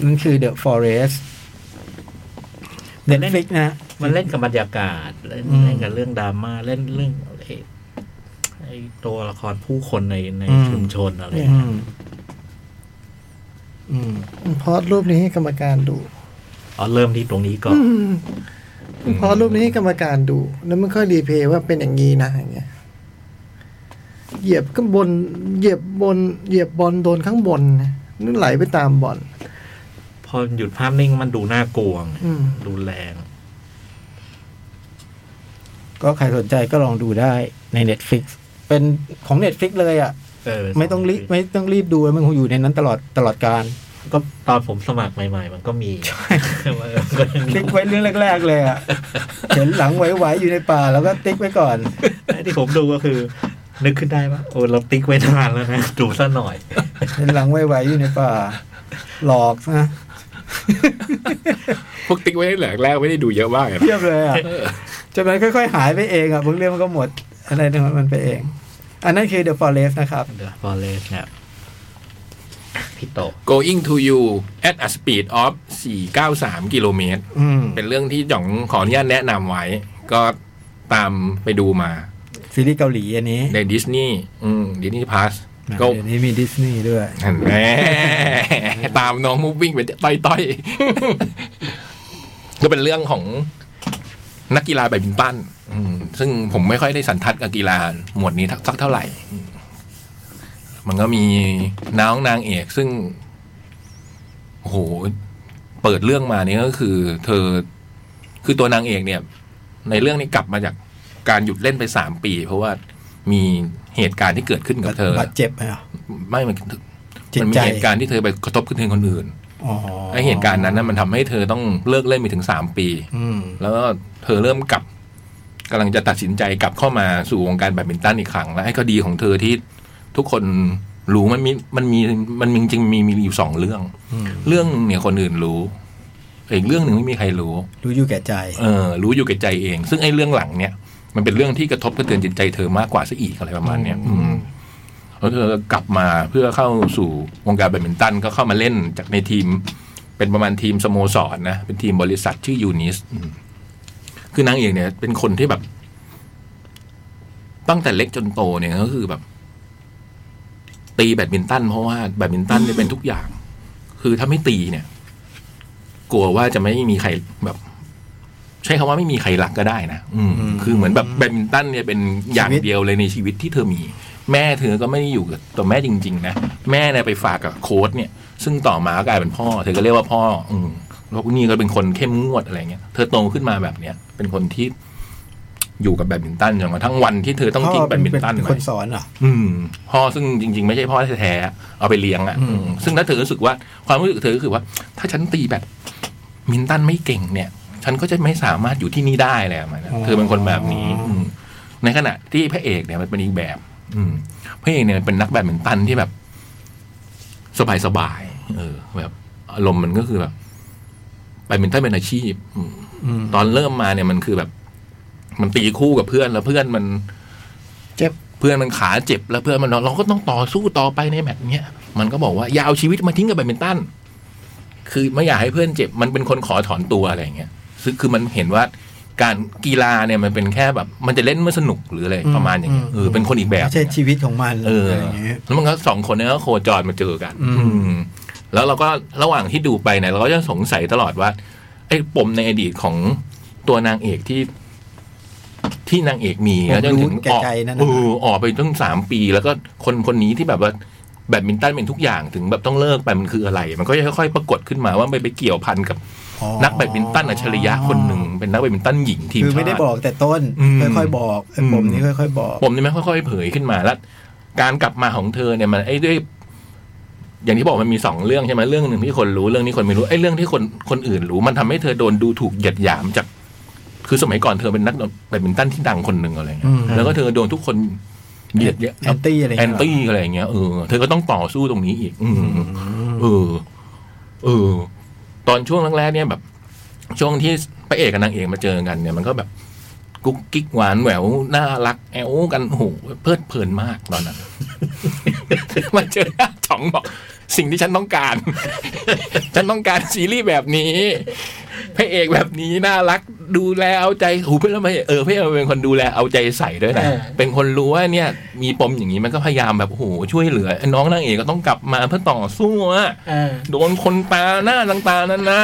Speaker 5: นั่นคือ The Forest เน็ตฟลิกนะ
Speaker 4: มันเล่นกับบรรยากาศเล่น
Speaker 5: อืม
Speaker 4: เล่นกับเรื่องดราม่าเล่นเรื่องไอ้ไอ้ตัวละครผู้คนในใน
Speaker 5: อืม
Speaker 4: ชุมชนอะไร
Speaker 5: อืมอืม
Speaker 2: พอดรูปนี้ให้กรรมการดู
Speaker 4: อ๋อเริ่มที่ตรงนี้ก่อน
Speaker 3: อืม
Speaker 2: พอรูปนี้ให้กรรมการดู แล้วมันค่อยรีเพลย์ว่าเป็นอย่างนี้นะอย่างเงี้ยเหยียบข้างบน เหยียบบน เหยียบบอลโดนข้างบนนะนั่นไหลไปตามบอล
Speaker 4: พอหยุดภาพนิ่งมันดูน่ากลัวไง
Speaker 2: อืม
Speaker 4: ดูแรง
Speaker 5: ก็ใครสนใจก็ลองดูได้ใน Netflix เป็นของ Netflix เลยอะ่ะ
Speaker 4: เเป็น
Speaker 5: ไม่ต้องรีบ
Speaker 4: ส
Speaker 5: ไม่ต้องรีบดูมันคงอยู่ในนั้นตลอดตลอดการ
Speaker 4: ก็ตอนผมสมัครใหม่ ๆ มันก็มีมันก็ยัง
Speaker 5: ติ๊กไว้เรื่องแรก ๆ เลยอะ่ะ เห็นหลังไหวๆอยู่ในป่าแล้วก็ติ๊กไว้ก่อน
Speaker 4: ไอ้ที่ผมดูก็คือ นึกขึ้นได้ว่าโอ้เราติ๊กไว้นานแล้วนะดูซะหน่อย
Speaker 5: เห็นหลังไหวๆอยู่ในป่า หลอกนะ
Speaker 3: พวกติ๊กไว้แหลกแรกไม่ได้ดูเยอะมากเลยนะ
Speaker 5: เทียบเลยอะ่ะจนมันค่อยๆ หายไปเองอะ่ะบางเรื่องมันก็หมดอะไรตรงนั้นมันไปเอง อันนั้นคือ The Forest นะครับ
Speaker 4: เดอะฟอเรสต์เนี่ยพี่โต
Speaker 3: going to you at a speed of 493กิโลเมตร
Speaker 5: อืม
Speaker 3: เป็นเรื่องที่จ่องขออนุญาตแนะนำไว้ ก็ตามไปดูมา
Speaker 5: ซีรีส์เกาหลีอันนี้
Speaker 3: ในดิสนีย์ดิสนีย์พาสก็
Speaker 5: เดี๋ยวนี้มีดิสนีย์ด้วย
Speaker 3: นั่นแหม่ตามน้องมุกวิ่งไปต้อยต้ อยๆ ก็เป็นเรื่องของนักกีฬาแบดมินตันอืมซึ่งผมไม่ค่อยได้สันทัดกับกีฬาหมวดนี้ทักสักเท่าไหร่ มันก็มีน้องนางเอกซึ่งโอ้โห เปิดเรื่องมาเนี่ยก็คือ เธอคือตัวนางเอกเนี่ย ในเรื่องนี้กลับมาจากการหยุดเล่นไปสามปี เพราะว่ามีเหตุการณ์ที่เกิดขึ้นกับเธอ
Speaker 5: บาดเจ็บไหมอ่ะ
Speaker 3: ไม่มัน
Speaker 5: จิต
Speaker 3: มันมี
Speaker 5: ใจ
Speaker 3: เหตุการณ์ที่เธอไปกระทบกระเทือนคนอื่น
Speaker 5: อ๋อ
Speaker 3: ไอเหตุการณ์นั้นนะมันทำให้เธอต้องเลิกเล่นไปถึงสามปี
Speaker 5: อืม
Speaker 3: แล้วก็เธอเริ่มกลับกำลังจะตัดสินใจกลับเข้ามาสู่วงการแบดมินตันอีกครั้ง และไอ้คดีของเธอที่ทุกคนรู้มันมีมันมีมันมีจริงๆมีมีอยู่สองเรื่อง
Speaker 5: อืม
Speaker 3: เรื่องหนึ่งเนี่ยคนอื่นรู้อีกเรื่องหนึ่งไม่มีใครรู้
Speaker 5: รู้อยู่แก่ใจ
Speaker 3: เออรู้อยู่แก่ใจเอง ซึ่งไอ้เรื่องหลังเนี่ย มันเป็นเรื่องที่กระทบกระเทือนจิตใจเธอมากกว่าซะอีกอะไรประมาณเนี้ยอืมแล้วเธอก็กลับมาเพื่อเข้าสู่วงการแบดมินตันก็เข้ามาเล่นจากในทีม เป็นประมาณทีมสโมสรนะ เป็นทีมบริษัทชื่อยูนิสอืมคือนางเอกเนี่ย เป็นคนที่แบบ ตั้งแต่เล็กจนโตเนี่ยก็คือแบบ ตีแบดมินตันเพราะว่าแบดมินตันเนี่ยเป็นทุกอย่าง คือถ้าไม่ตีเนี่ย กลัวว่าจะไม่มีใครแบบ ใช้คำว่าไม่มีใครรักก็ได้นะอืม
Speaker 5: อืม
Speaker 3: คือเหมือนแบบแบดมินตันเนี่ยเป็นอย่าง
Speaker 5: ชีวิต
Speaker 3: เดียวเลยในชีวิตที่เธอมี แม่เธอก็ไม่ได้อยู่กับตัวแม่จริง ๆ นะ แม่เนี่ยไปฝากกับโค้ชเนี่ย ซึ่งต่อมาก็กลายเป็นพ่อ เธอก็เรียกว่าพ่อ อืมแล้วนี่ก็เป็นคนเข้มงวดอะไรเงี้ยเธอโตขึ้นมาแบบเนี้ยเป็นคนที่อยู่กับแบดมินตันจนกระทั่งวันที่เธอต้องทิ้งแบดมินตัน
Speaker 5: เป็
Speaker 3: ไป
Speaker 5: คนสอนเหรอ
Speaker 3: อืมพ่อซึ่งจริง ๆ ไม่ใช่พ่อแท้ๆเอาไปเลี้ยงอะ่ะอืมซึ่งถ้าเธอรู้สึกว่าความรู้สึกเธอก็คือว่า ถ้าฉันตีแบบ มินตันไม่เก่งเนี่ย ฉันก็จะไม่สามารถอยู่ที่นี่ได้เลยมัน
Speaker 5: อ๋อ
Speaker 3: เธอเป็นคนแบบนี้ อืมในขณะที่พระเอกเนี่ยมันเป็นอีกแบบ อืมพระเอกเนี่ยเป็นนักแบดมินตันที่แบบสบายๆเออ แบบอารมณ์มันก็คือแบบแบดมินตันเป็นอาชีพอืม
Speaker 5: อืม
Speaker 3: ตอนเริ่มมาเนี่ยมันคือแบบ มันตีคู่กับเพื่อนแล้วเพื่อนมัน
Speaker 2: เจ็บ
Speaker 3: เพื่อนมันขาเจ็บ แล้วเพื่อนมันนอนเราก็ต้องต่อสู้ต่อไปในแมตช์เนี้ยมันก็บอกว่าอย่าเอาชีวิตมาทิ้งกับแบดมินตันคือไม่อยากให้เพื่อนเจ็บ มันเป็นคนขอถอนตัวอะไรอย่างเงี้ยซึ่งคือมันเห็นว่าการกีฬาเนี่ยมันเป็นแค่แบบ มันจะเล่นเมื่อสนุกหรืออะไรประมาณอย่างเงี้ย
Speaker 5: อืม
Speaker 3: เออเป็นคนอีกแบบ
Speaker 5: ไม่ใช่ชีวิตของมัน
Speaker 3: เอออ
Speaker 5: อะไรอย่างเงี้ย
Speaker 3: แล้วมันก็สองคนเนี้ก็โคจรมาเจอกัน
Speaker 5: อืม
Speaker 3: อืม แล้วเราก็ระหว่างที่ดูไปเนี่ยเราก็จะสงสัยตลอดว่า ไอ้ปมในอดีตของตัวนางเอกที่ ที่นางเอกมี
Speaker 5: ผม
Speaker 3: แล้วจนถึง
Speaker 5: รู้
Speaker 3: ออก
Speaker 5: แก่ใจนั่นน่ะ
Speaker 3: เออออกไปตั้งสามปี แล้วก็คนคนนี้ที่แบบว่าแบดมินตันเป็นทุกอย่างถึงแบบต้องเลิกไปมันคืออะไร มันก็จะค่อยๆปรากฏขึ้นมาว่ามันไปเกี่ยวพันกับ
Speaker 5: อ๋อ
Speaker 3: นักแบดมินตันอัจฉริยะคนหนึ่งเป็นนักแบดมินตันหญิงทีม
Speaker 5: คือ
Speaker 3: ชาติ
Speaker 5: ไม่ได้บอกแต่ต้น
Speaker 3: อืม
Speaker 5: ค่อยๆบอกไอ้
Speaker 3: อืม
Speaker 5: ผมนี้ค่อยๆบอก
Speaker 3: ปมนี่มันค่อยๆเผยขึ้นมาแล้ว การกลับมาของเธอเนี่ยมันไอ้ด้วย อย่างที่บอกมันมีสองเรื่องใช่ไหมเรื่องหนึ่งที่คนรู้เรื่องนี้คนไม่รู้ไอ้เรื่องที่คนคนอื่นรู้ มันทำให้เธอโดนดูถูกเหยียดหยามจาก คือสมัยก่อนเธอเป็นนักแบดมินตันที่ดังคนหนึ่งอะไรเงี้
Speaker 5: อื
Speaker 3: ย
Speaker 5: ม
Speaker 3: แล้วก็เธอโดนทุกคนเหยียดเนี่ย
Speaker 5: แอนตี้อะไรย่าง
Speaker 3: แอ
Speaker 5: เงี้
Speaker 3: น
Speaker 5: ย
Speaker 3: ตี้อะไรอย่างเงี้ยเออเธอก็ต้องต่อสู้ตรงนี้อีก อืม
Speaker 5: อืม
Speaker 3: เออ เออ ตอนช่วงแรกๆเนี่ยแบบ ช่วงที่พระเอกกับนางเอกมาเจอกันเนี่ยมันก็แบบ กุ๊กกิ๊กหวานแหววน่ารัก แอลกันโอ้โหเพลิดเพลินมากตอนนั้น มาเจอหน้าจ๋องบอก สิ่งที่ฉันต้องการ ฉันต้องการซีรีส์แบบนี้พระเอกแบบนี้น่ารัก ดูแลเอาใจหูเพื่อนแล้วไม่เออพระเอกเป็นคนดูแลเอาใจใส่ด้วยนะ
Speaker 4: เออ
Speaker 3: เป็นคนรู้ว่าเนี่ย มีปมอย่างนี้มันก็พยายามแบบโอ้โหช่วยเหลือไอ้น้องนางเอกก็ต้องกลับมาเพื่อต่อสู้อะ
Speaker 4: อ่า
Speaker 3: โดนคนตาหน้าต่างๆนั้นนะ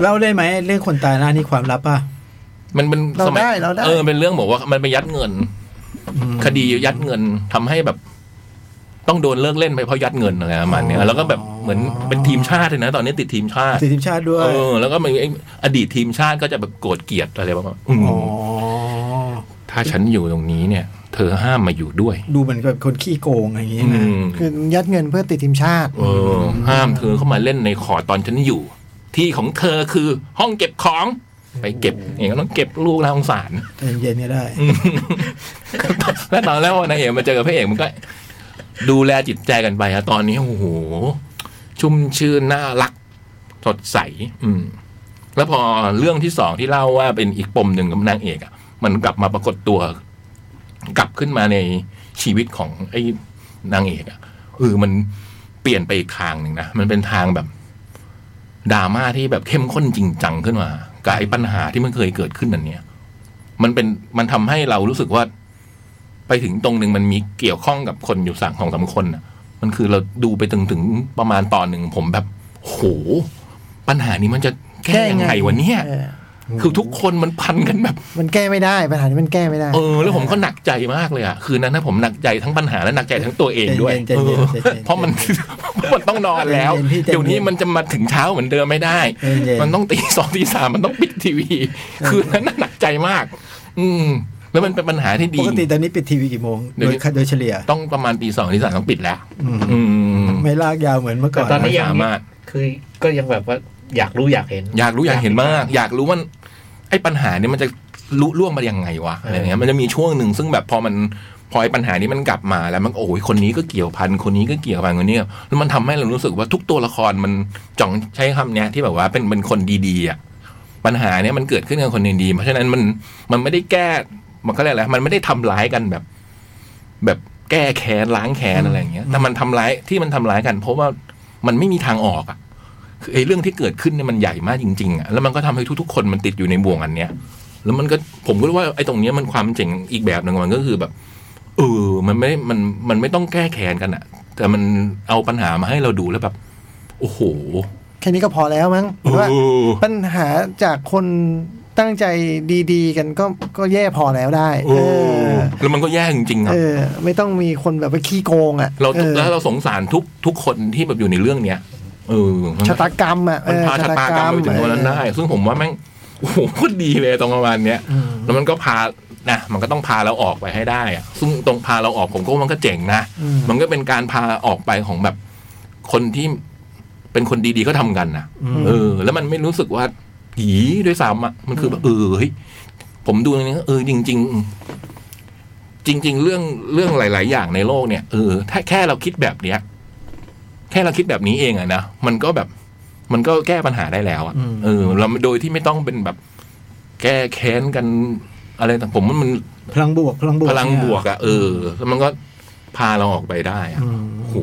Speaker 5: เล่าได้ไหมเรื่องคนตายหน้านี่ความลับป่ะ
Speaker 3: มันเป็น
Speaker 2: เรา
Speaker 3: สมัย
Speaker 2: ได้เราได้
Speaker 3: เออเป็นเรื่องบอกว่ามันไปยัดเงิน
Speaker 5: อืม
Speaker 3: คดียัดเงินทำให้แบบ ต้องโดนเลิกเล่นไปเพราะยัดเงินอะไรประมาณเนี้ย
Speaker 5: อ๋อ
Speaker 3: แล้วก็แบบเหมือนเป็นทีมชาติเลยนะ ตอนนี้ติดทีมชาติ
Speaker 5: ติดทีมชาติด้วย
Speaker 3: เออแล้วก็มีไอ้อดีตทีมชาติก็จะแบบโกรธเกลียดอะไรประมาณอืม
Speaker 5: อ๋อ
Speaker 3: ถ้าฉันอยู่ตรงนี้เนี่ย เธอห้ามมาอยู่ด้วย
Speaker 5: ดูเหมือนกับคนขี้โกงอะไรอย่างเงี้ยนะ
Speaker 3: อืม
Speaker 2: คือยัดเงินเพื่อติดทีมชาติ
Speaker 3: เออ ห้ามเธอเข้ามาเล่นในขอร์ตตอนฉันอยู่ ที่ของเธอคือห้องเก็บของ ไปเก็บเองก็ต้องเก็บลูกเราสงสาร
Speaker 5: ใจเย็นๆก็ได้
Speaker 3: แล้วตอนแรกวันนางเอกมาเจอกับพระเอกมันก็ ดูแลจิตใจกันไปอะตอนนี้โอ้โหชุ่มชื่นน่ารัก สดใส อืม แล้วพอเรื่องที่สองที่เล่าว่าเป็นอีกปมหนึ่งกับนางเอกอะมันกลับมาปรากฏตัว กลับขึ้นมาในชีวิตของไอ้นางเอกอะเออมันเปลี่ยนไปอีกทางหนึ่งนะมันเป็นทางแบบดราม่าที่แบบเข้มข้นจริงจังขึ้นมากับไอ้ปัญหาที่มันเคยเกิดขึ้นอันเนี้ย มันเป็นมันทำให้เรารู้สึกว่า ไปถึงตรงหนึ่งมันมีเกี่ยวข้องกับคนอยู่สั่งของสามคนน่ะ มันคือเราดูไปถึงถึงประมาณตอนหนึ่งผมแบบโห ปัญหานี้มันจะแก้ยังไงวะเนี่ย
Speaker 2: เออ
Speaker 3: คือทุกคนมันพันกันแบบ
Speaker 2: มันแก้ไม่ได้ปัญหานี้มันแก้ไม่ได้
Speaker 3: เออ แล้วผมก็หนักใจมากเลยอ่ะ คืนนั้นนะผมหนักใจทั้งปัญหาและหนักใจทั้งตัวเองด้วย
Speaker 5: ใจเย็นใจเย็
Speaker 3: เออ
Speaker 5: นใจเย็น
Speaker 3: เพราะมัน
Speaker 5: ใจเย็น
Speaker 3: มันต้องนอนแล้ว
Speaker 5: เย็นๆพี่ใจเย็น
Speaker 3: เดี๋ยวนี้มันจะมาถึงเช้าเหมือนเดิมไม่ได้
Speaker 5: เย็ๆ
Speaker 3: มันต้องตีสองตีสามมันต้องปิดทีวี คือนั้นน่ะหนักใจมาก อืม แล้วมันเป็นปัญหาที่ดี
Speaker 5: ปกติตอนนี้ปิดทีวีกี่โมง
Speaker 3: เดี๋ยว
Speaker 5: โด
Speaker 3: ย นี้
Speaker 5: โดยเฉลี่ย
Speaker 3: ต้องประมาณตีสองตีสามต้องปิดแล้ว
Speaker 5: อืม
Speaker 3: อืม
Speaker 5: ไม่ลากยาวเหมือนเมื่อก่
Speaker 4: แต่
Speaker 5: อน
Speaker 4: ตอนนี้
Speaker 3: ไม่
Speaker 4: ยัง
Speaker 3: สามารถ
Speaker 4: คือก็ยังแบบว่าอยากรู้อยากเห็น
Speaker 3: อยากรู้อยากเห็นมาก อยากรู้ว่าไอ้ปัญหาเนี้มันจะลุล่วงมายังไงวะอะไรอย่างเงี้ยมันจะมีช่วงหนึ่งซึ่งแบบพอมันพอไอ้ปัญหานี้มันกลับมาแล้วมันโอ้ยคนนี้ก็เกี่ยวพันคนนี้ก็เกี่ยวพันคนนี้แล้วมันทำให้เรารู้สึกว่าทุกตัวละครมันจ่องใช้คำเนี้ยที่แบบว่าเป็นเป็นคนดีๆอ่ะปัญหาเนี้ยมันเกิดขึ้นกับคนดีๆเพราะฉะนั้นมันมันไม่ได้แก้มันก็เรียกอะไรมันไม่ได้ทำร้ายกันแบบ แบบแก้แค้นล้างแค้นอะไรอย่างเงี้ยแต่มันทำร้ายที่มันทำร้ายกัน เพราะว่ามันไม่มีทางออกอ่ะ คือไอ้เรื่องที่เกิดขึ้นเนี่ยมันใหญ่มากจริงๆอ่ะแล้วมันก็ทำให้ทุกๆคนมันติดอยู่ในบ่วงอันเนี้ย แล้วมันก็ผมก็รู้ว่าไอ้ตรงเนี้ยมันความเจ๋งอีกแบบหนึ่งของมันก็คือแบบเออมันไม่มันมันไม่ต้องแก้แค้นกันอ่ะ แต่มันเอาปัญหามาให้เราดูแล้วแบบ โอ้โห
Speaker 2: แค่นี้ก็พอแล้วมั้งห
Speaker 3: เอ
Speaker 2: รือว่า
Speaker 3: อ
Speaker 2: ปัญหาจากคนตั้งใจดีๆ กันก็ก็แย่พอแล้วได้
Speaker 3: โอ้
Speaker 2: เออ
Speaker 3: แล้วมันก็แย่จริงๆครับ
Speaker 2: เออ ไม่ต้องมีคนแบบว่าขี้โกงอ่ะ
Speaker 3: เรา
Speaker 2: ออ
Speaker 3: แล้วเราสงสารทุกทุกคนที่แบบอยู่ในเรื่องเนี้ยเออมัน
Speaker 2: ชะตากรรมอ่ะ
Speaker 3: มันพา
Speaker 2: เออ
Speaker 3: ชะตากรรมไปถึงตรงนั้นได้ ซึ่งผมว่าแม่งโอ้โหโคตรดีเลยตรงประมาณเนี้ย แล้วมันก็พานะมันก็ต้องพาเราออกไปให้ได้อะซึ่งตรงพาเราออกผมก็ว่ามันก็เจ๋งนะ
Speaker 2: อืม
Speaker 3: มันก็เป็นการพาออกไปของแบบ คนที่เป็นคนดีๆก็ทำกันนะเออ แล้วมันไม่รู้สึกว่าหีด้วยซ้ำอ่ะมันคือแบบเออเฮ้ยผมดูตรงนี้เออจริง ๆ จริง ๆ เรื่องเรื่องหลาย ๆ อย่างในโลกเนี่ยเออถ้าแค่เราคิดแบบเนี้ย แค่เราคิดแบบนี้เองอะนะมันก็แบบ มันก็แก้ปัญหาได้แล้วอะ
Speaker 5: อืม
Speaker 3: เออเราโดยที่ไม่ต้องเป็นแบบ แก้แค้นกันอะไรต่างผมว่ามัน
Speaker 5: พลังบวกพลังบวก
Speaker 3: พลัง
Speaker 5: เนี่ย
Speaker 3: บวกอะเออ แล้วมันก็พาเราออกไปได้อะ
Speaker 5: อืม
Speaker 3: โอ้โห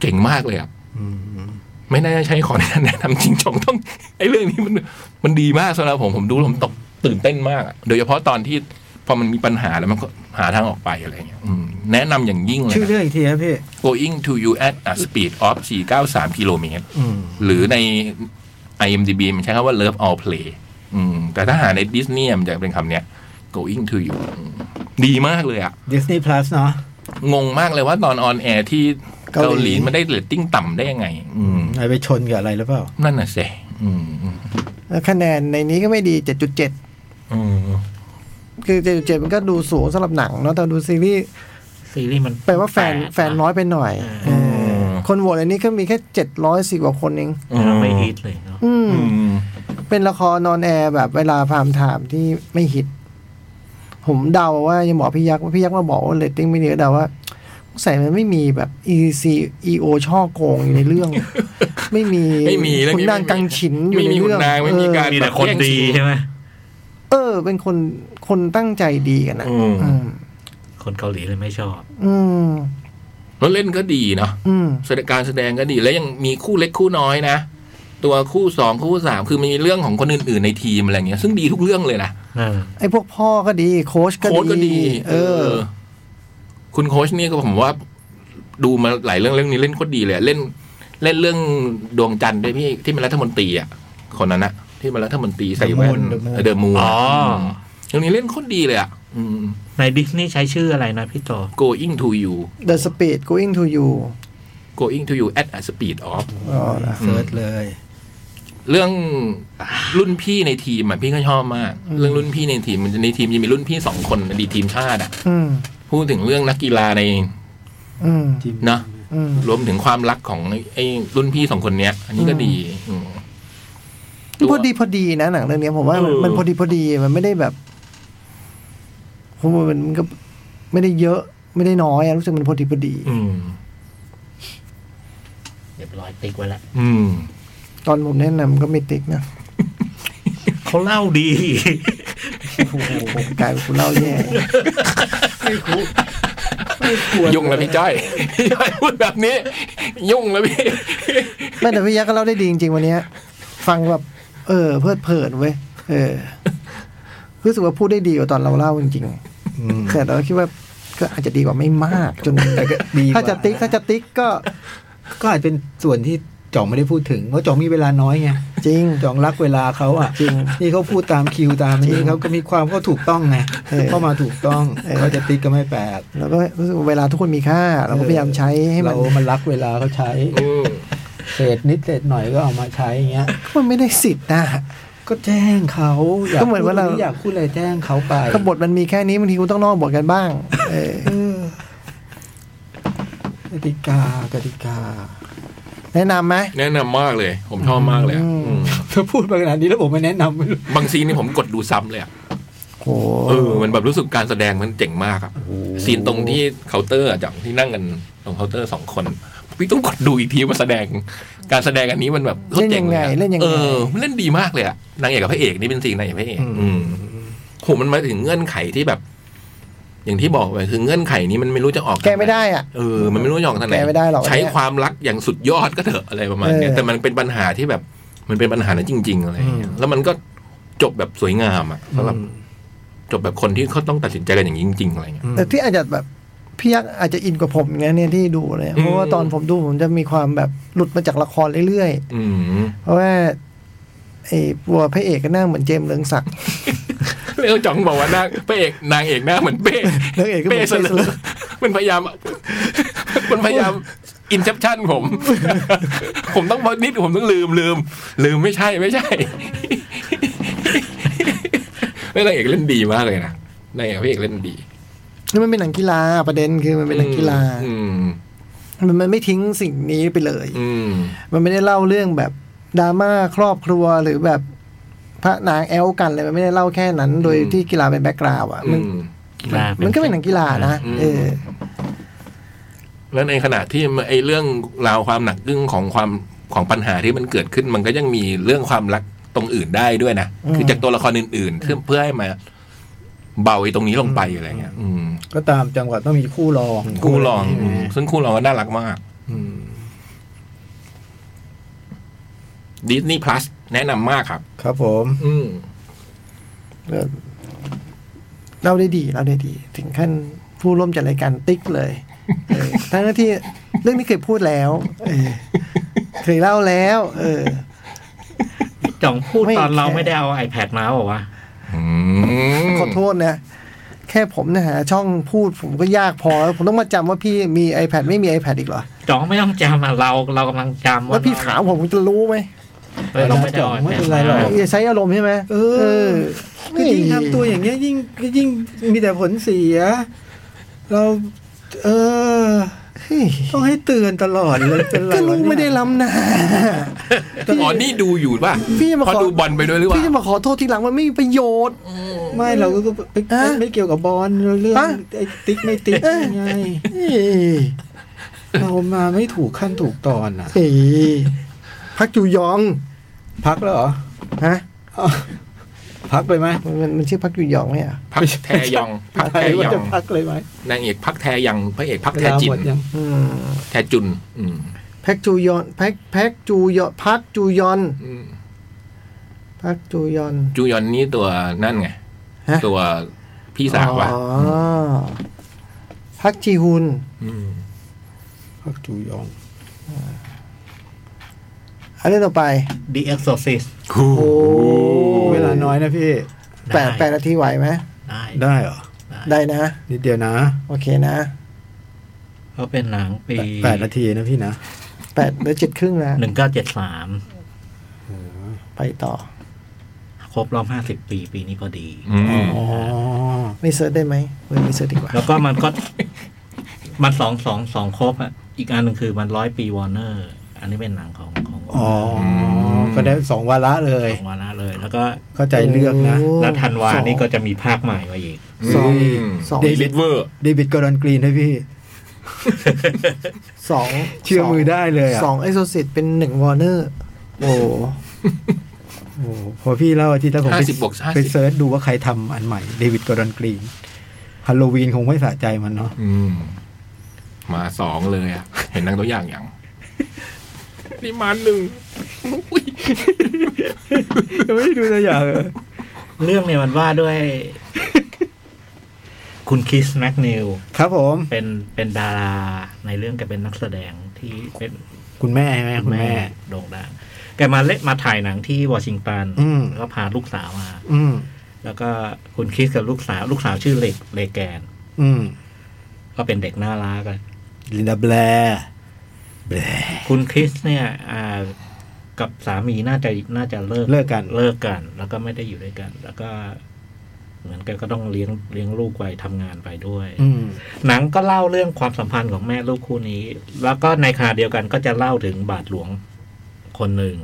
Speaker 3: เจ๋งมากเลยอะ
Speaker 5: อืม
Speaker 3: ไม่น่าจะใช้ขอแนะนำจริงจองต้อง ไอ้เรื่องนี้มันมันดีมากสำหรับผมผมดูแล้วผมตกตื่นเต้นมากอะโดยเฉพาะตอนที่พอมันมีปัญหาแล้วมันก็หาทางออกไปอะไรอย่างเงี้ยอืมแนะนำอย่างยิ่งเลย
Speaker 5: ชื่อ
Speaker 3: นะ
Speaker 5: เรื่องอีกทีครับพี่
Speaker 3: going to you at a speed of 493กิโลเมตร
Speaker 5: อืม
Speaker 3: หรือใน IMDb มันใช้คำว่า love all play อืม แต่ถ้าหาในดิสนีย์มันจะเป็นคำเนี้ย going to you อืมดีมากเลยอะ
Speaker 5: ดิสนีย์พลัสเนาะ
Speaker 3: งงมากเลยว่าตอนออนแอร์ที่เกาหลีมันได้เรตติ้งต่ำได้ยังไง อืม
Speaker 5: ไอไปชนกับอะไรหรือเปล่า
Speaker 3: นั่นน่ะสิอืมอืม
Speaker 2: แล้วคะแนนในนี้ก็ไม่ดี 7.7
Speaker 3: อืม
Speaker 2: คือ 7.7 มันก็ดูสูงสำหรับหนังเนาะแต่ดูซีรีส์
Speaker 4: ซีรีส์มัน
Speaker 2: แปลว่าแฟน
Speaker 4: ปดะ
Speaker 2: แฟนน้อยไปหน่อย
Speaker 4: อ่า
Speaker 2: เออคนโหวตอันนี้ก็มีแค่ 710กว่าคนเอง
Speaker 4: ไม่ฮิตเลยเนาะ
Speaker 2: อืม
Speaker 3: อืม
Speaker 2: เป็นละครนอนแอร์แบบเวลาพามถามที่ไม่ฮิต ผมเดาว่ายังบอกพี่ยักษ์ว่าพี่ยักษ์มาบอกว่าเรตติ้งไม่ดีก็เดาว่าใส่มันไม่มีแบบ e c e o ช่อโกงอยู่ในเรื่อง ไม่มี
Speaker 3: ไม่มีเรื่อง
Speaker 2: คุณนางกังฉินอยู่
Speaker 3: ไม่
Speaker 2: ใน
Speaker 3: มีคุณ
Speaker 2: เรื่อง
Speaker 3: นางไม่มีการ
Speaker 4: มีแต่คนดีใช่ไหม
Speaker 2: เออ เป็นคนคนตั้งใจดีกันนะ
Speaker 3: อืม
Speaker 2: อืม
Speaker 4: คนเกาหลีเลยไม่ชอบ
Speaker 2: อืม
Speaker 3: แล้วเล่นก็ดีเนาะ
Speaker 2: อืม
Speaker 3: แสดงการแสดงก็ดี แล้วยังมีคู่เล็กคู่น้อยนะ ตัวคู่สองคู่สามคือมีเรื่องของคนอื่น ๆ ในทีมอะไรเงี้ย ซึ่งดีทุกเรื่องเลยนะ
Speaker 4: อ่า
Speaker 2: ไอ้พวกพ่อก็ดี โค้ชก็
Speaker 3: โค้ชก็ดี
Speaker 2: เออ
Speaker 3: คุณโค้ชนี่ก็ผมว่า ดูมาหลายเรื่องเรื่องนี้เล่นโคตรดีเลยอะเล่น เล่นเรื่องดวงจันทร์ด้วยพี่ที่เป็นรัฐมนตรีอ่ะคนนั้นนะที่เป็นรัฐมนตรีใส่แว่น
Speaker 5: The Moon The Moon
Speaker 3: เดอะมูน
Speaker 4: อ๋ออื
Speaker 3: เรื่องนี้เล่นโคตรดีเลยอ่ะอืม
Speaker 4: ในดิสนีย์ใช้ชื่ออะไรนะพี่ต่อ
Speaker 3: going to you
Speaker 2: The Speed Going to You
Speaker 3: going to you at a speed of
Speaker 2: อ๋อนะ
Speaker 5: เซิร์ชเลย
Speaker 3: เรื่องรุ่นพี่ในทีมอ่ะพี่ก็ชอบมาก เรื่องรุ่นพี่ในทีมมันจะในทีมจะมีรุ่นพี่สองคนในทีมชาติอ่ะ
Speaker 2: อืม
Speaker 3: พูดถึงเรื่องนักกีฬาใน
Speaker 2: อืม
Speaker 5: ทีม
Speaker 3: เนาะ
Speaker 2: อืม
Speaker 3: รวมถึงความรักของไอ้ไอ้รุ่นพี่สองคนเนี้ย อันนี้ก็ดีอืม
Speaker 2: พอดีพอดีนะหนังเรื่องเนี้ยผมว่ามัน
Speaker 3: เออ
Speaker 2: มันพอดีพอดีมันไม่ได้แบบผมว่ามันมันก็ไม่ได้เยอะไม่ได้น้อยอะรู้สึกมันพอดีพอดี
Speaker 3: อืม
Speaker 4: เรียบร้อยติ๊กไว้ละ
Speaker 3: อืม
Speaker 2: ตอนผมแนะนำก็ไม่ติ๊กนะ
Speaker 4: เขาเล่าดี
Speaker 2: กลายเป็นคุณเล่าแย่
Speaker 3: ยุ่งแล้วพี่จ้อยพี่จ้อยพูดแบบนี้ ยุ่งแล้วพี่
Speaker 2: แม่แต่พี่ยักษ์ก็เล่าได้ดีจริงๆวันเนี้ย ฟังแบบ เออ เพลิดเพลินเว้ยเออรู้สึกว่าพูดได้ดีกว่าตอนเราเล่าจริง
Speaker 5: อืม
Speaker 2: ๆแต่เราคิดว่าก็อาจจะดีกว่าไม่มาก จน
Speaker 5: แต่ก็ดีกว่า
Speaker 2: ถ้าจะติ๊กถ้าจะติ๊กก็
Speaker 5: ก็อาจเป็นส่วนที่ จ่องไม่ได้พูดถึงเพราะจ่องมีเวลาน้อยไง
Speaker 2: จริง
Speaker 5: จ่องรักเวลาเขาอ่ะ
Speaker 2: จริง
Speaker 5: นี่เขาพูดตามคิวตามนี่เขาก็มีความเขาถูกต้องไง
Speaker 2: เออ
Speaker 5: เข้ามาถูกต้องเขาจะติ๊กก็ไม่แปลก
Speaker 2: แล้วก็รู้สึกว่าเวลาทุกคนมีค่า เราก็พยายามใช้ให้มัน
Speaker 5: เรามันรักเวลาเขาใช้
Speaker 3: อืม
Speaker 5: เศษนิดเศษหน่อยก็เอามาใช้อย่างเงี้ย
Speaker 2: มันไม่ได้สิทธิ์นะ
Speaker 5: ก็แจ้งเขาอยาก
Speaker 2: ก็เหมือน
Speaker 5: พูด
Speaker 2: ว่าเรา
Speaker 5: อะไรอยากพูดอะไรแจ้งเขาไป
Speaker 2: ก็บทมันมีแค่นี้บางทีคุณต้องนอกบทกันบ้าง เออ
Speaker 5: เออกติกากติกา
Speaker 2: แนะนำไหม
Speaker 3: แนะนำมากเลย ผมชอบมากเลยอะ
Speaker 2: อืม
Speaker 3: อืม
Speaker 5: เธอพูดมาขนาดนี้แล้วผมไม่แนะนำไม่รู้
Speaker 3: บางซีนนี่ผมกดดูซ้ำเลยอะ
Speaker 2: โอ้
Speaker 3: เออมันแบบรู้สึกการแสดงมันเจ๋งมากอะซีนตรงที่เคาน์เตอร์อะจากที่นั่งกันตรงเคาน์เตอร์สองคนพี่ต้องกดดูอีกทีว่าแสดง การแสดงอันนี้มันแบบโคตรจ๋อะ
Speaker 2: เล่นยังไงเล่นยังไง
Speaker 3: เออมันเล่นดีมากเลยอะนางเอกกับพระเอกนี่เป็นซีนนางเอกพระเอกอืมโหมันมาถึงเงื่อนไขที่แบบ อย่างที่บอกไปคือเงื่อนไขนี้มันไม่รู้จะออก
Speaker 2: แกไม่ได้อ่ะ
Speaker 3: เออมันไม่รู้จะออกทางไหน
Speaker 2: แก้ไม่ได้หรอก
Speaker 3: ใช้
Speaker 2: อันเนี้ย
Speaker 3: ความรักอย่างสุดยอดก็เถอะอะไรประมาณเนี้ย
Speaker 2: เออ
Speaker 3: แต่มันเป็นปัญหาที่แบบ มันเป็นปัญหานั้นจริง ๆ อะไรอย่างเงี้ยแล้วมันก็จบแบบสวยงามอะสำหรับ จบแบบคนที่เขาต้องตัดสินใจกันอย่างนี้จริงๆอะไรเงี้ย
Speaker 2: แต่ที่อาจจะแบบพี่ยักษ์อาจจะอินกว่าผมอย่างเงี้ยเนี่ยที่ดูเลย
Speaker 3: อืม
Speaker 2: เพราะว่าตอนผมดูผมจะมีความแบบหลุดมาจากละครเรื่อย
Speaker 3: อืม
Speaker 2: ๆ เพราะว่าไอ้ปัวพระเอกก็หน้าเหมือนเจมส์เรืองศักดิ์
Speaker 3: แล้วจ่องบอกว่านางพระเอกนางเอกหน้าเหมือนเป้
Speaker 2: นางเอกก็เหมือนเป้
Speaker 3: เป้เสล
Speaker 2: เสล
Speaker 3: อ
Speaker 2: อ
Speaker 3: มันพยายาม มันพยายามอินเซปชั่นผม ผมต้องนิดผมต้องลืมลืม ลืมไม่ใช่ไม่ใช่ไม่นางเอกเล่นดีมากเลยนะนางเอกพระเอกเล่นดี
Speaker 2: นี่มันเป็นหนังกีฬาประเด็นคือมันเป็นหนังกีฬา
Speaker 3: อืม
Speaker 2: มันมันไม่ทิ้งสิ่งนี้ไปเลย
Speaker 3: อืม
Speaker 2: มันไม่ได้เล่าเรื่องแบบดราม่าครอบครัวหรือแบบพระนางแอลกันเลยมันไม่ได้เล่าแค่นั้น โดยที่กีฬาเป็นแบ็กกราวด์อ่ะ
Speaker 3: อื
Speaker 2: มัน
Speaker 3: ม
Speaker 4: กีฬา
Speaker 2: มันก็เป็นหนังกีฬานะ
Speaker 3: อืม
Speaker 2: เออ
Speaker 3: แล้วในขณะที่ไอ้เรื่องราวความหนักอึ้งของความของปัญหาที่มันเกิดขึ้น มันก็ยังมีเรื่องความรักตรงอื่นได้ด้วยนะ
Speaker 2: อืม
Speaker 3: คือจากตัวละครอื่นๆเพื่อเพื่อให้มา เบาไอ้ตรงนี้ลงไปอะไรเงี้ย อืม
Speaker 5: ก็ตามจังหวะต้องมีคู่รอง
Speaker 3: คู่รอง
Speaker 5: ะไรย่าเย
Speaker 3: ซึ่งคู่รองก็น่ารักมาก
Speaker 5: อืม
Speaker 3: ดิสนีย์พลัสแนะนำมากครับ
Speaker 5: ครับผม
Speaker 3: อืม
Speaker 2: เล่าได้ดีเล่าได้ดี ถึงขั้นผู้ร่วมจัดรายการติ๊กเลยเออทั้งที่เรื่องนี้เคยพูดแล้วเออเคยเล่าแล้ว เออ
Speaker 4: จ่องพูด
Speaker 2: ไม่
Speaker 4: ตอนเรา
Speaker 2: แค่
Speaker 4: ไม่ได้เอา iPad มาบอกว่าวะ
Speaker 3: อืม
Speaker 2: ขอโทษนะแค่ผมนะฮะช่องพูดผมก็ยากพอแล้วผมต้องมาจำว่าพี่มี iPad ไม่มี iPad อีกเหรอ
Speaker 4: จ่องไม่ต้องจำอะเราเรากำลังจำ
Speaker 2: แล้วพี่ถามผมผมจะรู้ไหม
Speaker 4: เออเราไม่ได้เอา iPad
Speaker 5: ไม่เป็นไรหรอก
Speaker 2: อย่าใช้อารมณ์ใช่ไหม
Speaker 5: เออ คือยิ่งทำตัวอย่างเงี้ยยิ่งยิ่งมีแต่ผลเสีย เรา เออ
Speaker 2: เฮ้ย
Speaker 5: ต้องให้เตือนตลอดเลยเป็นไร
Speaker 2: ก็รู้
Speaker 5: วะเนี่ย
Speaker 2: ไม่ได้ล้ำหนะ
Speaker 3: อ๋อนี่ดูอยู่ป่ะ
Speaker 2: พี่จะมาขอ
Speaker 3: พอดูบอลไปด้วยหรือเป
Speaker 2: พี่
Speaker 3: ล่า
Speaker 2: จะมาขอโทษทีหลังมันไม่มีประโยชน์
Speaker 5: ไม่เราก็ไม่
Speaker 2: ฮะ
Speaker 5: ไม่เกี่ยวกับบอลเรื่อง
Speaker 2: ฮะ
Speaker 5: ไอ้ติ๊กไม่ติ๊กยังไง
Speaker 2: เฮ้ย
Speaker 5: เรามาไม่ถูกขั้นถูกตอนอ่ะ
Speaker 2: เฮ้ยพักอยู่ยอง
Speaker 5: พักแล้วเหรอ
Speaker 2: ฮะ
Speaker 5: เอาพักเลยไหม
Speaker 2: มันมันมันชื่อพักอยู่ยองไหมอ่ะ
Speaker 3: พักแทยองพัก
Speaker 5: ใคร
Speaker 3: แทย
Speaker 5: ว่า
Speaker 3: อ
Speaker 5: จะ
Speaker 3: ง
Speaker 5: พักเลยไหม
Speaker 3: นางเอกพักแทยังพระเอกพัก
Speaker 5: เว
Speaker 3: แท
Speaker 5: ลา
Speaker 3: จิ
Speaker 5: หม
Speaker 3: น
Speaker 5: ดยัง
Speaker 2: อืม
Speaker 3: แทจุน อืม
Speaker 2: แพ็กจูยอนแพ็กแพ็กจูยอนพักจูยอน
Speaker 3: อืม
Speaker 2: พักจูยอน
Speaker 3: จูยอนนี่ตัวนั่นไง
Speaker 2: ฮะ
Speaker 3: ตัวพี่สาวว่ะ
Speaker 2: อ๋อพักจีฮุน
Speaker 3: ม
Speaker 5: พักจูยอง
Speaker 2: อันนี้ต่อไป
Speaker 4: The Exorcist
Speaker 2: โอ้
Speaker 5: เวลาน้อยนะพี่
Speaker 2: แปดแปดนาทีไหวไหม
Speaker 4: ได้
Speaker 5: ได้เหรอ
Speaker 2: ได้นะ
Speaker 5: นิดเดียวนะ
Speaker 2: โอเคนะ
Speaker 4: เขาเป็นหนังปี
Speaker 5: แปดนาทีนะพี่นะ
Speaker 2: แปดหรือเจ็ดครึ่งนะ
Speaker 4: หนึ่งเก้าเจ็ดสาม
Speaker 2: ไปต่อ
Speaker 4: ครบรอบห้าสิบปีปีนี้พอดี
Speaker 3: อืม
Speaker 5: อ๋อ
Speaker 2: ไม่เซิร์ชได้ไหมเออไม่เซิร์ชดีกว่า
Speaker 4: แล้วก็มันก็ มันสองสองสองครบอ่ะ อีกอันหนึ่งคือมันร้อยปีวอร์เนอร์ อันนี้เป็นหนังของของ
Speaker 5: อ๋อ ก็ได้สองวาระเลย
Speaker 4: ของวานาเลย แล้วก็
Speaker 5: เข้าใจเลือกนะ
Speaker 2: โ
Speaker 4: แล้วธันวานี่
Speaker 2: ส
Speaker 4: ก็
Speaker 2: อง
Speaker 4: จะมีภาคใหม่มาอีก
Speaker 2: สอง
Speaker 3: ม
Speaker 2: สอง
Speaker 3: เดลิเวอร์
Speaker 5: เดวิดกอร์ดอนกรีนให้พี่
Speaker 2: สอง
Speaker 5: เชื่อมือได้เลยอะ
Speaker 2: สองเอ็กโซซิตเป็นหนึ่งวอร์เนอร์ โอ้
Speaker 5: โอ้พอพี่เล่าอาทิตย์แล้วผมไป
Speaker 3: 50บวก50
Speaker 5: ไปเซิร์ชดูว่าใครทำอันใหม่ เดวิดกอร์ดอนกรีนฮัลโลวีนคงไม่สะใจมันเนาะ
Speaker 3: อืม มาสองเลยอ่ะ เห็นนังตัวอย่างอย่างนี่มาหนึ่งอุ๊ย
Speaker 5: ไม่ได้ดูตัวอย่างเหรอ
Speaker 4: เรื่องเนี่ยมันว่าด้วย คุณคริสแมกนิว
Speaker 5: ครับผม
Speaker 4: เป็นเป็นดาราในเรื่องแกเป็นนักแสดงที่เป็น
Speaker 5: คุณแม่ใช่ไหมคุณแม่
Speaker 4: โด่งดังแกมาเล่นมาถ่ายหนังที่วอชิงตัน
Speaker 5: อืม
Speaker 4: แล้วก็พาลูกสาวมา
Speaker 5: อืม
Speaker 4: แล้วก็คุณคริสกับลูกสาว ลูกสาวชื่อเลกเลแกน
Speaker 5: อืม
Speaker 4: ก็เป็นเด็กน่ารักอะ
Speaker 5: ลินดาแบลแบล
Speaker 4: คุณคริสเนี่ยอ่ากับสามีน่าจะน่าจะเลิก
Speaker 5: เลิกกัน
Speaker 4: เลิกกัน แล้วก็ไม่ได้อยู่ด้วยกัน แล้วก็ เหมือนกันก็ต้องเลี้ยงเลี้ยงลูกไปทำงานไปด้วย
Speaker 5: อืม
Speaker 4: หนังก็เล่าเรื่องความสัมพันธ์ของแม่ลูกคู่นี้ แล้วก็ในขณะเดียวกันก็จะเล่าถึงบาทหลวงคนหนึ่ง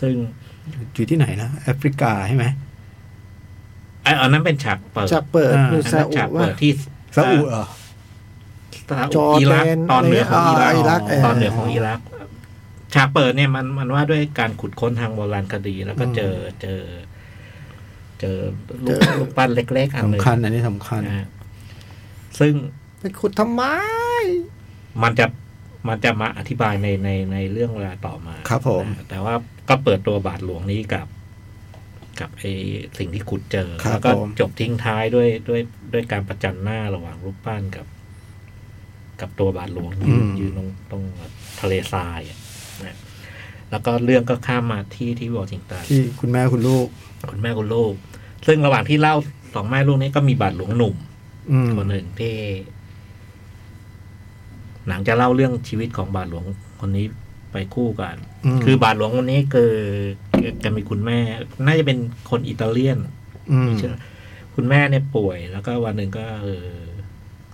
Speaker 4: ซึ่ง
Speaker 5: อยู่ที่ไหนนะแอฟริกาใช่ไหม
Speaker 4: ไอ้อันนั้นเป็นฉากเปิด
Speaker 2: จะเปิด
Speaker 5: อ่า
Speaker 2: หรือ
Speaker 4: อัน
Speaker 2: ซา
Speaker 4: นั้น
Speaker 2: อุ
Speaker 4: ฉาก
Speaker 2: ว่า
Speaker 4: เปิดที่
Speaker 5: ซาอุเหรอ
Speaker 4: ซา
Speaker 2: จ
Speaker 4: อุ
Speaker 2: อร์
Speaker 4: อิ
Speaker 2: แด
Speaker 4: รัก
Speaker 2: น
Speaker 4: ตอนเหนือของอิรัก
Speaker 2: อิรักเ
Speaker 4: ตอนเหนือของอิรัก ฉากเปิดเนี่ยมันมันว่าด้วยการขุดค้นทางโบราณคดี แล้วก็เจอเจอ เจอรูปรูปปั้นเล็ก ๆ อันหนึ่ง
Speaker 5: สำคัญอันนี้สำคัญ
Speaker 4: นะฮะซึ่ง
Speaker 2: ไปขุดทำไม
Speaker 4: มันจะมันจะมาอธิบายในในในเรื่องเวลาต่อมา
Speaker 5: ครับผม
Speaker 4: นะแต่ว่าก็เปิดตัวบาทหลวงนี้กับ กับไอสิ่งที่ขุดเจอ
Speaker 5: ครับ
Speaker 4: แล้วก็
Speaker 5: ผม
Speaker 4: จบทิ้งท้ายด้วยด้วยด้วยการประจันหน้าระหว่างรูปปั้นกับ กับตัวบาทหลวงยืนยืนตรงตรงทะเลทรายอะนะแล้วก็เรื่องก็ข้ามมาที่ที่วอชิงตัน
Speaker 5: ที่คุณแม่คุณลูก
Speaker 4: คุณแม่คุณลูก ซึ่งระหว่างที่เล่าสองแม่ลูกนี้ก็มีบาทหลวงหนุ่ม
Speaker 5: อืม
Speaker 4: คนหนึ่งที่ หนังจะเล่าเรื่องชีวิตของบาทหลวงคนนี้ไปคู่กัน
Speaker 5: อืม
Speaker 4: คือบาทหลวงคนนี้คือแกมีคุณแม่ น่าจะเป็นคนอิตาเลียน
Speaker 5: อืม
Speaker 4: เชื่อคุณแม่เนี่ยป่วย แล้วก็วันหนึ่งก็เออ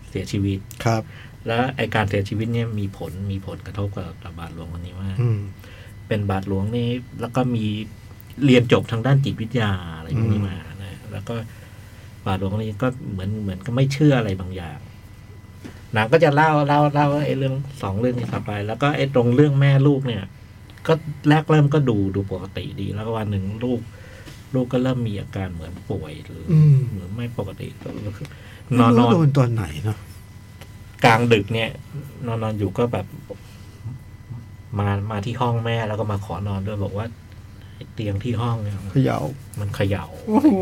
Speaker 4: เสียชีวิต
Speaker 5: ครับ
Speaker 4: แล้วไอการเสียชีวิตเนี่ยมีผลมีผลกระทบกับกับบาทหลวงคนนี้มาก
Speaker 5: อืม
Speaker 4: เป็นบาทหลวงนี่แล้วก็มีเรียนจบทางด้านจิตวิทยาอะไรพวกนี้มานะแล้วก็บาทหลวงคนนี้ก็เหมือนเหมือนก็ไม่เชื่ออะไรบางอย่าง หนังก็จะเล่าเล่าเล่าไอ้เรื่องสองเรื่องนี้ต่อไป แล้วก็ไอ้ตรงเรื่องแม่ลูกเนี่ย ก็แรกเริ่มก็ดูดูปกติดี แล้วก็วันหนึ่งลูก ลูกก็เริ่มมีอาการเหมือนป่วยหรืออ
Speaker 5: ม
Speaker 4: หรือไม่ปกติก็คือน น
Speaker 5: อ
Speaker 4: อน นน
Speaker 5: โด
Speaker 4: อน
Speaker 5: นตอนไหนเนาะ
Speaker 4: กลางดึกเนี่ย นอนนอนอยู่ก็แบบ มามาที่ห้องแม่แล้วก็มาขอนอนด้วยบอกว่าไอ้เตียงที่ห้องเนี่ย
Speaker 5: เขย่า
Speaker 4: มันเขยา่า
Speaker 2: โอ้โห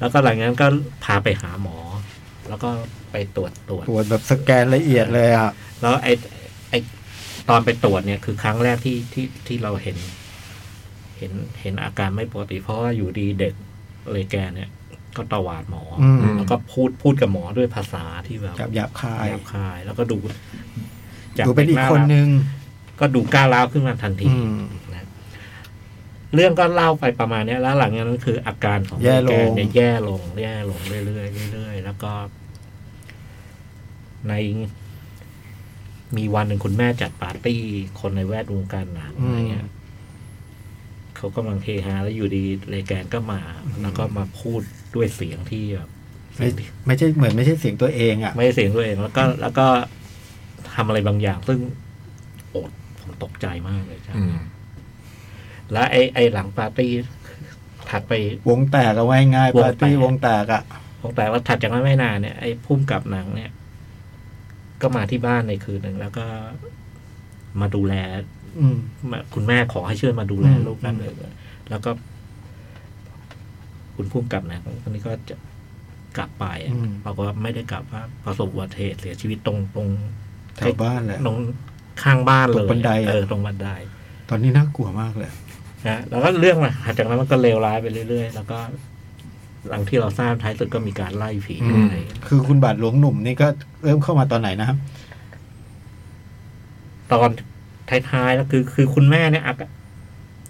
Speaker 4: แล้วก็หลังจากนั้นก็พาไปหาหมอ แล้วก็ไปตรวจตรวจ
Speaker 5: ตรวจแบบสแกนละเอียดเลยอ่ะ
Speaker 4: แล้วไอ้ไอ้ตอนไปตรวจเนี่ย คือครั้งแรกที่ที่ที่เราเห็น เห็นเห็นอาการไม่ปกติ เพราะว่าอยู่ดีเด็กเลยแกเนี่ย ก็ตวาดหมออ
Speaker 5: ม
Speaker 4: แล้วก็พูดพูดกับหมอด้วยภาษาที่แบบ
Speaker 5: หยาบหยาบคาย
Speaker 4: หยาบคายแล้วก็ดูจาก
Speaker 5: ดูเป็นอีก
Speaker 4: ด็า
Speaker 5: คนนึง
Speaker 4: รักก็ดูก้าวร้าวขึ้นมาทันที
Speaker 5: อืม
Speaker 4: นะเรื่องก็เล่าไปประมาณเนี้ยแล้วหลังจากนั้นคืออาการของ
Speaker 5: แย่ลง
Speaker 4: แกเนี่ยแย่ลง แย่ลงเรื่อยๆเรื่อยๆแล้วก็ ใน มีวันหนึ่งคุณแม่จัดปาร์ตี้คนในแวดวงการหนังอะไรเงี้ยเขากำลังเฮฮาแล้วอยู่ดีเลแกนก็มา แล้วก็มาพูดด้วยเสียงที่แบบเสี
Speaker 5: ไม่
Speaker 4: ยงที่
Speaker 5: ไม่ใช่เหมือนไม่ใช่เสียงตัวเองอ่ะ
Speaker 4: ไม่ได้เสียงตัวเองแล้วก็แล้วก็ทำอะไรบางอย่าง ซึ่งโอดผมตกใจมากเลยจ้ะ
Speaker 3: อืม
Speaker 4: แล้วไอ้ไอ้หลังปาร์ตี้ถัดไป
Speaker 5: วงแตกอะไว้ง่าย
Speaker 4: ๆ
Speaker 5: ปาร์ตี้ว
Speaker 4: ว
Speaker 5: ง
Speaker 4: ง
Speaker 5: แต
Speaker 4: แต
Speaker 5: ก
Speaker 4: ก
Speaker 5: อะ
Speaker 4: ผมแต่ว่าถัดจากนั้นไม่นานเนี่ยไอ้พุ่มกับหนังเนี่ย ก็มาที่บ้านในคืนหนึ่งแล้วก็มาดูแล
Speaker 5: อืม
Speaker 4: คุณแม่ขอให้ช่วยมาดูแล
Speaker 5: อืม
Speaker 4: ลูกนั่นเลยแล้วก็ คุณพุ่มกับหนังคนนี้ก็จะกลับไปอะบอกว่าไม่ได้กลับว่าประสบอุบัติเหตุเสียชีวิตตรงตรง
Speaker 5: แถวบ้านแหละ
Speaker 4: ตรงข้างบ้านเลย
Speaker 5: ตรงบันไดอะ
Speaker 4: เออตรงบันได
Speaker 5: ตอนนี้น่ากลัวมากเลย
Speaker 4: นะแล้วก็เรื่องมาจากนั้นมันก็เลวร้ายไปเรื่อยๆ แล้วก็ หลังที่เราทราบท้ายสุดก็มีการไล่ผี
Speaker 3: อืม
Speaker 4: อะไร
Speaker 5: คือคุณบาทหลวงหนุ่มนี่ก็เริ่มเข้ามาตอนไหนนะครับ
Speaker 4: ตอนท้ายๆแล้วคือ คือคุณแม่เนี่ยอาการ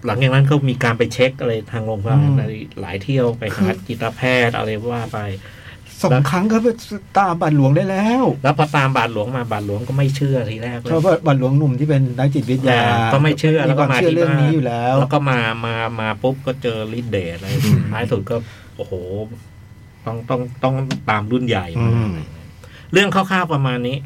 Speaker 4: หลังจากนั้นก็มีการไปเช็คอะไรทางโรงพยาบา
Speaker 5: อื
Speaker 4: ล
Speaker 5: ม
Speaker 4: อะไรหลายเที่ยวไปหาจิตแพทย์อะไรว่าไป
Speaker 5: สองครั้งก็ไปตามบาทหลวงได้แล้ว
Speaker 4: แล้วพอตามบาทหลวงมาบาทหลวงก็ไม่เชื่อทีแรกเล
Speaker 5: เพ
Speaker 4: ย
Speaker 5: ราะว่าบาทหลวงหนุ่มที่เป็นนักจิตวิทยา
Speaker 4: ก็ไม่เชื่อแล้วก็
Speaker 5: ความ
Speaker 4: มา
Speaker 5: เชื่อ
Speaker 4: ที่
Speaker 5: เรื่อง
Speaker 4: บ้าน
Speaker 5: นี้อยู่แล้ว
Speaker 4: แล้วก็มามามาปุ๊บก็เจอฤทธิ์เดชอะไร
Speaker 3: อืม
Speaker 4: ท้ายสุดก็โอ้โห ต้องต้องต้องตามรุ่นใหญ่
Speaker 5: อื
Speaker 4: มาม เรื่องคร่าวๆประมาณนี้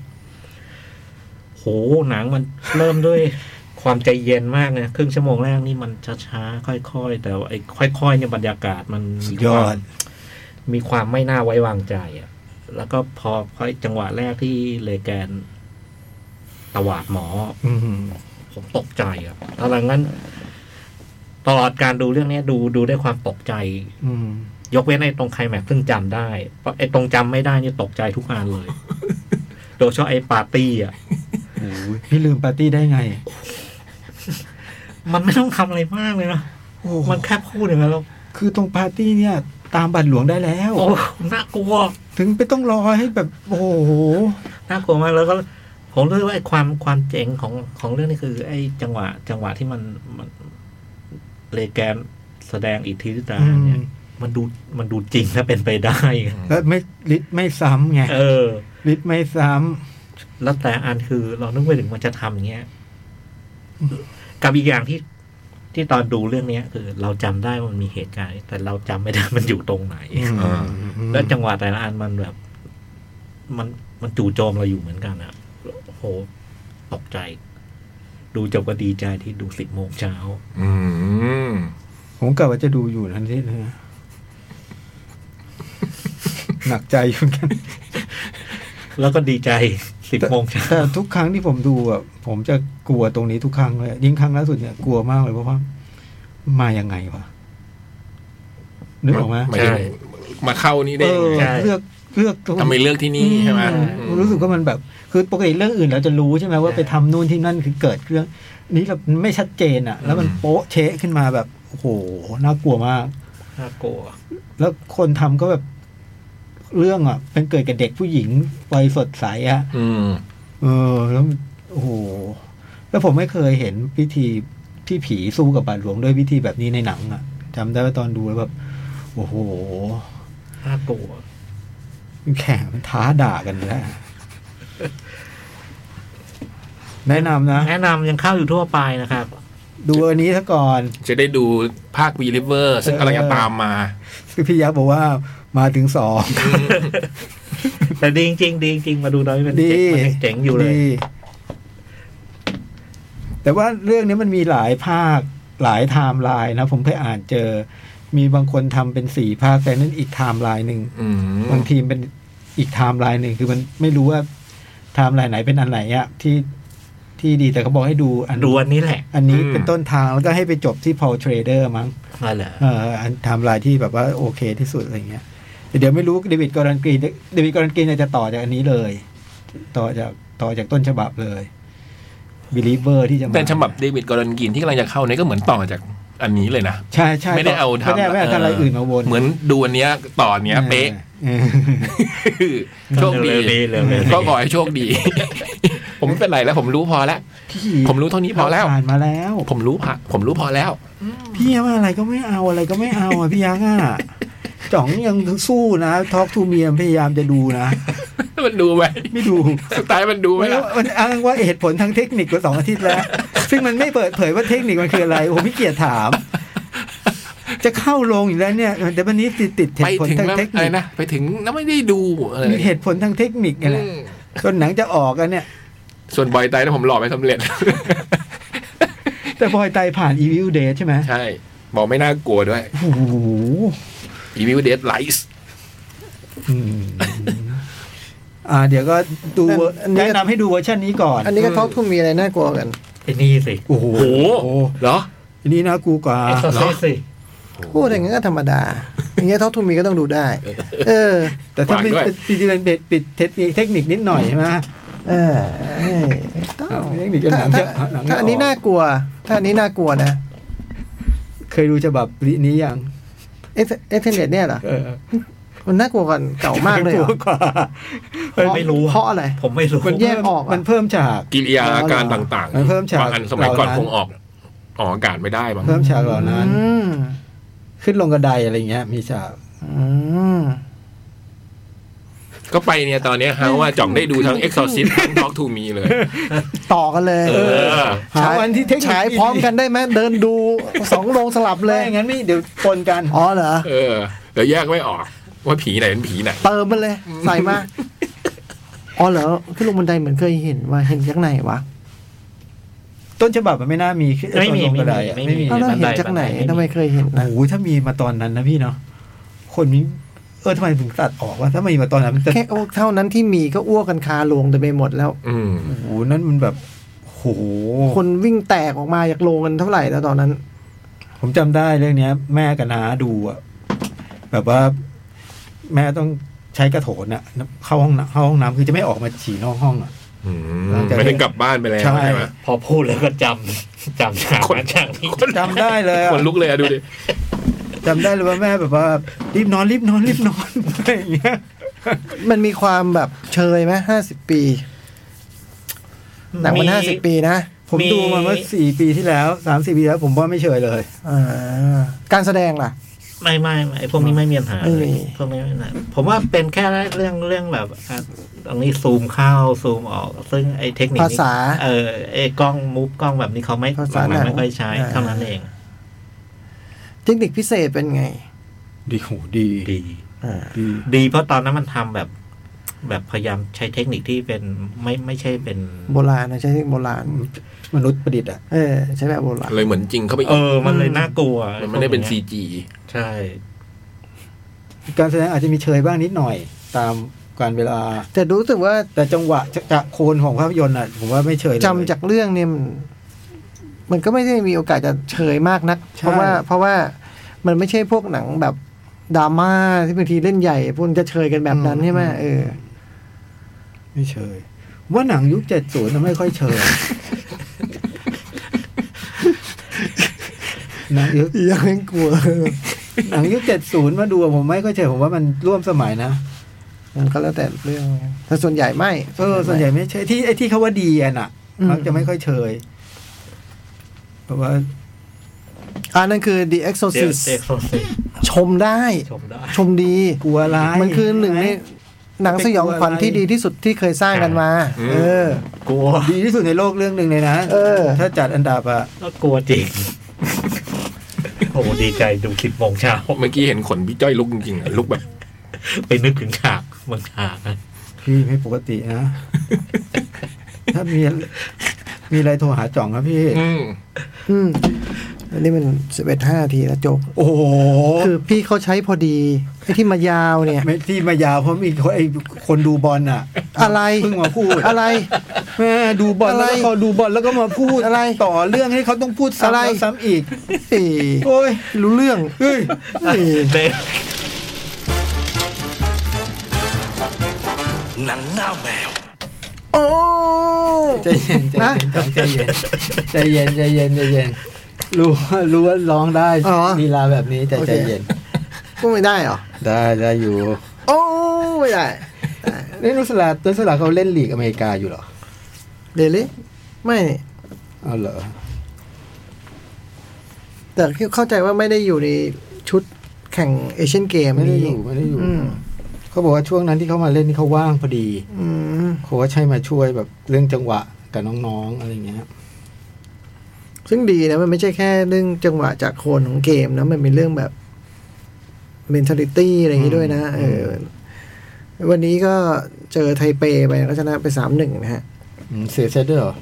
Speaker 4: โหหนังมันเริ่มด้วย ความใจเย็นมากนะครึ่งชั่วโมงแรกนี่มันช้าๆค่อย ๆ แต่ว่าไอ้ค่อยๆเนี่ยบรรยากาศมัน
Speaker 5: สุ
Speaker 4: มี
Speaker 5: ดยว
Speaker 4: คา
Speaker 5: อ
Speaker 4: ม
Speaker 5: ด
Speaker 4: มีความไม่น่าไว้วางใจอะแล้วก็พอพอจังหวะแรกที่เลแกนตวาดหมอ
Speaker 5: อืม
Speaker 4: ผมตกใจอะแล้วหลังนั้น ตลอดการดูเรื่องเนี้ยดูดูได้วยความตกใจ
Speaker 5: อืม
Speaker 4: ยกเว้นไอ้ตรงไคลแม็กซ์ซึ่งจำได้ เพราะไอ้ตรงจำไม่ได้นี่ตกใจทุกอันเลย โดยเฉพาะไอ้ปาร์ตี้อ่ะ
Speaker 5: โอ้ยพี่ลืมปาร์ตี้ได้ไง
Speaker 4: มันไม่ต้องทำอะไรมากเลยนะ
Speaker 5: โอ้
Speaker 4: มันแค่พูดอย่างนั้นแล้ว
Speaker 5: คือตรงปาร์ตี้เนี่ย ตามบัตรหลวงได้แล้ว
Speaker 4: โอ้น่ากลัว
Speaker 5: ถึงไปต้องรอให้แบบ โอ้โห
Speaker 4: น่ากลัวมากแล้วก็ผมรู้สึกว่าไอ้ความความเจ๋งของของเรื่องนี้คือ ไอ้จังหวะ จังหวะที่มันมันเลแกนแสดงอิทธิฤทธิ์ร้ายเนี่ย
Speaker 5: อืม
Speaker 4: มันดูมันดูจริงและเป็นไปได้
Speaker 5: แล้วไม่ลิ์ไม่ซ้ำไง
Speaker 4: เออ
Speaker 5: ลิ์ไม่ซ้
Speaker 4: แล้วแต่อันคือเรานึกไม่ถึงมันจะทำอย่างเงี้ยกับอีกอย่างที่ที่ตอนดูเรื่องเนี้ย คือ เราจำได้ว่ามันมีเหตุการณ์ แต่เราจำไม่ได้มันอยู่ตรงไหน
Speaker 5: ำอืม
Speaker 3: เออ
Speaker 4: แล้วจังหวะแต่ละอันมันแบบ มันมันจู่โจมเราอยู่เหมือนกันอะโอ้โหตกใจ ดูจบก็ดีใจที่ดูสิบโมงเช้า
Speaker 3: อืม
Speaker 5: ผมกะว่าจะดูอยู่ทันทีนะ หนักใจอยู่เหมือนกัน
Speaker 4: แล้วก็ดีใจสิบโมงเช้า
Speaker 5: แต่ ทุกครั้งที่ผมดูอ่ะผมจะกลัวตรงนี้ทุกครั้งเลยยิ่งครั้งล่าสุดเนี่ยกลัวมากเลยเพราะว่ามายังไงวะนึกออกไหม
Speaker 3: หายถึงมาเข้านี่ได้
Speaker 5: เอ
Speaker 3: ยัง
Speaker 5: อ
Speaker 3: ไง
Speaker 5: เลือกเลือกตรง
Speaker 3: ทำไมเลือกที่นี่ใช่ไหม
Speaker 5: อืมรู้สึกว่ามันแบบ คือปกติเรื่องอื่นเราจะรู้ใช่ไหมว่าไปทำนู่นที่นั่นคือเกิดเรื่อง นี้เราไม่ชัดเจนอ่ะ แล้วมันโป๊ะเชะขึ้นมาแบบโอ้โหน่ากลัวมาก
Speaker 4: น่ากลัว
Speaker 5: แล้วคนทำก็แบบเรื่องอ่ะเป็นเกิดกับเด็กผู้หญิงวัยสดใสอ่ะ
Speaker 3: อืม
Speaker 5: เออแล้วมันโอ้โหแล้วผมไม่เคยเห็นพิธีที่ผีสู้กับบาทหลวงด้วยวิธีแบบนี้ในหนังอะ่ะจำได้ว่าตอนดูแล้วแบบ โอ้โห
Speaker 4: น่ากลัว
Speaker 5: แข่งมันท้าด่ากันแล้ว แนะนำนะ
Speaker 4: แนะนำยังเข้าอยู่ทั่วไปนะครับ
Speaker 5: ดูอันนี้ซะก่อน
Speaker 3: จะได้ดูภาควีริเวอร์ ซึ่งกำลังจะตามมา
Speaker 5: คือพี่ยักษ์บอกว่ามาถึงสอง
Speaker 4: แต่ดีจริงๆดีจริงๆมาดูตอนนี้มัน
Speaker 5: ดี
Speaker 4: เจ๋งมันยังเจ๋งอยู่เลย
Speaker 5: ดีแต่ว่าเรื่องนี้มันมีหลายภาคหลายไทม์ไลน์นะ ผมเคยอ่านเจอ มีบางคนทำเป็นสี่ภาคแต่นั่นอีกไทม์ไลน์หนึ่ง
Speaker 3: อืม
Speaker 5: บางทีมเป็นอีกไทม์ไลน์หนึ่งคือมันไม่รู้ว่าไทม์ไลน์ไหนเป็นอันไหนอะที่ที่ดีแต่เขาบอกให้ดูอัน
Speaker 4: ดูอันนี้แหละ
Speaker 5: อันนี้เป็นต้นทางแล้วก็ให้ไปจบที่ Paul Trader มั้ง
Speaker 4: อะไรเหรอ
Speaker 5: เอ่ออันไทม์ไลน์ที่แบบว่าโอเคที่สุดอะไรเงี้ยแต่เดี๋ยวไม่รู้เดวิดกอรันกรีนเดวิดกอรันกรีนเนยจะต่อจากอันนี้เลย ต่อจากต่อจากต้นฉบับเลยบิลีเ e อร์ที่จะมา
Speaker 3: แต่ฉบับเดวิดกอรันกินที่กำลังจะเข้าเนี่ยก็เหมือนต่อจากอันนี้เลยนะ
Speaker 5: ใช่ใช่
Speaker 3: ไม่ได้เอาทำ
Speaker 5: ไม่ได้ไม่ได้ทำอะไรอื่นมาวน
Speaker 3: เหมือนดูอันเนี้ยต่ออันเนี้ยเป๊ะ
Speaker 5: ออ
Speaker 3: โชคดี
Speaker 4: เลยเลย
Speaker 3: ก็ขอให้โชคดี ผมไม่เป็นไรแล้วผมรู้พอแล้ว
Speaker 5: พี่
Speaker 3: ผมรู้เท่านี้พอแล้ว
Speaker 5: ผ่านมาแล้ว
Speaker 3: ผมรู้พอผมรู้พอแล้ว
Speaker 5: พี่ว่าอะไรก็ไม่เอาอะไรก็ไม่เอาอ่ะ พี่ยักษ์อ่ะจ๋องยังสู้นะทอกทูเมียพยายามจะดูนะ
Speaker 3: มันดูไหม
Speaker 5: ไม่ดู
Speaker 3: สุดท้ายมันดูไหมล่ะ
Speaker 5: มันอ้างว่าเหตุผลทางเทคนิคกว่าสองอาทิตย์แล้ว ซึ่งมันไม่เปิดเผยว่าเทคนิคมันคืออะไรผมไม่เกียดถาม จะเข้าลงอยู่แล้วเนี่ยแต่วันนี้ติดติดเห
Speaker 3: ไป
Speaker 5: ตุผล
Speaker 3: ถึง
Speaker 5: ทาง
Speaker 3: แล้ว
Speaker 5: เทค
Speaker 3: อะ
Speaker 5: นิ
Speaker 3: ไร
Speaker 5: ค
Speaker 3: นะไปถึงแล้วไม่ได้ดูอะไร
Speaker 5: มีเหตุผลทางเทคนิคไง
Speaker 3: อื
Speaker 5: แหละ
Speaker 3: ม
Speaker 5: จนหนังจะออกกันเนี่ย
Speaker 3: ส่วนบอยไตนะผมหล่อไม่สำเร็จ
Speaker 5: แต่บอยไตผ่านอีวิวเดย์ใช่ไหม
Speaker 3: ใช่บอกไม่น่ากลัวด้วย
Speaker 5: โอ้โห
Speaker 3: อีวิวเดดไลท์
Speaker 5: อืมอ่า เดี๋ยวก็ดูเวอร์
Speaker 2: อันนี้ก็
Speaker 5: แนะนำให้ดูเวอร์ชันนี้ก่อน
Speaker 2: อันนี้ก็ทอกทุ่มมีอะไรน่ากลัวกัน
Speaker 4: ไอ้นี่สิ
Speaker 5: โอ้โห
Speaker 3: โอ้โหเหรอ
Speaker 5: อันนี้นะกูกว่า
Speaker 4: ไอ้ซอสเซสสิ
Speaker 2: พูดอย่างนั้นก็ธรรมดา อย่างเงี้ยทอกทุ่มมีก็ต้องดูได้ เออ
Speaker 5: แต่ถ้าเป็น
Speaker 3: ฝากด้วย
Speaker 5: ปิดเป็นเบ็ดปิดเทคนิคเทคนิคนิดหน่อยใช่ไหม
Speaker 2: เออเอ้ยต้อง
Speaker 5: เอาเทคนิคจนหนัง
Speaker 2: ถ้า
Speaker 5: จะหนังจะออก
Speaker 2: ถ้าอันนี้น่ากลัว ถ้าอันนี้น่ากลัวนะ
Speaker 5: เคยดูฉบับนี้ยัง
Speaker 2: เอฟเอฟเฟนเน็ตเนี่ยเหรอ
Speaker 5: เออ
Speaker 2: มันน่ากลัวกันเก่ามากเลยเหรอ
Speaker 5: กูกว่า
Speaker 4: เอ้ยไม่รู้
Speaker 2: เพราะอะไร
Speaker 4: ผมไม่รู้
Speaker 2: มันแยกออกอะ
Speaker 5: มันเพิ่มฉาก
Speaker 3: กิริยาอาการต่าง
Speaker 5: มันเพิ่มฉาก
Speaker 3: บางอันสมัยก่อน
Speaker 5: เหล่านั้น
Speaker 3: คงออกออกอากาศไม่ได้บาง
Speaker 5: เพิ่มฉากเหล่านั้น
Speaker 2: อืม
Speaker 5: ขึ้นลงกระไดอะไรเงี้ย มีฉาก
Speaker 2: อืม
Speaker 3: ก็ไปเนี่ยตอนเนี้ยฮะว่าจ่องได้ดูทั้ง Exorcist ทั้ง Talk to Me เลย
Speaker 2: ต่อกันเลย
Speaker 3: เออ
Speaker 5: หาวันที่เทคนิค
Speaker 2: ฉายพร้อมกันได้ไหมเดินดูสองโรงสลับ
Speaker 5: เล
Speaker 2: เลย ย
Speaker 5: งั้นไม่เดี๋ยวปนกัน
Speaker 2: อ๋อเหรอ
Speaker 3: เออเดี๋ยวแยกไม่ออก ว่าผีไหนเป็นผีไหน
Speaker 2: เติมมันเลย ใส่มา อ๋อเหรอขึ้นลงบันไดเหมือนเคยเห็นว่าเห็นจากไหนวะ
Speaker 5: ต้นฉบับมันไม่น่ามีขึ้น
Speaker 4: ไม่มี
Speaker 5: ตอนลงกระไดอะ
Speaker 4: ไม่มี
Speaker 5: ไม่มี
Speaker 2: เอ้าแล้วเห็นจากไหนทำไมเคยเห็นนะ
Speaker 5: โอ้โหถ้ามีมาตอนนั้นนะพี่เนาะคนนี้เออทำไมถึงตัดออกวะถ้ามีมาตอนนั้นมันจะ
Speaker 2: แค่เท่านั้นที่มีก็อ้วกกันคาโรงแต่ไปหมดแล้ว
Speaker 3: อืม
Speaker 5: โอ้โหนั่นมันแบบโห
Speaker 2: คนวิ่งแตกออกมาจากโรงกันเท่าไหร่แล้วตอนนั้น
Speaker 5: ผมจำได้เรื่องเนี้ย แม่กับน้าดูอะแบบว่า แม่ต้อง ใช้กระโถนอะเข้าห้องน้ำเข้าห้องน้ำคือจะไม่ออกมาฉี่นอกห้องอะ
Speaker 3: อืม
Speaker 5: หลังจาก
Speaker 3: ไม่ได้กลับบ้านไปแล้ว
Speaker 5: ใช่
Speaker 3: ใช่ไหม
Speaker 4: พอพูดแล้วก็จำจำ ฉาก
Speaker 3: คน
Speaker 4: นั้นฉากนี้
Speaker 5: จำได้เลยอะ
Speaker 3: คนลุกเลยอะดูดิ
Speaker 5: จำได้เลยว่าแม่แบบว่า รีบนอนรีบนอนรีบนอนอะไรอย่างเงี้ย
Speaker 2: มันมีความแบบเชยไหมห้าสิบปีหนังมันห้าสิบปีนะ
Speaker 5: ผมดูมันเมื่อสี่ปีที่แล้วสามสี่ปีแล้วผมว่าไม่เฉยเลย
Speaker 2: อ่าการแสดงล่ะ
Speaker 4: ไม่ไม่ไม่ไอ้พวกนี้ไม่มีปัญหา
Speaker 2: ไม่มี
Speaker 4: พวกนี้ไม่มีปัญหาผมว่าเป็นแค่เรื่องเรื่องแบบอ่ะตรงนี้ซูมเข้าซูมออก ซึ่งไอ้เทคนิคนี้
Speaker 2: ภาษา
Speaker 4: เออไอ้กล้องมูฟกล้องแบบนี้เขาไม่
Speaker 2: ภาษาหนัง
Speaker 4: มันไม่ค่อยใช้
Speaker 2: อ่า
Speaker 4: เท่านั้นเอง
Speaker 2: เทคนิคพิเศษเป็นไง
Speaker 5: ดีโหดี
Speaker 4: ดี
Speaker 2: อ่า
Speaker 5: ดี
Speaker 4: ดีเพราะตอนนั้นมันทำแบบ แบบพยายามใช้เทคนิคที่เป็นไม่ไม่ใช่เป็น
Speaker 2: โบราณนะใช้เทคนิคโบราณ
Speaker 5: มนุษย์ประดิษฐ์อ่ะ
Speaker 2: เออ ใช้แบบโบราณ
Speaker 3: เลยเหมือนจริงเข้าไป
Speaker 4: เอ
Speaker 3: อีก
Speaker 4: อ มันเลยน่ากลัว
Speaker 3: มันไม่ได้เป็นซีจี
Speaker 4: ใช่
Speaker 5: การแสดงอาจจะมีเฉยบ้างนิดหน่อย ตามการเวลา
Speaker 2: แต่รู้สึกว่า
Speaker 5: แต่จังหวะจะกะโคนของภาพยนตร์อ่ะ ผมว่าไม่เฉยเลย
Speaker 2: จำจากเรื่องเนี่ยมันมันก็ไม่ได้มีโอกาสจะเฉยมากนัก
Speaker 5: ใช่
Speaker 2: เพราะว่า เพราะว่ามันไม่ใช่พวกหนังแบบดราม่าที่บางทีเล่นใหญ่ พวกมันจะเฉยกันแบบนั้นใช่ไหมเออ
Speaker 5: ไม่เฉยว่าหนังยุคเจ็ดศูนย์ไม่ค่อยเฉยหนังยุค
Speaker 2: ยังไม่กลัว
Speaker 5: หนังยุคเจ็ดศูนย์มาดูอะผมไม่ค่อยเฉยผมว่ามันร่วมสมัยนะ
Speaker 2: มันก็แล้วแต่เรื่องแต่ส่วนใหญ่ไม่
Speaker 5: เออส่วนใหญ่ไม่เฉยที่ไอ้ที่เขาว่าดีอะน่ะ
Speaker 2: อืม
Speaker 5: มักจะไม่ค่อยเฉยเพราะว่า
Speaker 2: อ่านั่นคือ The
Speaker 4: เด็ก
Speaker 2: Exorcist
Speaker 4: เด็กโซเซ
Speaker 2: ชมได้
Speaker 4: ชมได้
Speaker 2: ชมดี
Speaker 5: กลัวร้าย
Speaker 2: มันคือหนึ่งในหนังสยองขวัญที่ดีที่สุดที่เคยสร้างกันมา
Speaker 3: อืม
Speaker 2: เออ
Speaker 4: กลัว
Speaker 5: ดีที่สุดในโลกเรื่องหนึ่งเลยนะ
Speaker 2: เออ
Speaker 5: ถ้าจัดอันดับอะ
Speaker 4: ก็กลัวจริง โอ้โหดีใจดูคลิปโมงเช้า
Speaker 3: เมื่อกี้เห็นขนพี่จ้อยลุกจริงๆอะลุกแบบ
Speaker 4: ไปนึกถึงฉากเมืองฉากนะ
Speaker 5: พี่ไม่ปกตินะ ถ้ามีมีอะไรโทรหาจ่องครับพี่
Speaker 3: อืม
Speaker 2: อืมอันนี้มันสิบเอ็ดห้าทีแล้วจบ
Speaker 5: โอ้โห
Speaker 2: คือพี่เขาใช้พอดีไอ้ที่มายาวเนี่ย
Speaker 5: ไม่ที่มายาวเพราะมีคนไอ้คนดูบอลน่ะ
Speaker 2: อะไร
Speaker 5: เพิ่งมาพูด
Speaker 2: อะไร
Speaker 5: แม่ดูบอล
Speaker 2: อะไร
Speaker 5: แล้วก็พอดูบอลแล้วก็มาพูด
Speaker 2: อะไร
Speaker 5: ต่อเรื่องให้เขาต้องพูดซ้ำ
Speaker 2: อะไร
Speaker 5: แล้วซ้ำอีก
Speaker 2: เอ้ย
Speaker 5: โอ้ย
Speaker 2: รู้เรื่อง
Speaker 5: เฮ้ย
Speaker 2: เอ้ย
Speaker 4: เด็ก
Speaker 2: โอ้
Speaker 5: ใจเย็น ใจ
Speaker 2: นะ
Speaker 5: เย็นจ่องใจเย็นใจเย็ นใจเย็นใจเย็นรู้ว่ารู้ว่าร้องได้
Speaker 2: อ๋อ
Speaker 5: ลีลาแบบนี้แต่
Speaker 2: โอเค
Speaker 5: ใจเย็น
Speaker 2: ก็ไม่ได้เหรอ
Speaker 5: ได้ได้อยู่
Speaker 2: โอ้ไม่ได้
Speaker 5: นี่นุสลานุสลาเขาเล่นลีกอเมริกาอยู่เหรอ
Speaker 2: เดลิไม่นี่
Speaker 5: เอาเหรอ
Speaker 2: แต่เข้าใจว่าไม่ได้อยู่ในชุดแข่งเอเชียนเกม
Speaker 5: ไม่ได้
Speaker 2: นี้
Speaker 5: อยู่ไม่ได้อยู่
Speaker 2: อืม
Speaker 5: เขาบอกว่าช่วงนั้นที่เขามาเล่นนี่เขาว่างพอดี
Speaker 2: อืม
Speaker 5: เขาว่าใช่มาช่วยแบบเรื่องจังหวะกับน้องๆอะไรอย่างเงี้ย
Speaker 2: ซึ่งดีนะมันไม่ใช่แค่เรื่องจังหวะจากโคนของเกมนะมันเป็นเรื่องแบบ mentality อะไรอย่างนี้ด้วยนะเอออวันนี้ก็เจอไทเปไปก็ชนะไปสามหนึ่งนะฮะ
Speaker 5: อืมเสียเซตด้วยเหรอ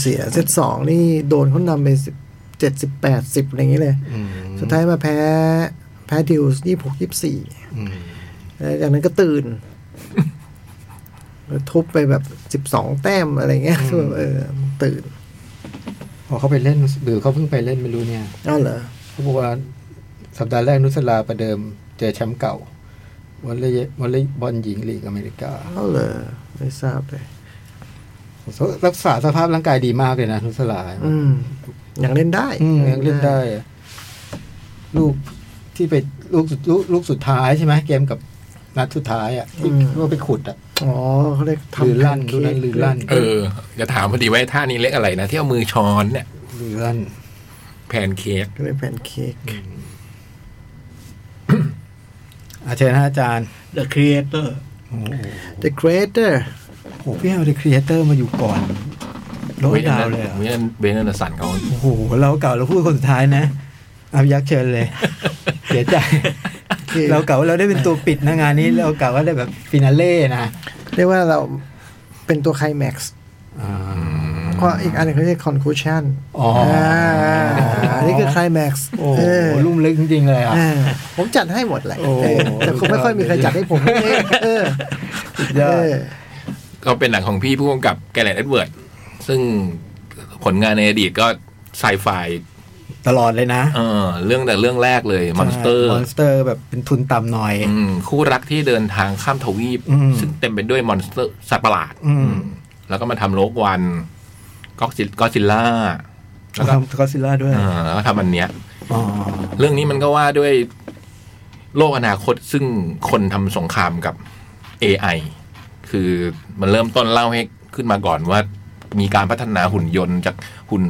Speaker 2: เสียเซตสองนี่โดนเขานำไปสิบเจ็ดสิบแปดสิบอะไรอย่างนี้เลย
Speaker 5: อืม
Speaker 2: สุดท้ายมาแพ้แพ้ดิวส์ยี่หกยี่สี่
Speaker 5: อืม
Speaker 2: แล้วจากนั้นก็ตื่ นแล้วทุบไปแบบสิบสองแต้มอะไรเงี้ยคือแบบเออ ตื่น
Speaker 5: พอเขาไปเล่นหรือเขาเพิ่งไปเล่นไม่รู้เนี่ย
Speaker 2: อ้าวเหรอ
Speaker 5: เขาบอกว่าสัปดาห์แรกนุสลาประเดิมเจอแชมป์เก่า วันเลย์วันเลย์บอลหญิงลีกอเมริกา
Speaker 2: อ้าวเหรอไม่ทราบเลย
Speaker 5: รักษาสภาพร่างกายดีมากเลยนะนุสลา
Speaker 2: อืมยังเล่นได้
Speaker 5: อืมยังเล่นได้อะลูกที่ไปลูกสุดลูกลูกสุดท้ายใช่ไหมเกมกับนัดสุดท้ายอ่ะที่ว่าไปขุดอ่ะ
Speaker 2: อ๋อเขาเรียก
Speaker 5: หรือ
Speaker 2: ทำ
Speaker 5: ลั่นลูกนั้นหรือลั่น
Speaker 3: เออ จะถามพอดีว่าไอ้ท่านี้เล็กอะไรนะที่เอามือช้อนเนี่ย
Speaker 5: หรือลั่น
Speaker 3: แพนเค้ก
Speaker 2: เขาเรียกแพนเค้ก
Speaker 5: อาเชิญนะอาจารย์
Speaker 4: The Creator
Speaker 5: โอ้โห
Speaker 2: เดอะครีเอเตอร์
Speaker 5: โอ้โหพี่เอาเดอะครีเอเตอร์มาอยู่ก่อนโลดดาวน์เลยอะ
Speaker 3: เวนเบนนสันเขา
Speaker 5: โอ้โห เราเก่าเราพูดคนสุดท้ายนะอายักษ์เชิญเลย เสียใจ เราเก่าว่าเราได้เป็นตัวปิดนะงานนี้ เราเก่าว่าได้แบบฟินาเล่นะ
Speaker 2: เรียกว่าเราเป็นตัวไคลแม็กซ์
Speaker 5: อ่า
Speaker 2: ก็อีกอันหนึงเขาเรียก conclusion
Speaker 5: อ๋ออ่
Speaker 2: อันนี้คือ climax
Speaker 5: โอ้โห
Speaker 2: เออ
Speaker 5: ลุ่มลึกจริงๆเลยอ่ะ
Speaker 2: อ่าผมจัดให้หมดแหละ
Speaker 5: โอ้โห
Speaker 2: เออแต่คงไม่ค่อยมีใครจัดให้ผมเออ
Speaker 5: สุดย
Speaker 2: เอ
Speaker 5: อด
Speaker 2: อ
Speaker 3: ก็เป็นหนังของพี่ผู้กำกับแกเรตเอ็ดเวิร์ด ซึ่งผลงานในอดีตก็ไซไฟ
Speaker 5: ตลอดเลยนะ
Speaker 3: เออ เรื่องแต่เรื่องแรกเลยมอนสเตอร์
Speaker 5: มอนสเตอร์แบบเป็นทุนต่ำหน่อย
Speaker 3: อืมคู่รักที่เดินทางข้ามทวีป
Speaker 5: อืม
Speaker 3: ซึ่งเต็มไปด้วยมอนสเตอร์สัตว์ประหลาด
Speaker 5: อืม
Speaker 3: แล้วก็มาทำโลกวันก็ซิก็ซิลล่าแล้วก็
Speaker 5: ทำก็ซิลล่าด้วย
Speaker 3: เออแล้วก็ทำอันเนี้ย
Speaker 5: อ๋อ
Speaker 3: เรื่องนี้มันก็ว่าด้วยโลกอนาคตซึ่งคนทำสงครามกับ AI คือมันเริ่มต้นเล่าให้ขึ้นมาก่อนว่า มีการพัฒนาหุ่นยนต์จากหุ่น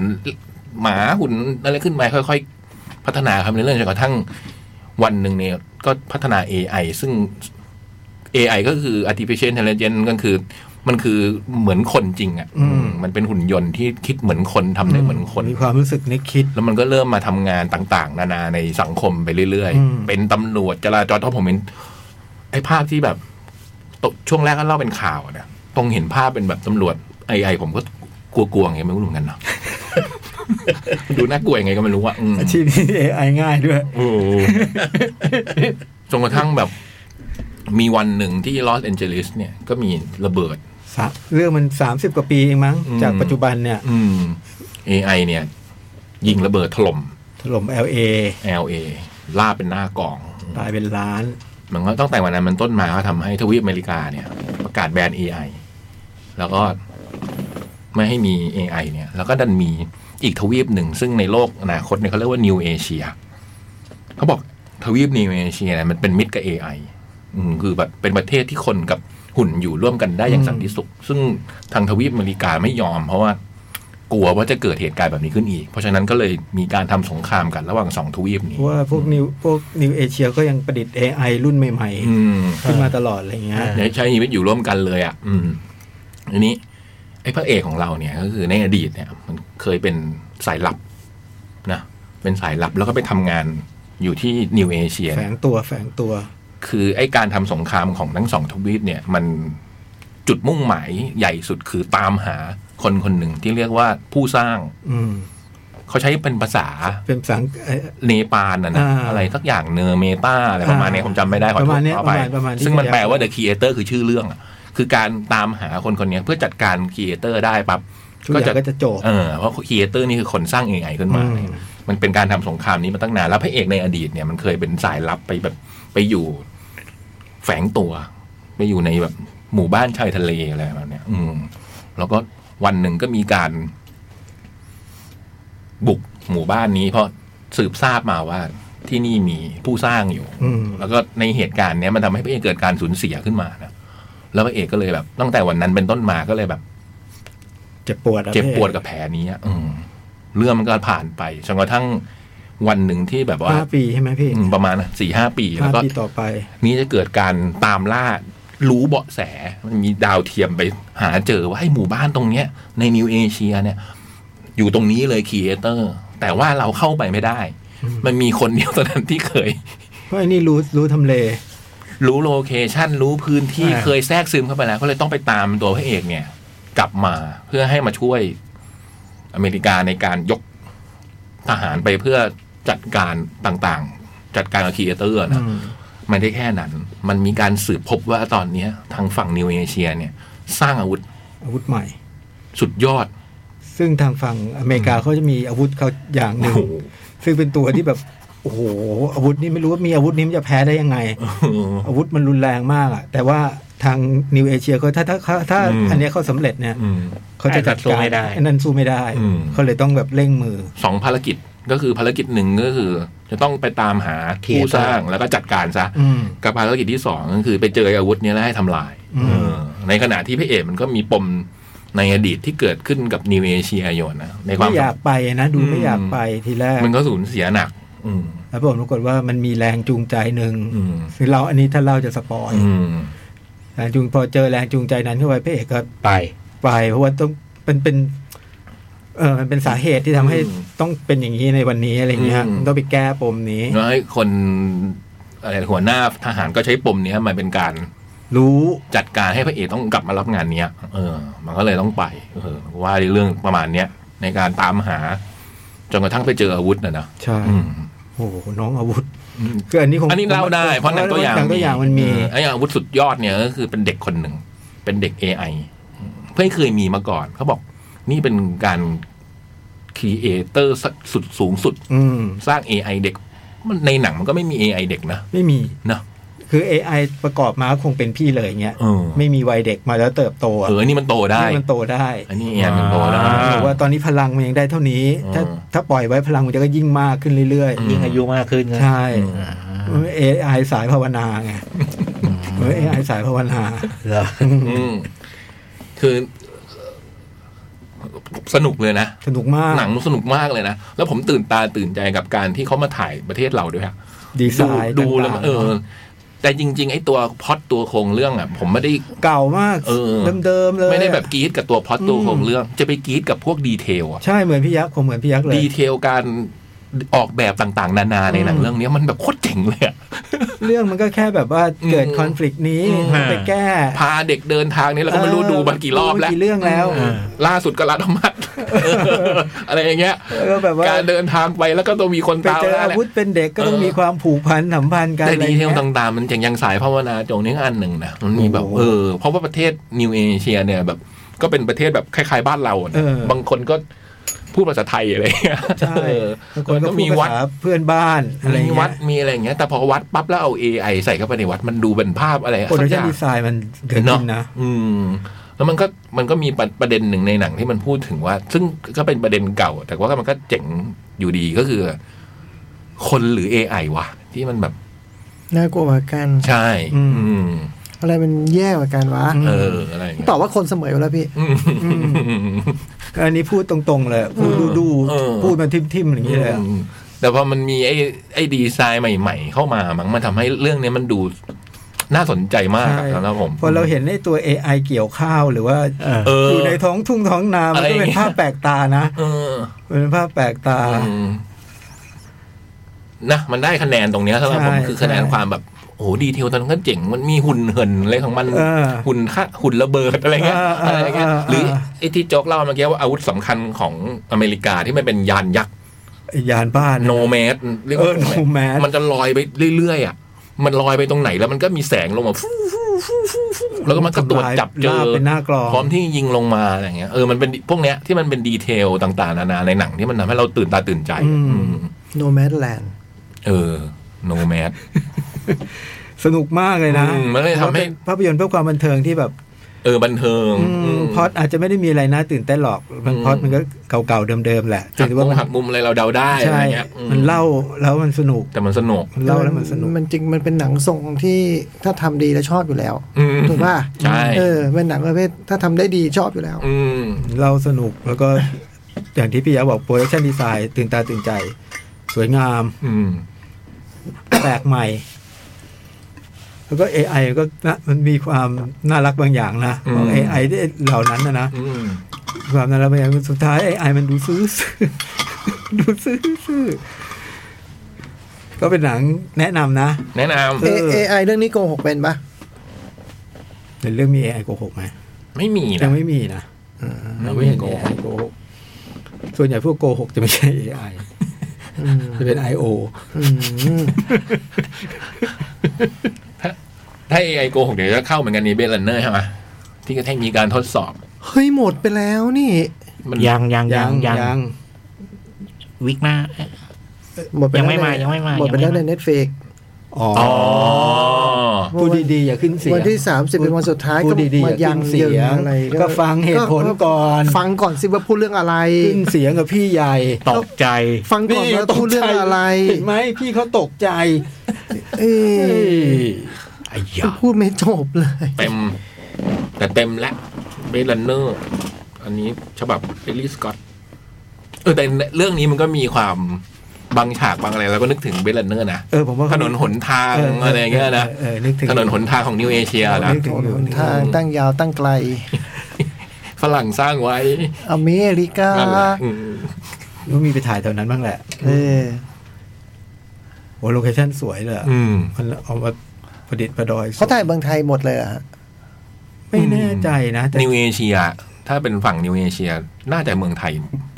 Speaker 3: หมาหุ่นอะไรขึ้นมาค่อย ๆ พัฒนาครับในเรื่องจนกระทั่งวันหนึ่งเนี่ย ก็พัฒนา AI ซึ่ง AI ก็คือ artificial intelligence ก็คือ มันคือเหมือนคนจริงอะ่ะอืมมันเป็นหุ่นยนต์ที่คิดเหมือนคนทำได้เหมือนคน
Speaker 5: มีความรู้สึกนึกคิด
Speaker 3: แล้วมันก็เริ่มมาทำงานต่าง ๆ นานาในสังคมไปเรื่อย
Speaker 5: อืม
Speaker 3: ๆ เป็นตำรวจจราจรเพราะผมเห็นไอ้ภาพที่แบบตกช่วงแรกก็เล่าเป็นข่าวอะนะตรงเห็นภาพเป็นแบบตำรวจไอไอผมก็กลัวๆอย่างเงี้ยไม่รู้เหมือนกันเนาะ ดูน่ากลัวยังไงก็ไม่รู้ว่าอืม
Speaker 5: อาชีพนี้ AI ง่ายด้วย
Speaker 3: โอ้โหจนกระทั่งแบบ มีวันหนึ่งที่ลอสแอนเจลิสเนี่ยก็มีระเบิด
Speaker 5: สะเรื่องมัน 30 กว่าปีเองมั้ง
Speaker 3: อืม
Speaker 5: จากปัจจุบันเนี่ย
Speaker 3: อืม AI เนี่ย ยิงระเบิดถล่ม
Speaker 5: ถล่ม LA
Speaker 3: LA ล่าเป็นหน้ากอง
Speaker 5: ตายเป็นล้าน
Speaker 3: มันก็ตั้งแต่วันนั้นมันต้นมาก็ทำให้ทวีปอเมริกาเนี่ย ประกาศแบน AI แล้วก็ไม่ให้มี AI เนี่ย แล้วก็ดันมีอีกทวีปหนึ่ง ซึ่งในโลกอนาคตเนี่ยเขาเรียกว่านิวเอเชียเขาบอกทวีปนิวเอเชียเนี่ยมันเป็นมิตรกับ AI อืมคือแบบเป็นประเทศที่คนกับหุ่นอยู่ร่วมกันได้อย่างสันติสุข ซึ่งทางทวีปอเมริกาไม่ยอม เพราะว่ากลัวว่าจะเกิดเหตุการณ์แบบนี้ขึ้นอีก เพราะฉะนั้นก็เลยมีการทำสงครามกันระหว่างสองทวีป
Speaker 5: เพ
Speaker 3: นี้
Speaker 5: ราะว่าพวกนิวพวกนิวเอเชียก็ยังประดิษฐ์ AI รุ่นใหม่
Speaker 3: อืม
Speaker 5: ๆ ขึ้นมาตลอดอะไรเงี้ย
Speaker 4: อ่า
Speaker 3: ใช้ใช้ชีวิตอยู่ร่วมกันเลยอ่ะ อืมอันนี้ ไอ้พระเอกของเราเนี่ย ก็คือในอดีตเนี่ย มันเคยเป็นสายลับนะ เป็นสายลับแล้วก็ไปทำงานอยู่ที่นิวเอเชีย
Speaker 5: แฝงตัวแฝงตัว
Speaker 3: คือไอ้การทำสงครามของทั้งสองทวีปเนี่ย มันจุดมุ่งหมายใหญ่สุดคือตามหาคนคนหนึ่งที่เรียกว่าผู้สร้าง
Speaker 5: อืม
Speaker 3: เขาใช้เป็นภาษา
Speaker 5: เป็นสังเอ่อ
Speaker 3: เนปาลนะนะ
Speaker 5: อ่า
Speaker 3: อะไรสักอย่างเนเมตาอะไรประมาณเนี้ยผ
Speaker 5: อ่า
Speaker 3: มจำไม่ได้ขอ
Speaker 5: ป
Speaker 3: โท
Speaker 5: ระมา
Speaker 3: ษ
Speaker 5: ณเนี้ย
Speaker 3: ขอไป
Speaker 5: ประมาณประมาณนี้
Speaker 3: ซึ่งมันแปลว่า The Creator คือชื่อเรื่องอะคือการตามหาคนคนเนี้ยเพื่อจัดการ Creator ได้ปั๊บ
Speaker 5: ทุกอย่างก็จะจบ
Speaker 3: เออเพราะ Creator นี่คือคนสร้าง AI ขึ้นมา
Speaker 5: อืม
Speaker 3: มันเป็นการทำสงครามนี้มาตั้งนาน แล้วพระเอกในอดีตเนี่ยมันเคยเป็นสายลับไปแบบไปอยู่ แฝงตัว ไปอยู่ในแบบหมู่บ้านชายทะเลอะไรแบบเนี้ย อืม แล้วก็วันหนึ่งก็มีการ บุกหมู่บ้านนี้ เพราะสืบทราบมาว่าที่นี่มีผู้สร้างอยู่
Speaker 5: อืม
Speaker 3: แล้วก็ในเหตุการณ์เนี้ยมันทำให้พระเอกเกิดการสูญเสียขึ้นมานะแล้วพระเอกก็เลยแบบ ตั้งแต่วันนั้นเป็นต้นมาก็เลยแบบ
Speaker 5: เจ็บปวดอะ
Speaker 3: เจ็บปวดกับแผลนี้อะอืมเรื่องมันก็ผ่านไปจนกระทั่งวันหนึ่งที่แบบว่า
Speaker 5: ห้าปีใช่ไหมพี่
Speaker 3: อืมประมาณสี่ห้าปีแล้
Speaker 5: ห้าว
Speaker 3: ก็
Speaker 5: ปีต่อไป
Speaker 3: นี่จะเกิดการตามล่ารู้เบาะแส มันมีดาวเทียมไปหาเจอว่าไอ้หมู่บ้านตรงเนี้ย ในนิวเอเชียเนี่ย อยู่ตรงนี้เลยคีเอเตอร์ แต่ว่าเราเข้าไปไม่ได้ มันมีคนเดียวเท่านั้นที่เคย
Speaker 5: เพราะไอ้นี่รู้รู้ทำเล
Speaker 3: รู้โลเคชันรู้พื้นที่
Speaker 5: อ่า
Speaker 3: เคยแทรกซึมเข้าไปแล้ว ก็เลยต้องไปตามตัวพระเอกเนี่ย กลับมาเพื่อให้มาช่วยอเมริกาในการยกทหารไปเพื่อจัดการต่างๆ จัดการกับคีเอเตอร์นะ
Speaker 5: อืม
Speaker 3: ไม่ได้แค่นั้น มันมีการสืบพบว่าตอนเนี้ย ทางฝั่งนิวเอเชียเนี่ย สร้างอาวุธ
Speaker 5: อาวุธใหม่
Speaker 3: สุดยอด
Speaker 5: ซึ่งทางฝั่งอเมริกาเขาจะมีอาวุธเขาอย่างหนึ่ง ซึ่งเป็นตัวที่แบบ โอ้โห อาวุธนี่ไม่รู้ว่ามีอาวุธนี้มันจะแพ้ได้ยังไง อาวุธมันรุนแรงมากอะแต่ว่าทางนิวเอเชียเขาถ้าถ้าถ้าถ้า
Speaker 3: อืม
Speaker 5: อันเนี้ยเขาสำเร็จเนี่ย
Speaker 3: อืม
Speaker 5: เขาจะจัดการ
Speaker 4: ไอ้นั่นสู้ไม่ได้
Speaker 5: อ้นั่นสู้ไม่ได้
Speaker 3: อืม
Speaker 5: เขาเลยต้องแบบเร่งมือ
Speaker 3: สองภารกิจก็คือภารกิจหนึ่งก็คือ จะต้องไปตามหาผู้สร้างแล้วก็จัดการซะ
Speaker 5: อืม
Speaker 3: กับภารกิจที่สองก็คือไปเจออาวุธเนี้แล้วให้ทำลาย
Speaker 5: อืม
Speaker 3: เออในขณะที่พระเอกมันก็มีปมในอดีตที่เกิดขึ้นกับนิวเอเชียอยู่นะในความ
Speaker 5: ไม่อยากไปนะ ดูไม่อยากไปทีแรก
Speaker 3: มันก็สูญเสียหนัก อืม
Speaker 5: แล้วผมปรากฏว่ามันมีแรงจูงใจหนึ่ง
Speaker 3: อืม
Speaker 5: คือเราอันนี้ถ้าเราจะสปอย
Speaker 3: อืม
Speaker 5: แรงจูงพอเจอแรงจูงใจนั้นเข้าไปพระเอกก็
Speaker 4: ไป
Speaker 5: ไปเพราะว่าต้องมันเป็น เออมันเป็นสาเหตุที่ทำให้
Speaker 3: อืม
Speaker 5: ต้องเป็นอย่างนี้ในวันนี้อะไรเงี้ย
Speaker 3: อืม
Speaker 5: ต้องไปแก้ปมนี้
Speaker 3: แล้วให้คนอะไรหัวหน้าทหารก็ใช้ปมเนี้ยมาเป็นการ
Speaker 5: รู้
Speaker 3: จัดการให้พระเอกต้องกลับมารับงานเนี้ย เออ มันก็เลยต้องไป เออ ว่าในเรื่องประมาณเนี้ยในการตามหาจนกระทั่งไปเจออาวุธนะนะ
Speaker 5: ใช่
Speaker 3: อืม
Speaker 5: โอ้โหน้องอาวุธคืออันนี้คง
Speaker 3: อันนี้เล่าได้เพราะหนังตัวอย่าง
Speaker 5: หนังตัวอย่างมันมี
Speaker 3: เออไอ้อาวุธสุดยอดเนี่ยก็คือเป็นเด็กคนหนึ่ง เป็นเด็ก AI เพิ่งเคยมีมาก่อน เขาบอก นี่เป็นการ ครีเอเตอร์สุดสูงสุด
Speaker 5: อืม
Speaker 3: สร้าง AI เด็ก มันในหนังมันก็ไม่มี AI เด็กนะ
Speaker 5: ไม่มี
Speaker 3: เนอะ
Speaker 5: คือ AI ประกอบมาคงเป็นพี่เลยเงี้ย
Speaker 3: เออ
Speaker 5: ไม่มีวัยเด็กมาแล้วเติบโตอะ
Speaker 3: เออนี่มันโตได้
Speaker 5: ให้มันโตได้
Speaker 3: อันนี้ AI มันโตได้
Speaker 5: หรือว่าตอนนี้พลังมันยังได้เท่านี้ ถ้า
Speaker 3: อืม
Speaker 5: ถ้าปล่อยไว้พลังมันจะก็ยิ่งมากขึ้นเรื่อย
Speaker 3: อืม
Speaker 4: ยิ่งอายุมากขึ้นนะ
Speaker 5: ๆ ใช่
Speaker 3: อืม
Speaker 5: มันเป็น AI สายภาวนาไงมันเป็น AI สายภาวนา
Speaker 4: เหรอ
Speaker 3: อืมคือสนุกเลยนะ
Speaker 5: สนุกมาก
Speaker 3: หนังสนุกมากเลยนะ แล้วผมตื่นตาตื่นใจกับการที่เขามาถ่ายประเทศเราด้วยอะ
Speaker 5: ดีไซ
Speaker 3: ดู
Speaker 5: น์
Speaker 3: ดูแล้ว
Speaker 5: ต่างๆ
Speaker 3: เออ แต่จริง ๆ ไอ้ตัวพล็อตตัวโครงเรื่องอ่ะ ผมไม่ได้
Speaker 5: เก่ามาก
Speaker 3: เออ
Speaker 5: เดิมๆเลย
Speaker 3: ไม่ได้
Speaker 5: อะ
Speaker 3: แบบกรี๊ดกับตัวพล็อตตัว
Speaker 5: อืม
Speaker 3: โครงเรื่อง จะไปกรี๊ดกับพวกดีเทลอ่ะ
Speaker 5: ใช่เหมือนพี่ยักษ์คงเหมือนพี่ยักษ์เลย
Speaker 3: ดีเทลการออกแบบต่างๆ นานาในหนัง
Speaker 5: อืม
Speaker 3: เรื่องเนี้ยมันแบบโคตรเจ๋งเลยอะ
Speaker 5: เรื่องมันก็แค่แบบว่า
Speaker 3: อืม
Speaker 5: เกิดคอน FLICT นี้
Speaker 3: อืม
Speaker 5: ต้องไปแก้
Speaker 3: พาเด็กเดินทางนี้เราก็ไม่รู้ดูมากี่รอบแล้ว
Speaker 5: ดูมากี่เรื่องแล้ว
Speaker 3: เออล่าสุดก็รัฐมัด อะไรอย่างเงี้ย
Speaker 5: ก็แบบว่า
Speaker 3: การเดินทางไปแล้วก็ต้องมีคน
Speaker 5: ไป
Speaker 3: ตาม
Speaker 5: เจอ
Speaker 3: ล่า
Speaker 5: อา
Speaker 3: แหละ
Speaker 5: วุธเป็นเด็กก็ต้องมีความผูกพันสัมพันธ์กัน
Speaker 3: แต่
Speaker 5: อะไร
Speaker 3: ดีเท
Speaker 5: เงี้
Speaker 3: ล
Speaker 5: ย
Speaker 3: ต่างๆ มันอย่างอยังสายภาวนาจงนี้ก็อันหนึ่งนะมันมีแบบ
Speaker 5: โอ้โห
Speaker 3: เออเพราะว่าประเทศนิวเอเชียเนี่ยแบบ ก็เป็นประเทศแบบคล้ายๆบ้านเรานะ
Speaker 5: เออ
Speaker 3: บางคนก็พูดภาษาไทยอะไรอย่างเงี้ย
Speaker 5: ใช่
Speaker 3: เออบ
Speaker 5: างคนก็
Speaker 3: ก็
Speaker 5: มี
Speaker 3: มี
Speaker 5: วั
Speaker 3: วั
Speaker 5: ด
Speaker 3: ด
Speaker 5: เพื่อนบ้านอะไร
Speaker 3: มี
Speaker 5: เงี้
Speaker 3: วั
Speaker 5: ย
Speaker 3: ดมีอะไรอย่างเงี้ย แต่พอวัดปั๊บแล้วเอา AI ใส่เข้าไปในวัดมันดูเป็นภาพอะไร
Speaker 5: โปร
Speaker 3: สั
Speaker 5: ดัก
Speaker 3: กอ
Speaker 5: ชั่น
Speaker 3: ย่าง
Speaker 5: ดีไซน์มันเกิด
Speaker 3: เนาะ
Speaker 5: ขึ้นนะ
Speaker 3: อืม แล้วมันก็มันก็มีประประเด็นหนึ่งในหนังที่มันพูดถึงว่า ซึ่งก็เป็นประเด็นเก่า แต่ว่ามันก็เจ๋งอยู่ดีก็คือ คนหรือ AI วะที่มันแบบ
Speaker 2: น่ากลัวกว่ากัน
Speaker 3: ใช่
Speaker 5: อืม
Speaker 3: อืม
Speaker 2: อะไรมันแย่กว่ากันวะ
Speaker 3: เอออะไรอย่างเงี้ย
Speaker 2: ตอบว่าคนเสมออยู่แล้วพี่
Speaker 3: อืม
Speaker 5: อันนี้พูดตรงๆเลยพูดดู
Speaker 3: เออ
Speaker 5: ๆพูดมาทิมๆอย่างนี้เลยอะ
Speaker 3: แต่พอมันมีไอ้ไอ้ดีไซน์ใหม่ ๆ เข้ามามั้งมันทำให้เรื่องเนี้ยมันดูน่าสนใจมาก
Speaker 5: ใช่
Speaker 3: อะสำหรับผม
Speaker 5: พอเราเห็นไอ้ตัว AI เกี่ยวข้าวหรือว่า
Speaker 4: เออ
Speaker 3: เออ
Speaker 5: อยู่ในท้องทุ่งท้องนามัน
Speaker 3: อะไรอ
Speaker 5: ก็
Speaker 3: ย่างเงี้ย
Speaker 5: เป็นภาพแปลกตานะ
Speaker 3: เออ
Speaker 5: มันเป็นภาพแปลกตา
Speaker 3: อืมนะ มันได้คะแนนตรงเนี้ยสำหรับผม
Speaker 5: ใช่
Speaker 3: คือคะแนน
Speaker 5: ใช่
Speaker 3: ความแบบโอ้โหดีเทลตอนนั้นก็เจ๋งมันมีหุ่นเหินอะไรของมัน
Speaker 5: เออ
Speaker 3: หุ่นค่าหุ่นระเบิดอะไรเงี้ย
Speaker 5: เออเออ
Speaker 3: อะไรเงี้ย
Speaker 5: เออเออ
Speaker 3: หรือไอ้ที่โจ๊กเล่าเมื่อกี้ว่าอาวุธสำคัญของอเมริกาที่มันเป็นยานยักษ์
Speaker 5: ไอ้ยานบ้าน
Speaker 3: โนแมสเรียกว่า
Speaker 5: เออ no mask
Speaker 3: มันจะลอยไปเรื่อยๆอ่ะ มันลอยไปตรงไหนแล้วมันก็มีแสงลงมาฟู่ฟู่ฟู่ฟู่ฟู่แล้วก็มันก็ตรวจจับเจ
Speaker 5: ลา
Speaker 3: อ
Speaker 5: บเป็นหน้ากลอง
Speaker 3: พร้อมที่ยิงลงมาอะไรอย่างเงี้ยเออมันเป็นพวกเนี้ยที่มันเป็นดีเทลต่างๆนานาในหนังที่มันทำให้เราตื่นตาตื่นใจ
Speaker 5: อืม
Speaker 3: อืม
Speaker 2: No Man's Land
Speaker 3: เออโนแมส
Speaker 5: สนุกมากเลยนะ
Speaker 3: อืมมันเลยทำให้
Speaker 5: ภาพยนตร์เพื่อความบันเทิงที่แบบ
Speaker 3: เออบันเทิง
Speaker 5: อืมพล็อดอาจจะไม่ได้มีอะไรน่าตื่นเต้นหรอก มัน
Speaker 3: อืม
Speaker 5: พล็อดมันก็เก่าๆเดิมๆแหละ
Speaker 3: หัก
Speaker 5: แต่
Speaker 3: มุ
Speaker 5: ว่ามมัน
Speaker 3: หักมุมอะไรเราเดาได้อะ
Speaker 5: ใช่
Speaker 3: ไรเงี้ยอื
Speaker 5: มันเล่าแล้วมันสนุก
Speaker 3: แต่มันสนุก
Speaker 5: มันเล่าแล้วมันสนุก
Speaker 2: มันจริงมันเป็นหนังทรงที่ถ้าทำดีแล้วชอบอยู่แล้ว
Speaker 3: อืม
Speaker 2: ถูกป่ะ
Speaker 3: ใช่
Speaker 2: เออเป็นหนังประเภทถ้าทำได้ดีชอบอยู่แล้ว
Speaker 3: อืม
Speaker 5: เล่าสนุกแล้วก็ อย่างที่พี่ยาบอกโปรดักชันดีไซน์ตื่นตาตื่นใจ สวยงาม
Speaker 3: อืม
Speaker 5: แปลกใหม่ แล้วก็ AI ก็นะมันมีความน่ารักบางอย่างนะของ
Speaker 3: อืม
Speaker 5: AI ที่เหล่านั้นนะนะ
Speaker 3: อืม
Speaker 5: ความน่ารักบางอย่างสุดท้าย AI มันดูซื้อ ดูซื้อก็เป็นหนังแนะนำนะ
Speaker 3: แนะน
Speaker 5: เออ
Speaker 2: A I เรื่องนี้โกหกเป็นปะ
Speaker 5: ในเรื่องมี AI โกหกไหม
Speaker 3: ำไม่มี
Speaker 5: ยั
Speaker 3: นะ
Speaker 5: งไม่มีนะ
Speaker 3: ยังไม่เห็นโกหก
Speaker 5: AI โกหกส่วนใหญ่พวกโกหกจะไม่ใช่ AI
Speaker 2: อืม
Speaker 5: จะเป็น IO
Speaker 2: อืม
Speaker 3: ถ้า AI โกหกเดี๋ยวจะเข้าเหมือนกันนี่เบลันเนอร์ใช่ไหมที่ก็ให้มีการทดสอบ
Speaker 2: เฮ้ยหมดไปแล้วนี่
Speaker 3: มัน
Speaker 4: ยังยังยังยัง
Speaker 5: ยัง
Speaker 4: วิกหน้า
Speaker 2: หมดป
Speaker 4: ยังไม่
Speaker 2: แล้วใน
Speaker 4: มายังไม่มา
Speaker 2: หมดไป
Speaker 4: ยังไม่
Speaker 2: แล้วใน
Speaker 4: มา
Speaker 2: เน็ตฟลิก
Speaker 5: อ๋อ
Speaker 3: อ๋อ
Speaker 5: พูดดีๆ อย่าขึ้นเสียง
Speaker 2: วันที่สามสิบเป็นวันสุดท้าย
Speaker 5: พู
Speaker 2: ก็
Speaker 5: ดดีๆ
Speaker 2: มา
Speaker 5: อย่า
Speaker 2: ยั
Speaker 5: ขึ้
Speaker 2: ง
Speaker 5: นเสีย
Speaker 2: ยัง งอะไร
Speaker 5: ก็ฟังเหตุผลก่อน
Speaker 2: ฟังก่อนสิว่าพูดเรื่องอะไร
Speaker 5: ขึ้นเสียงกับพี่ใหญ่
Speaker 4: ตกใจ
Speaker 2: ฟังก่อนว่าพูดเรื่องอะไร
Speaker 5: เห็นไหมพี่เขาตกใจ
Speaker 2: เอ้
Speaker 5: เอ้
Speaker 2: ย
Speaker 5: ย
Speaker 4: ไอ้ยา
Speaker 2: พูดไม่จบเลย
Speaker 3: เต็ม แต่เต็มแล้วเบลันเนอร์ อันนี้ฉบับเอลิสกอตเออแต่เรื่องนี้มันก็มีความบางฉากบางอะไร แล้วก็นึกถึงเบลันเนอร์นะ
Speaker 5: เออผมว่า
Speaker 3: ถ
Speaker 5: เขา
Speaker 3: นนหนทางอะไรอย่างเงี้ยนะ
Speaker 5: เออนึกถึง
Speaker 3: ถนนหนทางของนิวเอเชียนะ
Speaker 5: นึกถึงอยู่
Speaker 2: ทางตั้งยาวตั้งไกล
Speaker 3: ฝรั่งสร้างไว้
Speaker 2: อเมริกา
Speaker 3: นั่นแหละอืม
Speaker 5: ก็มีไปถ่ายแถวนั้นบ้างแหละ
Speaker 2: เออ
Speaker 5: โอ้โลเคชั่นสวยเลยอะ
Speaker 3: อืม
Speaker 5: มันเอามาประดิษฐ์ประดอยสวย
Speaker 2: เขาถ่ายเมืองไทยหมดเลยเหรอฮะ
Speaker 5: ไม่แน่ใจนะแต่
Speaker 3: นิวเอเชีย ถ้าเป็นฝั่งนิวเอเชีย น่าจะเมืองไทย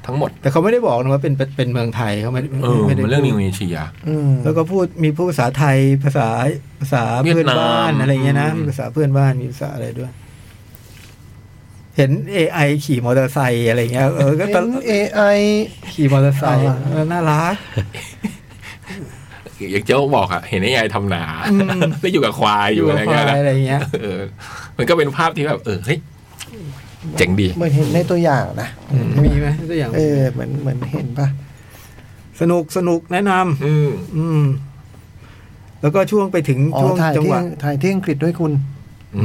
Speaker 3: ทั้งหมด
Speaker 5: แต่เขาไม่ได้บอกนะว่าเป็นเป็นเมืองไทยเขาไม่
Speaker 3: เออ
Speaker 5: ไม่ได้
Speaker 3: มันเรื่องนิวเอเชีย
Speaker 2: อืม
Speaker 5: แล้วก็พูดมีพูดภาษาไทยภาษาภาษาเพื่อนบ้าน
Speaker 3: เวียดนาม
Speaker 5: อะไรเงี้ยนะ
Speaker 3: อืม
Speaker 5: มีภาษาเพื่อนบ้านมีภาษาอะไรด้วย เห็น AI ขี่มอเตอร์ไซค์อะไรเงี้ยเออก็ต
Speaker 2: เห็
Speaker 5: ล
Speaker 2: น
Speaker 5: ก
Speaker 2: AI
Speaker 5: ขี่มอเตอร์ไซค์
Speaker 2: อ่า
Speaker 5: เออน่ารัก
Speaker 3: อย่างเจ้าบอกอะเห็นยังไงทำนา
Speaker 5: อืม
Speaker 3: ได้อยู่กับควายอยู่อะไร
Speaker 5: ค
Speaker 3: เงี้
Speaker 5: วา
Speaker 3: ยนะ
Speaker 5: ยอะไรเงี้ย
Speaker 3: เออ มันก็เป็นภาพที่แบบ เออเฮ้ยเจ๋งดี
Speaker 2: เหมือนเห็นในตัวอย่างนะ
Speaker 5: มีไหมตัวอย่าง
Speaker 2: เออเหมือนเหมือนเห็นปะ
Speaker 5: สนุกสนุกแนะนำ
Speaker 3: อืม
Speaker 5: อืม แล้วก็ช่วงไปถึง
Speaker 2: อ๋อ
Speaker 5: ช่วง
Speaker 2: ถ่าย
Speaker 5: จัง
Speaker 2: ที่
Speaker 5: หวะ
Speaker 2: ถ่ายที่อังกฤษด้วยคุณ
Speaker 3: อื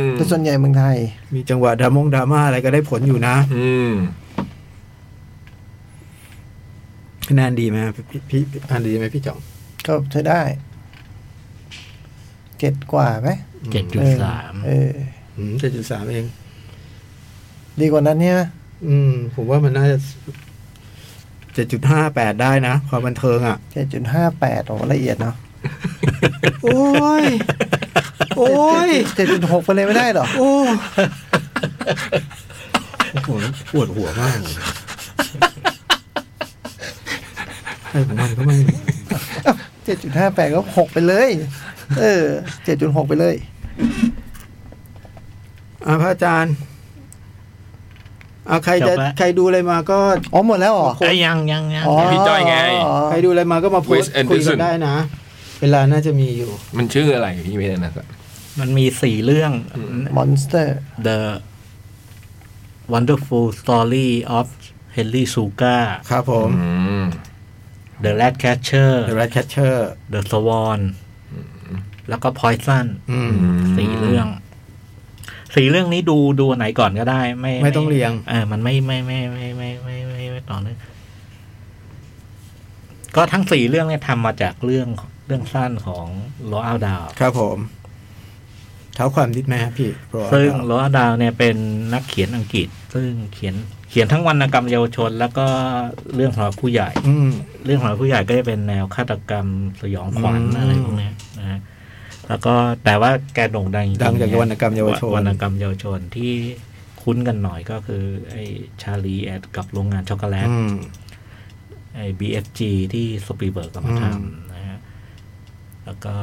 Speaker 3: ม
Speaker 2: แต่ส่วนใหญ่เมืองไทย
Speaker 5: มีจังหวะดรามงดราม่าอะไรก็ได้ผลอยู่นะ
Speaker 3: อืม
Speaker 5: คะแนนดีไหมพี่พี่พี่อ่านดีไหมพี่จ่อง
Speaker 2: ก็ใช้ได้เจ็ดกว่าไหม
Speaker 4: เจ็ดจุดสาม
Speaker 2: เออ
Speaker 5: เจ็ดจุดสามเอง
Speaker 2: ดีกว่านั้นเนี่ย
Speaker 5: อืม ผมว่ามันน่าจะเจ็ดจุดห้าแปดได้นะความบันเทิงอ่ะ
Speaker 2: เจ็ดจุดห้าแปดโอ้ละเอียดเนาะ
Speaker 5: โอ้ย โอ้ย
Speaker 2: เจ็ดจุดหกไปเลยไม่ได้เหรอ
Speaker 5: โอ้โหปวดหัวมากไอ้ของมันก็ไม่
Speaker 2: เจ็ดจุดห้าแปดก็หกไปเลย เออเจ็ดจุดหกไปเลย
Speaker 5: อ่ะพระอาจารย์อ่ะใคร
Speaker 4: จ
Speaker 5: จะ
Speaker 4: บละ
Speaker 5: ใครดูอะไรมาก็
Speaker 2: อ๋อหมดแล้วเหรอ
Speaker 4: ไอ้ยยังยังยัง
Speaker 2: อ๋อ
Speaker 3: พี่จ้อยไง
Speaker 5: ใครดูอะไรมาก็มาโพส
Speaker 3: Wes
Speaker 5: ต์คุย
Speaker 3: Anderson
Speaker 5: กันได้นะ เวลาน่าจะมีอยู่
Speaker 3: มันชื่ออะไรพี่เวทนะ
Speaker 4: มันมีสี่เรื่อง
Speaker 2: มอนสเตอร์
Speaker 4: The Wonderful Story of Henry Suga
Speaker 5: ครับผม
Speaker 3: อืม
Speaker 4: The Rat Catcher
Speaker 5: The Red Catcher
Speaker 4: The Swan แล้วก็ Poison
Speaker 5: อืม
Speaker 4: สี่เรื่อง สี่เรื่องนี้ดูดูอันไหนก่อนก็ได้ ไม่
Speaker 5: ไม่ต้องเรียง
Speaker 4: เออมันไม่ไม่ไม่ไม่ไม่ไม่ไม่ไม่ไม่ต่อเนื่องก็ทั้งสี่เรื่องเนี่ยทำมาจากเรื่องเรื่องสั้นของโรอัลดาว
Speaker 5: ครับผม เท้าความนิดไหมครับพี่โปรด
Speaker 4: ซึ่งโรอัลดาวเนี่ยเป็นนักเขียนอังกฤษ ซึ่งเขียนเขียนทั้งวรรณกรรมเยาวชน แล้วก็เรื่องของผู้ใหญ่
Speaker 5: อืม
Speaker 4: เรื่องของผู้ใหญ่ก็จะเป็นแนวฆาตกรรมสยองขวัญ
Speaker 5: อืม
Speaker 4: อะไรพวกเนี้ยนะฮะแล้วก็แต่ว่าแกโด่งดังจริๆ
Speaker 5: ดังจากวรรณกรรมเยาวชน
Speaker 4: วรรณกรรมเยาวชนที่คุ้นกันหน่อยก็คือ ไอ้ชาลีแอดกับโรงงานช็อกโกแลต
Speaker 5: อืม
Speaker 4: ไอ้ BFG ที่สปีเบิร์กกำลังทำนะฮะ แล้วก็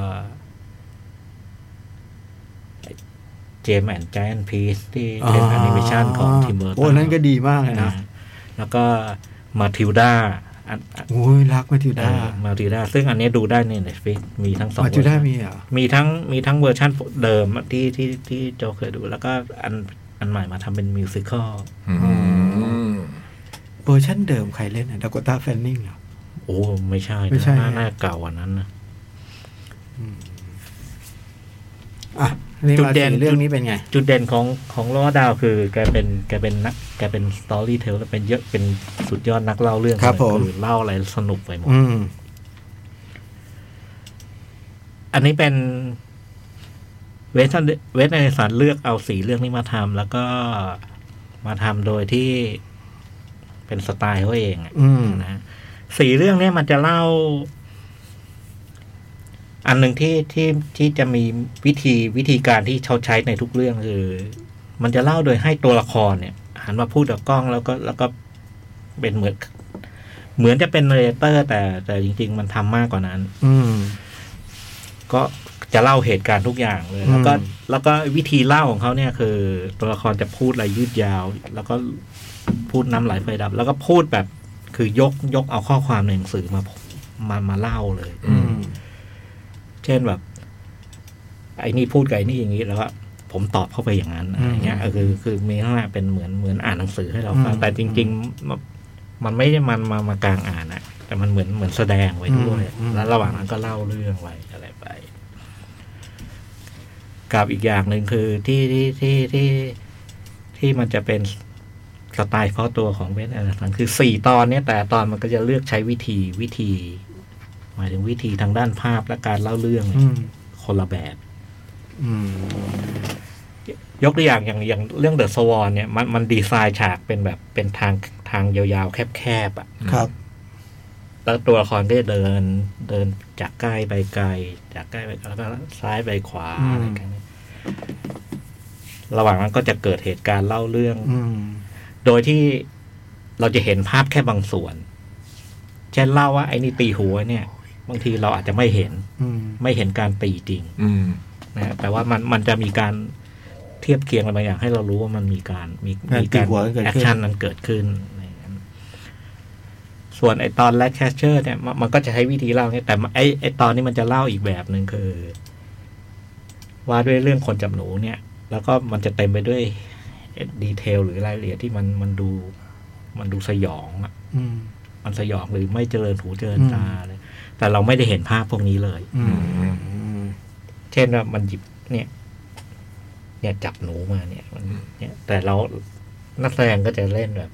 Speaker 4: เจมแอนด์จแอนพีซที่เป็นแอนิเมชันของทีมเบอร์
Speaker 5: โอ้นั่นก็ดีมากเลยนะ
Speaker 4: แล้วก็มาทิวดา
Speaker 5: โอ้ยรักมาทิวดา
Speaker 4: มาริด้าซึ่งอันเนี้ยดูได้ใน Netflix มีทั้งสอง
Speaker 5: มาทิวดา
Speaker 4: เวอร์ชัน
Speaker 5: มีเหรอ
Speaker 4: มีทั้งมีทั้งเวอร์ชันเดิมที่ที่ที่โจเคยดู แล้วก็อันอันใหม่มาทำเป็นมิวสิควล
Speaker 3: อืม
Speaker 5: เวอร์ชันเดิมใครเล่นดากต้าแฟนนิงเหรอ
Speaker 4: โอ้ไม่ใช่
Speaker 5: ไม่ใช่
Speaker 4: หน้าหน้าเก่ากว่านั้นนะ
Speaker 5: อ่ะนี่
Speaker 4: จุด
Speaker 5: มา
Speaker 4: เด่น
Speaker 5: ถึงเรื่องนี้เป็นไง
Speaker 4: จุดเด่นของของล้อดาวคือแกเป็นแกเป็นนักแกเป็นสตอรี่เทลเป็นเยอะเป็นสุดยอดนักเล่าเรื่อง
Speaker 5: ครับผม
Speaker 4: อเล่าอะไรสนุกไปหมด
Speaker 5: อืม
Speaker 4: อันนี้เป็นเวสเวสในสารเลือกเอาสีเรื่องนี้มาทำแล้วก็มาทำโดยที่เป็นสไตล์เขาเองอะ
Speaker 5: อืม
Speaker 4: นะสีเรื่องเนี้ยมันจะเล่า อันหนึ่งที่ที่ที่จะมีวิธีวิธีการที่เขาใช้ในทุกเรื่องคือ มันจะเล่าโดยให้ตัวละครเนี่ย หันมาพูดกับกล้องแล้วก็แล้วก็เป็นเหมือน เหมือนจะเป็นเนเรเตอร์ แต่แต่จริง ๆ มันทำมากกว่านั้น
Speaker 5: อืม
Speaker 4: ก็จะเล่าเหตุการณ์ทุกอย่างเลย
Speaker 5: อืม
Speaker 4: แล้วก็แล้วก็วิธีเล่าของเขาเนี่ยคือ ตัวละครจะพูดอะไรยืดยาว แล้วก็พูดน้ำไหลไฟดับ แล้วก็พูดแบบคือยกยกเอาข้อความในหนังสือมามามาเล่าเลย
Speaker 5: อืม
Speaker 4: เช่นแบบ ไอ้นี่พูดกับไอ้นี่อย่างนี้แล้วก็ผมตอบเข้าไปอย่างนั้นอะไรเงี้ย
Speaker 5: อืม
Speaker 4: เออคือคือมีลักษณะเป็นเหมือนเหมือนอ่านหนังสือให้เราฟัง
Speaker 5: อืม
Speaker 4: แต่จริง ๆ มันมันไม่ได้มันมามากลางอ่านอะแต่มันเหมือนเหมือนแสดงไว้ด้วยแล้วระหว่างนั้นก็เล่าเรื่องไว้อะไรไป กับอีกอย่างหนึ่งคือที่ที่ที่ที่ที่มันจะเป็นสไตล์เฉพาะตัวของเวสแอนด์สันคือสี่ตอนเนี่ย แต่ละตอนมันก็จะเลือกใช้วิธีวิธี หมายถึงวิธีทางด้านภาพและการเล่าเรื่องเนี่ย
Speaker 5: อืม
Speaker 4: คนละแบบ
Speaker 5: อืม
Speaker 4: ยกตัวอย่างอย่างอย่างเรื่องเดอะสวอนเนี่ยมันมันดีไซน์ฉากเป็นแบบเป็นทางทางยาวๆ แคบๆอ่ะ
Speaker 5: ครับ
Speaker 4: แล้วตัวละครก็จะเดินเดินจากใกล้ไปไกล จากใกล้ไปไกลแล้วก็ซ้ายไปขวา
Speaker 5: อืม
Speaker 4: อะไรกันเนี่ยระหว่างนั้นก็จะเกิดเหตุการณ์เล่าเรื่อง
Speaker 5: อืม
Speaker 4: โดยที่เราจะเห็นภาพแค่บางส่วน เช่นเล่าว่าไอ้นี่ตีหัวเนี่ย บางทีเราอาจจะไม่เห็น
Speaker 5: อืม
Speaker 4: ไม่เห็นการตีจริง
Speaker 3: อืม
Speaker 4: นะฮะแต่ว่ามันมันจะมีการ เทียบเคียงอะไรบางอย่างให้เรารู้ว่ามันมีการมี
Speaker 5: งาน
Speaker 4: มี
Speaker 5: ตีหัวกันเกิด
Speaker 4: แอค
Speaker 5: ขึ้น
Speaker 4: ชั่นนั้นเกิดขึ้นอะไรอย่างนั้นส่วนไอตอนแรกแคชเชอร์เนี่ยมันมันก็จะใช้วิธีเล่าเนี่ยแต่ไอไอตอนนี้มันจะเล่าอีกแบบหนึ่งคือ ว่าด้วยเรื่องคนจับหนูเนี่ย แล้วก็มันจะเต็มไปด้วยดีเทลหรือรายละเอียดที่มันมันดู มันดูสยองอะ
Speaker 5: อืม
Speaker 4: มันสยองหรือไม่เจริญหูเจริญ
Speaker 5: อืม
Speaker 4: ตาเลยแต่เราไม่ได้เห็นภาพพวกนี้เลย
Speaker 5: อืม
Speaker 4: เช่นว่ามันหยิบเนี่ย เนี่ยจับหนูมาเนี่ยมันเนี่ย แต่เรานักแสดงก็จะเล่นแบบ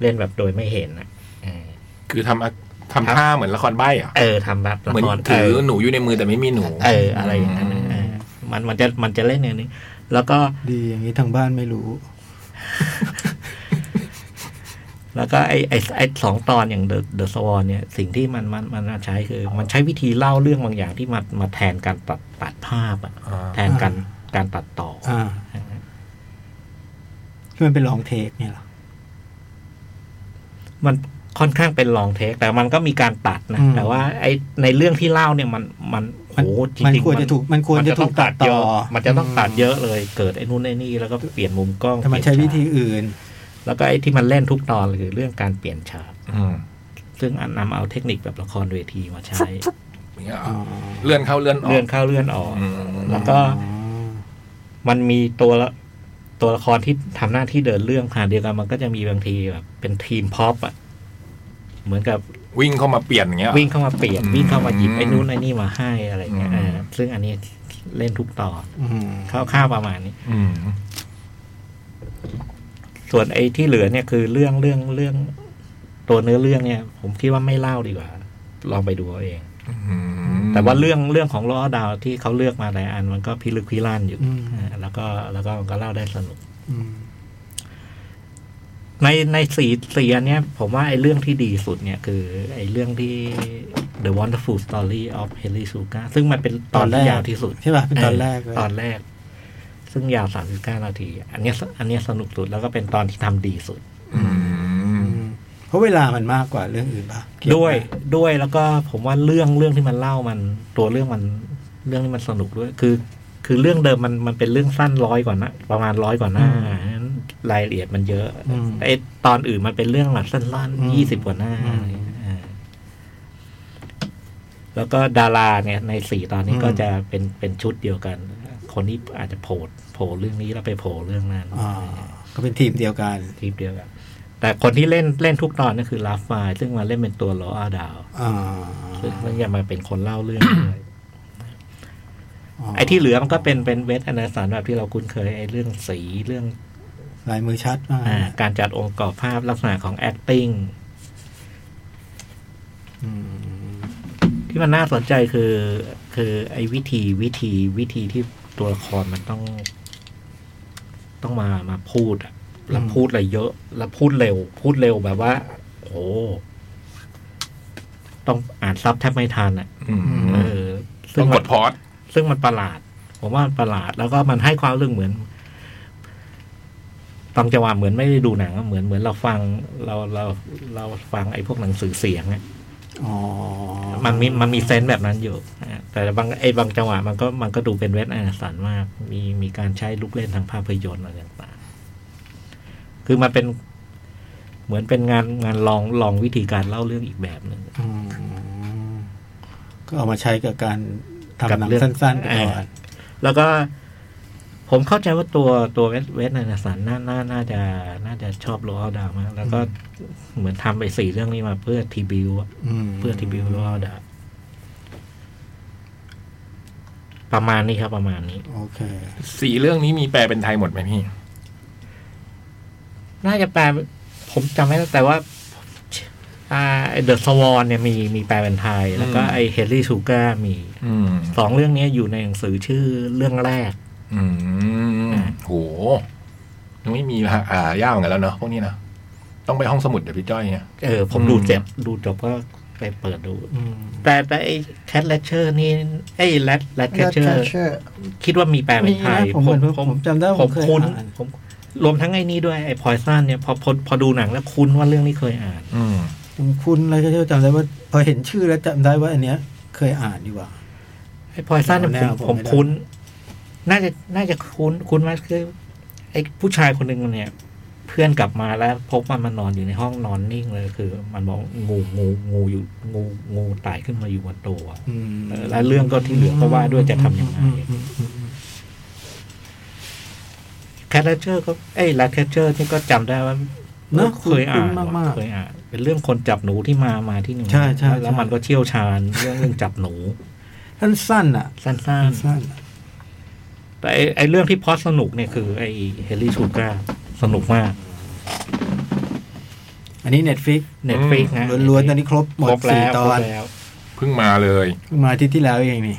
Speaker 4: เล่นแบบโดยไม่เห็นนะเออ
Speaker 3: คือทำอะทำ
Speaker 4: ครับ
Speaker 3: ท่าเหมือนละครใบ้เหรอะ
Speaker 4: เออทำแบบละ
Speaker 3: เหมือน
Speaker 4: คร
Speaker 3: ถือ
Speaker 4: เออ
Speaker 3: หนูอยู่ในมือแต่ไม่มีหนู
Speaker 4: เออ อะไรอย่างนั้นนะเออมันมันจะมันจะเล่นอย่างนี้ แล้วก็
Speaker 5: ดีอย่างนี้ทางบ้านไม่รู้
Speaker 4: แล้วก็ไอ้ไอ้ไอ้สองตอนอย่าง The The Swan เนี่ย สิ่งที่มันมันมันมันใช้คือ มันใช้วิธีเล่าเรื่องบางอย่างที่มามาแทนการตัดตัดภาพอะ
Speaker 3: อ่า
Speaker 4: แทนการการตัดต่ออ
Speaker 5: อ่าที่มันเป็นลองเทคเนี่ยเหรอ
Speaker 4: มันค่อนข้างเป็นลองเทค แต่มันก็มีการตัดนะ
Speaker 5: อืม
Speaker 4: แต่ว่าไอในเรื่องที่เล่าเนี่ยมันมัน
Speaker 5: มัน
Speaker 4: โอ้จริง
Speaker 5: มัน
Speaker 4: ๆ
Speaker 5: ควรจะถูกมันควรจะถูกตัด
Speaker 4: เย
Speaker 5: ต่อ
Speaker 4: อะมันจะต้องตัดเยอะเลย เกิดไอ้นู่นไอ้นี่แล้วก็เปลี่ยนมุมกล้อง
Speaker 5: แต่มัน
Speaker 4: เป
Speaker 5: ใช้
Speaker 4: ลี่ยฉาก
Speaker 5: วิธีอื่น
Speaker 4: แล้วก็ไอ้ที่มันเล่นทุกตอนคือเรื่องการเปลี่ยนฉาก
Speaker 3: อืม
Speaker 4: ซึ่งอันนำเอาเทคนิคแบบละครเวทีมาใช้
Speaker 3: อย่างเงี้ยเหรอ
Speaker 5: อ๋อ
Speaker 3: เลื่อนเข้าเลื่อนออก
Speaker 4: เลื่อนเข้าเลื่อนออก
Speaker 3: อืม
Speaker 4: แล้วก็ มันมีตัวละตัวละครที่ทำหน้าที่เดินเรื่องผ่านเดียวกันมันก็จะมีบางทีแบบเป็นทีมพ็อปอ่ะเหมือนกับ
Speaker 3: วิ่งเข้ามาเปลี่ยนอย่างเงี้ยเหรอ
Speaker 4: วิ่งเข้ามาเปลี่ยน
Speaker 3: อืม
Speaker 4: วิ่งเข้ามาหยิบไอ้นู้นไอ้นี่มาให้อะไรเงี้ย
Speaker 3: อืม
Speaker 4: เออซึ่งอันนี้เล่นทุกตอน
Speaker 5: อืม
Speaker 4: คร่าวๆประมาณนี้
Speaker 3: อืม
Speaker 4: ส่วนไอ้ที่เหลือเนี่ยคือเรื่องเรื่องเรื่องตัวเนื้อเรื่องเนี่ย ผมคิดว่าไม่เล่าดีกว่า ลองไปดูเอาเอง
Speaker 3: อืม
Speaker 4: แต่ว่าเรื่องเรื่องของล้อดาวที่เขาเลือกมาหลายอันมันก็พิลึกพิลั่นอยู่
Speaker 5: อืม
Speaker 4: เออแล้วก็แล้วก็มันก็เล่าได้สนุก
Speaker 5: อืม
Speaker 4: ในในสี่สี่อันเนี้ยผมว่าไอ้เรื่องที่ดีสุดเนี่ยคือ ไอ้เรื่องที่ The Wonderful Story of Henry Suga ซึ่งมันเป็นตอนที่ยาวที่สุด
Speaker 5: ใช่ป่ะเป็นตอนแรกเลย
Speaker 4: ตอนแรก ซึ่งยาว 39 นาที อันเนี้ยสอันเนี้ยสนุกสุดแล้วก็เป็นตอนที่ทำดีสุด
Speaker 3: อืม
Speaker 5: อืมเพราะเวลามันมากกว่าเรื่องอื่นป่ะเกี่
Speaker 4: ด้วย
Speaker 5: ไหม
Speaker 4: ด้วยแล้วก็ผมว่าเรื่องเรื่องที่มันเล่ามัน ตัวเรื่องมันเรื่องที่มันสนุกด้วย คือ คือเรื่องเดิมมันมันเป็นเรื่องสั้นร้อยกว่านะประมาณร้อยกว่าหน้าฉะนั้นรายละเอียดมันเยอะ
Speaker 5: อืม
Speaker 4: ไอตอนอื่นมันเป็นเรื่องหลักสั้น
Speaker 5: อืม
Speaker 4: ๆยี่สิบกว่าหน้า
Speaker 5: อืม
Speaker 4: อ่าแล้วก็ดาราเนี่ย ในสี่ตอนนี้
Speaker 5: อืม
Speaker 4: ก็จะเป็นเป็นชุดเดียวกัน คนนี้อาจจะโผล่โผล่เรื่องนี้แล้วไปโผล่เรื่องนั้น
Speaker 5: อ่าก็เป็นทีมเดียวกัน
Speaker 4: ทีมเดียวกันแต่คนที่เล่นเล่นทุกตอนนั่นคือลาฟายซึ่งมาเล่นเป็นตัวลออาดาว
Speaker 5: อ่า
Speaker 4: ซึ่งมันจะมาเป็นคนเล่าเรื่อง ด้วย
Speaker 5: า
Speaker 4: ไอ้ที่เหลือมันก็เป็นเป็นเวทอนาสารแบบที่เราคุ้นเคยไอ้เรื่องสีเรื่อง
Speaker 5: ลายมือชัดมาก
Speaker 4: อาการจัดองค์ประกอบภาพลักษณะของ acting
Speaker 5: อืม
Speaker 4: ที่มันน่าสนใจคือ คือไอ้วิธีวิธีวิธีที่ตัวละครมันต้อง ต้องมามาพูดอะแล้วพูดอะไรเยอะ แล้วพูดเร็ว พูดเร็วแบบว่า โอ้โหต้องอ่านซับแทบไม่ทันอะ
Speaker 3: อืม
Speaker 4: เออซึ่
Speaker 3: ต้
Speaker 4: ง
Speaker 3: องก
Speaker 4: มัน
Speaker 3: ดพอด
Speaker 4: ซึ่งมันประหลาด ผมว่ามันประหลาด แล้วก็มันให้ความรู้สึกเหมือนตอนจังหวะเหมือนไม่ได้ดูหนังอะเหมือนเหมือนเราฟัง เราเราเราฟังไอ้พวกหนังสือเสียงอะ
Speaker 5: อ๋อ
Speaker 4: มันมีมันมีเซนส์แบบนั้นอยู่อะแต่บางไอ้บางจังหวะมันก็มันก็ดูเป็นเวทอาสันมาก มีมีการใช้ลูกเล่นทางภาพยนตร์อะไรต่างๆคือมันเป็นเหมือนเป็นงานงานลองลองวิธีการเล่าเรื่องอีกแบบหนึ่ง
Speaker 5: อืมก็เอามาใช้กับการทำหนั
Speaker 4: กับ
Speaker 5: ง
Speaker 4: เรื่อง
Speaker 5: สั้นๆไปก่อ
Speaker 4: อ่า
Speaker 5: น
Speaker 4: แล้วก็ผมเข้าใจว่าตัวตัวเวสเวสนานาสันน่าน่าน่าจะน่าจะชอบโรอัลดาวมาก แล้วก็เหมือนทำไปสี่เรื่องนี้มาเพื่อทีบิวอะ
Speaker 5: ม
Speaker 4: เพื่อทีบิวโรอัลดาวประมาณนี้ครับประมาณนี้
Speaker 5: โอเค
Speaker 3: สี่เรื่องนี้มีแปลเป็นไทยหมดไหมพี่
Speaker 4: น่าจะแปลผมจำไม่ได้แต่ว่าอ่าเดอะสวอนเนี่ยมีมีแปลเป็นไทย แล้วก็
Speaker 3: อืม
Speaker 4: ไอเฮนรี่ชูกามี
Speaker 3: อืม
Speaker 4: สองเรื่องนี้อยู่ในหนังสือชื่อเรื่องแรก
Speaker 3: อืมโหยังไม่มีหาหายากเหมือนกันแล้วเนาะพวกนี้นะต้องไปห้องสมุดเดี๋ยวพี่จ้อยเนี่ย
Speaker 4: เออ ผม
Speaker 3: อืม
Speaker 4: ดูเจ็บดูจบก็ไปเปิดดู
Speaker 5: อืม
Speaker 4: แต่แต่ไอ้แคทเลเชอร์นี่ไอ้แรดแรดแคทเชอร์
Speaker 2: เชื่อ
Speaker 4: คิดว่ามีแปลเป็นไทย
Speaker 5: มีนะผมผมผมจำได้ว่า
Speaker 4: ผ
Speaker 5: ผม มเคย
Speaker 4: คุ้น
Speaker 5: อ่าน
Speaker 4: ผมรวมทั้งไอ้นี้ด้วยไอ้พอยซันเนี่ยพอพอพอดูหนังแล้วคุ้นว่าเรื่องนี้เคยอ่าน
Speaker 3: อืม
Speaker 5: ผมคุ้นแล้วก็จำได้ว่า พอเห็นชื่อแล้วจำได้ว่าอันเนี้ย เคยอ่านดีกว่า
Speaker 4: ไอ้พอยซันเนี่ย
Speaker 5: แน
Speaker 4: ผม
Speaker 5: วผ
Speaker 4: ผม
Speaker 5: มไม่ได้
Speaker 4: คุ้น น่าจะน่าจะคุ้นคุ้นมากคือไอ้ผู้ชายคนหนึ่งเนี่ย เพื่อนกลับมาแล้ว พบว่ามันนอนอยู่ในห้องนอนนิ่งเลยคือ มันบอกงูงูงูอยู่งูงูไต่ขึ้นมาอยู่บนตัว
Speaker 5: อืม
Speaker 4: เออแล้วเรื่องก็ที่เหลือก็ว่าด้วยจะทำยังไง
Speaker 5: อืมอืมอืม
Speaker 4: แคทเชอร์ก็เอ้ยแลคเชอร์นี่ก็จำได้ว่า
Speaker 5: เนอะ
Speaker 4: เคยอ่าน
Speaker 5: มากมาก
Speaker 4: เคยอ่านเป็นเรื่องคนจับหนูที่มามาที่หนึ่ง
Speaker 5: ใช่ใช่ใช่
Speaker 4: แล้วมันก็เชี่ยวชาญเรื่องเรื่องจับหนู
Speaker 5: ๆท่านสั้นอ่ะ
Speaker 4: สั้น
Speaker 5: สั้น
Speaker 4: ๆ แต่ไอ้ไอเรื่องที่พอดสนุกเนี่ยคือไอเฮลิชูกาสนุกมาก
Speaker 5: ๆอันนี้เน็ตฟิก
Speaker 4: เน็ตฟ i ิกนะ
Speaker 5: ล้วนๆตอนนี้ครบหมด
Speaker 4: ครบ
Speaker 5: สี่
Speaker 4: แล้วค
Speaker 5: ต
Speaker 4: ร
Speaker 5: อบน
Speaker 4: แล้ว
Speaker 3: เพิ่งมาเลย
Speaker 5: เพิ่งมาอาที่ที่แล้วเองนี่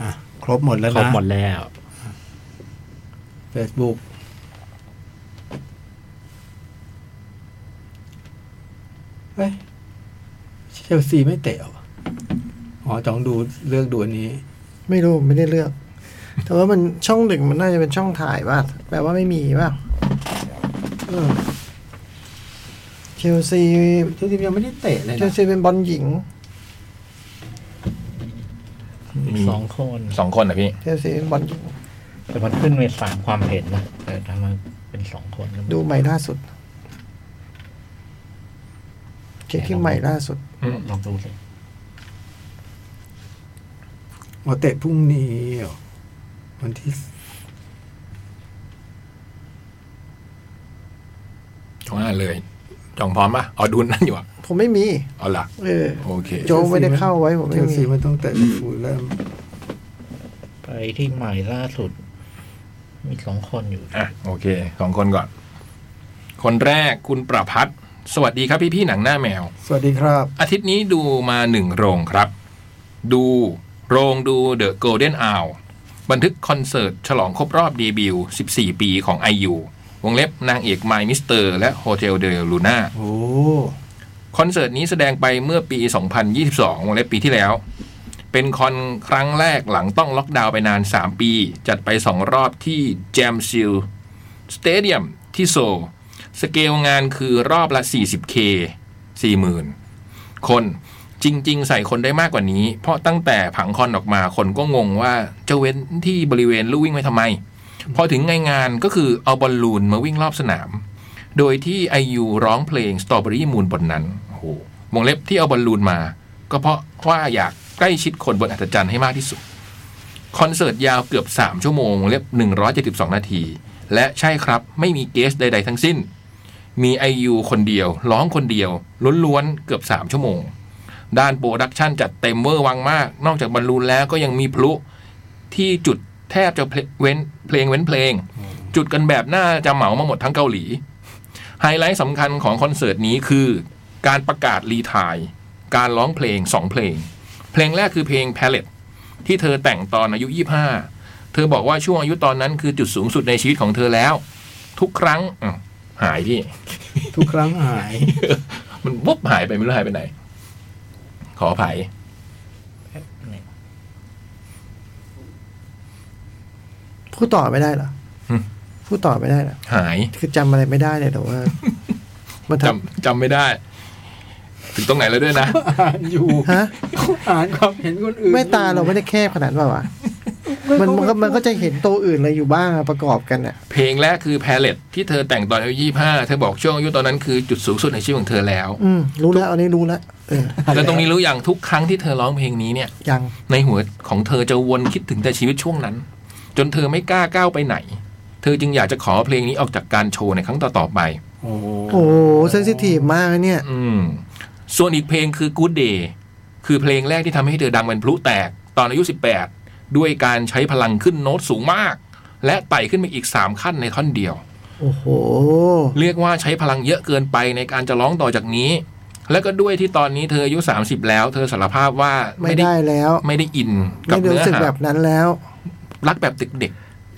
Speaker 5: อ่ะครบหมดแล้ว
Speaker 4: ครบ
Speaker 5: นะ
Speaker 4: หมดแล้ว
Speaker 5: Facebook เฮ้ยเชลซีไม่เตะเหรออ๋อจองดูเลือกดูอันนี้
Speaker 2: ไม่รู้ไม่ได้เลือก แต่ว่ามันช่องหนึ่งมันน่าจะเป็นช่องถ่ายป่ะแปลว่าไม่มีป่ะ
Speaker 5: เออ
Speaker 2: เชลซี
Speaker 5: เชลซียังไม่ได้เตะเลย
Speaker 2: เชล
Speaker 5: นะ
Speaker 2: ซีเป็นบอลหญิง
Speaker 3: มี
Speaker 4: สองคน
Speaker 3: สองคนนะพี่
Speaker 2: เชลซีเป็นบอลหญิง
Speaker 4: แต่มันขึ้นเมสามความเห็นนะแต่ทำไมเป็นสองคนก็ไม่
Speaker 2: ดูใหม่ล่าสุดเช็คที่ใหม่ล่าสุด
Speaker 3: อืม
Speaker 4: ลองดูสิ
Speaker 5: อ๋อเตะพรุ่งนี้เหรอวันที่
Speaker 3: จองอ่านเลย จองพร้อมปะอ๋อดูนั่นอยู่อะ
Speaker 2: ผมไม่มี
Speaker 3: เอาล่ะ
Speaker 2: เออ
Speaker 3: โอเค
Speaker 2: โจ๊กไม่ได้เข้าไว้ผมไม่
Speaker 5: เชล
Speaker 2: มี
Speaker 5: ซีไม่ต้องเตะลิเวอร์พูลแล้ว
Speaker 4: ไปที่ใหม่ล่าสุด มีสองคนอยู่
Speaker 3: อ่ะโอเคสองคนก่อน คนแรกคุณประพัฒน์สวัสดีครับพี่พี่ๆหนังหน้าแมว
Speaker 5: สวัสดีครับ
Speaker 3: อาทิตย์นี้ดูมาหนึ่งโรงครับ ดูโรงดู The Golden Hour บันทึกคอนเสิร์ต ฉลองครบรอบเดบิวต์14 ปีของ IU วงเล็บนางเอกไมมิสเตอร์และ Hotel de Luna
Speaker 5: โอ้
Speaker 3: คอนเสิร์ตนี้แสดงไปเมื่อปี 2022 วงเล็บปีที่แล้ว เป็นคอนครั้งแรกหลังต้องล็อกดาวน์ไปนาน 3 ปี จัดไป 2 รอบที่ j a m s i l Stadium ที่โซลสเกลงานคือรอบละ 40k 40,000 คนจริง ๆ ใส่คนได้มากกว่านี้ เพราะตั้งแต่ผังคอนออกมาคนก็งงว่าจะเว้นที่บริเวณลู่วิ่งไว้ทำไม พอถึงในงานก็คือเอาบอลลูนมาวิ่งรอบสนาม โดยที่ไอยูร้องเพลง Strawberry Moon บนนั้น โอ้โหวงเล็บที่เอาบอลลูนมา ก็เพราะว่าอยากใกล้ชิดคนบนอัศจรรย์ให้มากที่สุด คอนเสิร์ตยาวเกือบ 3 ชั่วโมงวงเล็บ 172 นาที และใช่ครับไม่มีเกสใด ๆ ทั้งสิ้น มีไอยูคนเดียว ร้องคนเดียว ล้วน ๆ เกือบ 3 ชั่วโมง ด้านโปรดักชันจัดเต็มเวอร์วังมาก นอกจากบอลลูนแล้วก็ยังมีพลุที่จุดแทบจะเพลเว้นเพลงเว้นเพลง จุดกันแบบน่าจะเหมามาหมดทั้งเกาหลี ไฮไลท์สำคัญของคอนเสิร์ตนี้คือการประกาศรีไทาย การร้องเพลงสองเพลง เพลงแรกคือเพลง Palette ที่เธอแต่งตอนอายุ 25 เธอบอกว่าช่วงอายุตอนนั้นคือจุดสูงสุดในชีวิตของเธอแล้ว ทุกครั้งอ้าวหายพี่
Speaker 5: ทุกครั้งหาย
Speaker 3: มันวุบหายไปไม่รู้หายไปไหน ขออภัย
Speaker 2: พูดต่อไม่ได้เหรอพูดต่อไม่ได้เหรอ
Speaker 3: หาย
Speaker 2: คือจำอะไรไม่ได้เลยแต่ว่า มันท
Speaker 3: จำจำไม่ได้ ถึงตรงไหนแล้วด้วยนะ
Speaker 5: อ่านอยู่
Speaker 2: ำฮะ
Speaker 5: อ่านความเห็นคนอื่น
Speaker 2: ไม่ตาเราไม่ได้แคบขนาดนั้นป่าวะมันมันก็มันก็จะเห็นตัวอื่นอะไรอยู่บ้างอะประกอบกันอ่ะ
Speaker 3: เพลงแรกคือ Palette ที่เธอแต่งตอนอายุ 25 เธอบอกช่วงอายุตอนนั้นคือจุดสูงสุดในชีวิตของเธอแล้ว
Speaker 2: อืม รู้แล้วอันนี้รู้แล้วเออ
Speaker 3: แล้วตรงนี้รู้อย่างทุกครั้งที่เธอร้องเพลงนี้เนี่ย
Speaker 2: ยัง
Speaker 3: ในหัวของเธอจะวนคิดถึงแต่ชีวิตช่วงนั้น จนเธอไม่กล้าก้าวไปไหน เธอจึงอยากจะขอเพลงนี้ออกจากการโชว์ในครั้งต่อๆไป
Speaker 5: โอ้โห
Speaker 2: โอ้โหเซนซิทีฟมากนะเนี่ย
Speaker 3: อืม ส่วนอีกเพลงคือ Good Day คือเพลงแรกที่ทำให้เธอดังเป็นพลุแตก ตอนอายุ 18 ด้วยการใช้พลังขึ้นโน้ตสูงมาก และไต่ขึ้นไปอีก 3 ขั้นในท่อนเดียว
Speaker 2: โอ้โห
Speaker 3: เรียกว่าใช้พลังเยอะเกินไปในการจะร้องต่อจากนี้ และก็ด้วยที่ตอนนี้เธออายุ 30 แล้ว เธอสารภาพว่า
Speaker 2: ไม่ได้แล้ว
Speaker 3: ไม่ได้อินกั
Speaker 2: ไม่
Speaker 3: บ
Speaker 2: ได้
Speaker 3: เนื้อ
Speaker 2: รู้สึก
Speaker 3: หา
Speaker 2: แบบนั้นแล้ว
Speaker 3: รักแบบเด็ก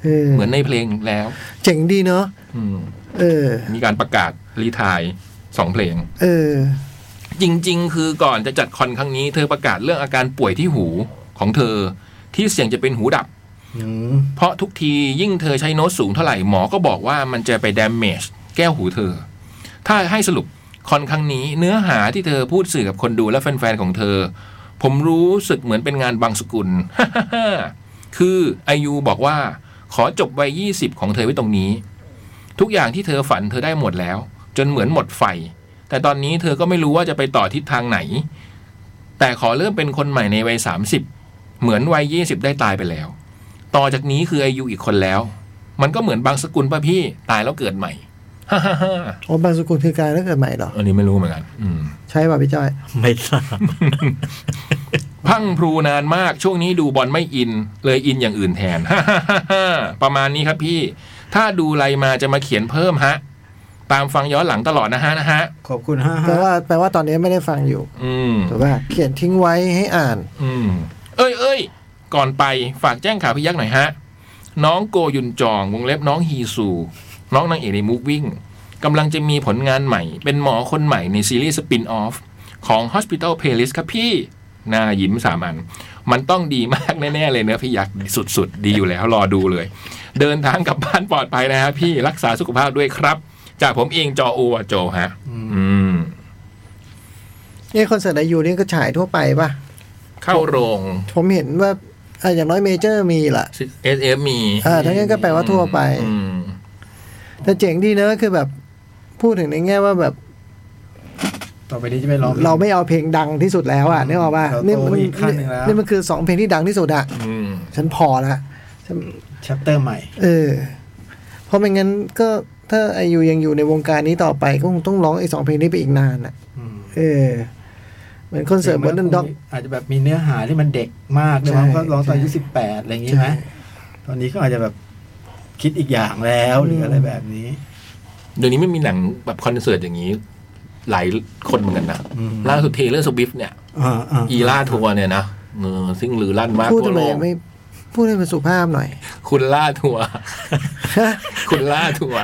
Speaker 2: เออ
Speaker 3: ๆเหมือนในเพลงแล้ว
Speaker 2: เจ๋งดีเนาะ
Speaker 3: อืม
Speaker 2: เออ
Speaker 3: มีการประกาศรีไทายสองเพลง
Speaker 2: เออ
Speaker 3: จริง ๆ คือก่อนจะจัดคอนครั้งนี้ เธอประกาศเรื่องอาการป่วยที่หูของเธอ ที่เสี่ยงจะเป็นหูดับ
Speaker 5: อืม
Speaker 3: เพราะทุกทียิ่งเธอใช้โน้ตสูงเท่าไหร่หมอก็บอกว่ามันจะไป damage แก้วหูเธอ ถ้าให้สรุปคอนครั้งนี้เนื้อหาที่เธอพูดสื่อกับคนดูและแฟน ๆ ของเธอ ผมรู้สึกเหมือนเป็นงานบางสกุล คือไอยูบอกว่า ขอจบวัยยี่สิบของเธอไว้ตรงนี้ ทุกอย่างที่เธอฝันเธอได้หมดแล้ว จนเหมือนหมดไฟ แต่ตอนนี้เธอก็ไม่รู้ว่าจะไปต่อทิศทางไหน แต่ขอเริ่มเป็นคนใหม่ในวัยสามสิบเหมือนวัยยี่สิบได้ตายไปแล้ว ต่อจากนี้คืออายุอีกคนแล้ว มันก็เหมือนบางสกุลป่ะพี่ตายแล้วเกิดใหม่ ฮ่าฮ่าฮ่า
Speaker 2: โอ้บางสกุลคือการแล้วเกิดใหม่เหรอ
Speaker 3: อันนี้ไม่รู้เหมือนกัน อืม
Speaker 2: ใช่ป่ะพี่จ้อย
Speaker 4: ไม่ทราบ
Speaker 3: พรังพรูนานมากช่วงนี้ดูบอลไม่อิน เลยอินอย่างอื่นแทน ประมาณนี้ครับพี่ ถ้าดูไรมาจะมาเขียนเพิ่มฮะ ตามฟังย้อนหลังตลอดนะฮะนะฮะ
Speaker 5: ขอบคุณฮะ
Speaker 2: แปลว่าแปลว่าตอนนี้ไม่ได้ฟังอยู่
Speaker 3: อืม
Speaker 2: ถูกป่ะเขียนทิ้งไว้ให้อ่าน
Speaker 3: อืม เอ้ยเอ้ยก่อนไปฝากแจ้งข่าวพี่ยักษ์หน่อยฮะ น้องโกยุนจองวงเล็บน้องฮีซู น้องนางเอกในมูฟวิ่งกำลังจะมีผลงานใหม่ เป็นหมอคนใหม่ในซีรีส์สปินออฟของ Hospital Playlist ครับพี่หน้ายิ้มสามอัน มันต้องดีมากแน่ ๆ เลยเนื้อะพี่ยักษ์สุด ๆ ดีอยู่แล้วรอดูเลย เดินทางกลับบ้านปลอดภัยนะฮะพี่รักษาสุขภาพด้วยครับ จากผมเองจอโอวาโจฮะ อืม
Speaker 2: นี่คอนเสิร์ตไอยูนี่ก็ฉายทั่วไปป่ะ
Speaker 3: เข้าโรง
Speaker 2: ผมเห็นว่าอ่ะอย่างน้อยเมเจอร์มีล่ะ
Speaker 3: เอสเอฟมี
Speaker 2: อ่าทั้งนั้นก็แปลว่าทั่วไป
Speaker 3: อืม
Speaker 2: แต่เจ๋งดีเนอะคือแบบ พูดถึงในแง่ว่าแบบ
Speaker 5: ต่อไปนี้จะไม่ร้อง
Speaker 2: เราไม่เอาเพลงดังที่สุดแล้วอ่ะนึกออกป่ะ
Speaker 5: เราโต
Speaker 2: นี่มั
Speaker 5: ไปอีกขั้นหนึ่งแล้ว
Speaker 2: นี่มันคือสองเพลงที่ดังที่สุดอ่ะ
Speaker 3: อืม
Speaker 2: ฉันพอละฉัน
Speaker 5: ชัปเตอร์ใหม่
Speaker 2: เออ เพราะไม่งั้นก็ถ้าไอยูยังอยู่ในวงการนี้ต่อไป ก็คงต้องร้องไอสองเพลงนี้ไปอีกนานอ่ะ
Speaker 5: อืม
Speaker 2: เออ เหมือนคอนเสิร์ตบนดันด็อก
Speaker 5: อาจจะแบบมีเนื้อหาที่มันเด็กมากเลยมั้ง
Speaker 2: ใช่
Speaker 5: ก็ร้องตอนอายุ
Speaker 2: ใช่
Speaker 5: สิบแปดอะไรอย่างงี้ไหม
Speaker 2: ใช่
Speaker 5: ตอนนี้ก็อาจจะแบบคิดอีกอย่างแล้วหรืออะไรแบบนี้
Speaker 3: เดี๋ยวนี้ไม่มีหนังแบบคอนเสิร์ตอย่างนี้ หลายคนเหมือนกันนะ
Speaker 5: อืม
Speaker 3: ล่าสุดเทเลอร์สวิฟเนี่ย
Speaker 5: อ่าอ่า
Speaker 3: อีล่าทัวร์เนี่ยนะเออซึ่งลือลั่นมาก
Speaker 2: พูด
Speaker 3: ทั่ว
Speaker 2: ทำไม
Speaker 3: โลก
Speaker 2: ไม่พูดให้มันสุภาพหน่อย
Speaker 3: คุณล่าทัวร์ คุณล่าทัวร์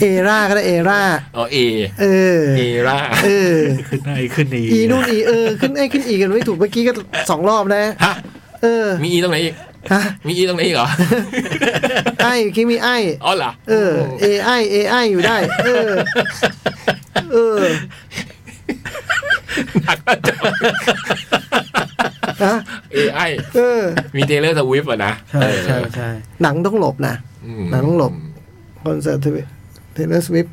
Speaker 2: เอร่าก็ได้เอร่า
Speaker 3: อ๋อเอ
Speaker 2: เออ
Speaker 3: เอร่า
Speaker 2: เออ
Speaker 4: ขึ้นไอขึ้นอี
Speaker 2: อีนู่นอีเออ ขึ้นไอ้ขึ้นอีกันไม่ถูกเมื่อกี้ก็สองรอบนะ
Speaker 3: ฮะ
Speaker 2: เออ
Speaker 3: มีอีตรงไหนอีก
Speaker 2: ฮะ
Speaker 3: มีอีตรงไหนอีกเหรอ
Speaker 2: ไอ้เมื่อกี้มีไอ้
Speaker 3: อ๋อเหรอ
Speaker 2: เออเอไอเอไออยู่ได้ เออ เออ
Speaker 3: หนักแล้วจ้ะ
Speaker 2: นะ
Speaker 3: เอไอ
Speaker 2: เออ
Speaker 3: มีเทเลอร์สวิฟอ่ะนะ
Speaker 5: ใช่ใช่ใช่
Speaker 2: หนังต้องหลบนะ หนังหลบ คอนเสิร์ตเทเลอร์สวิฟ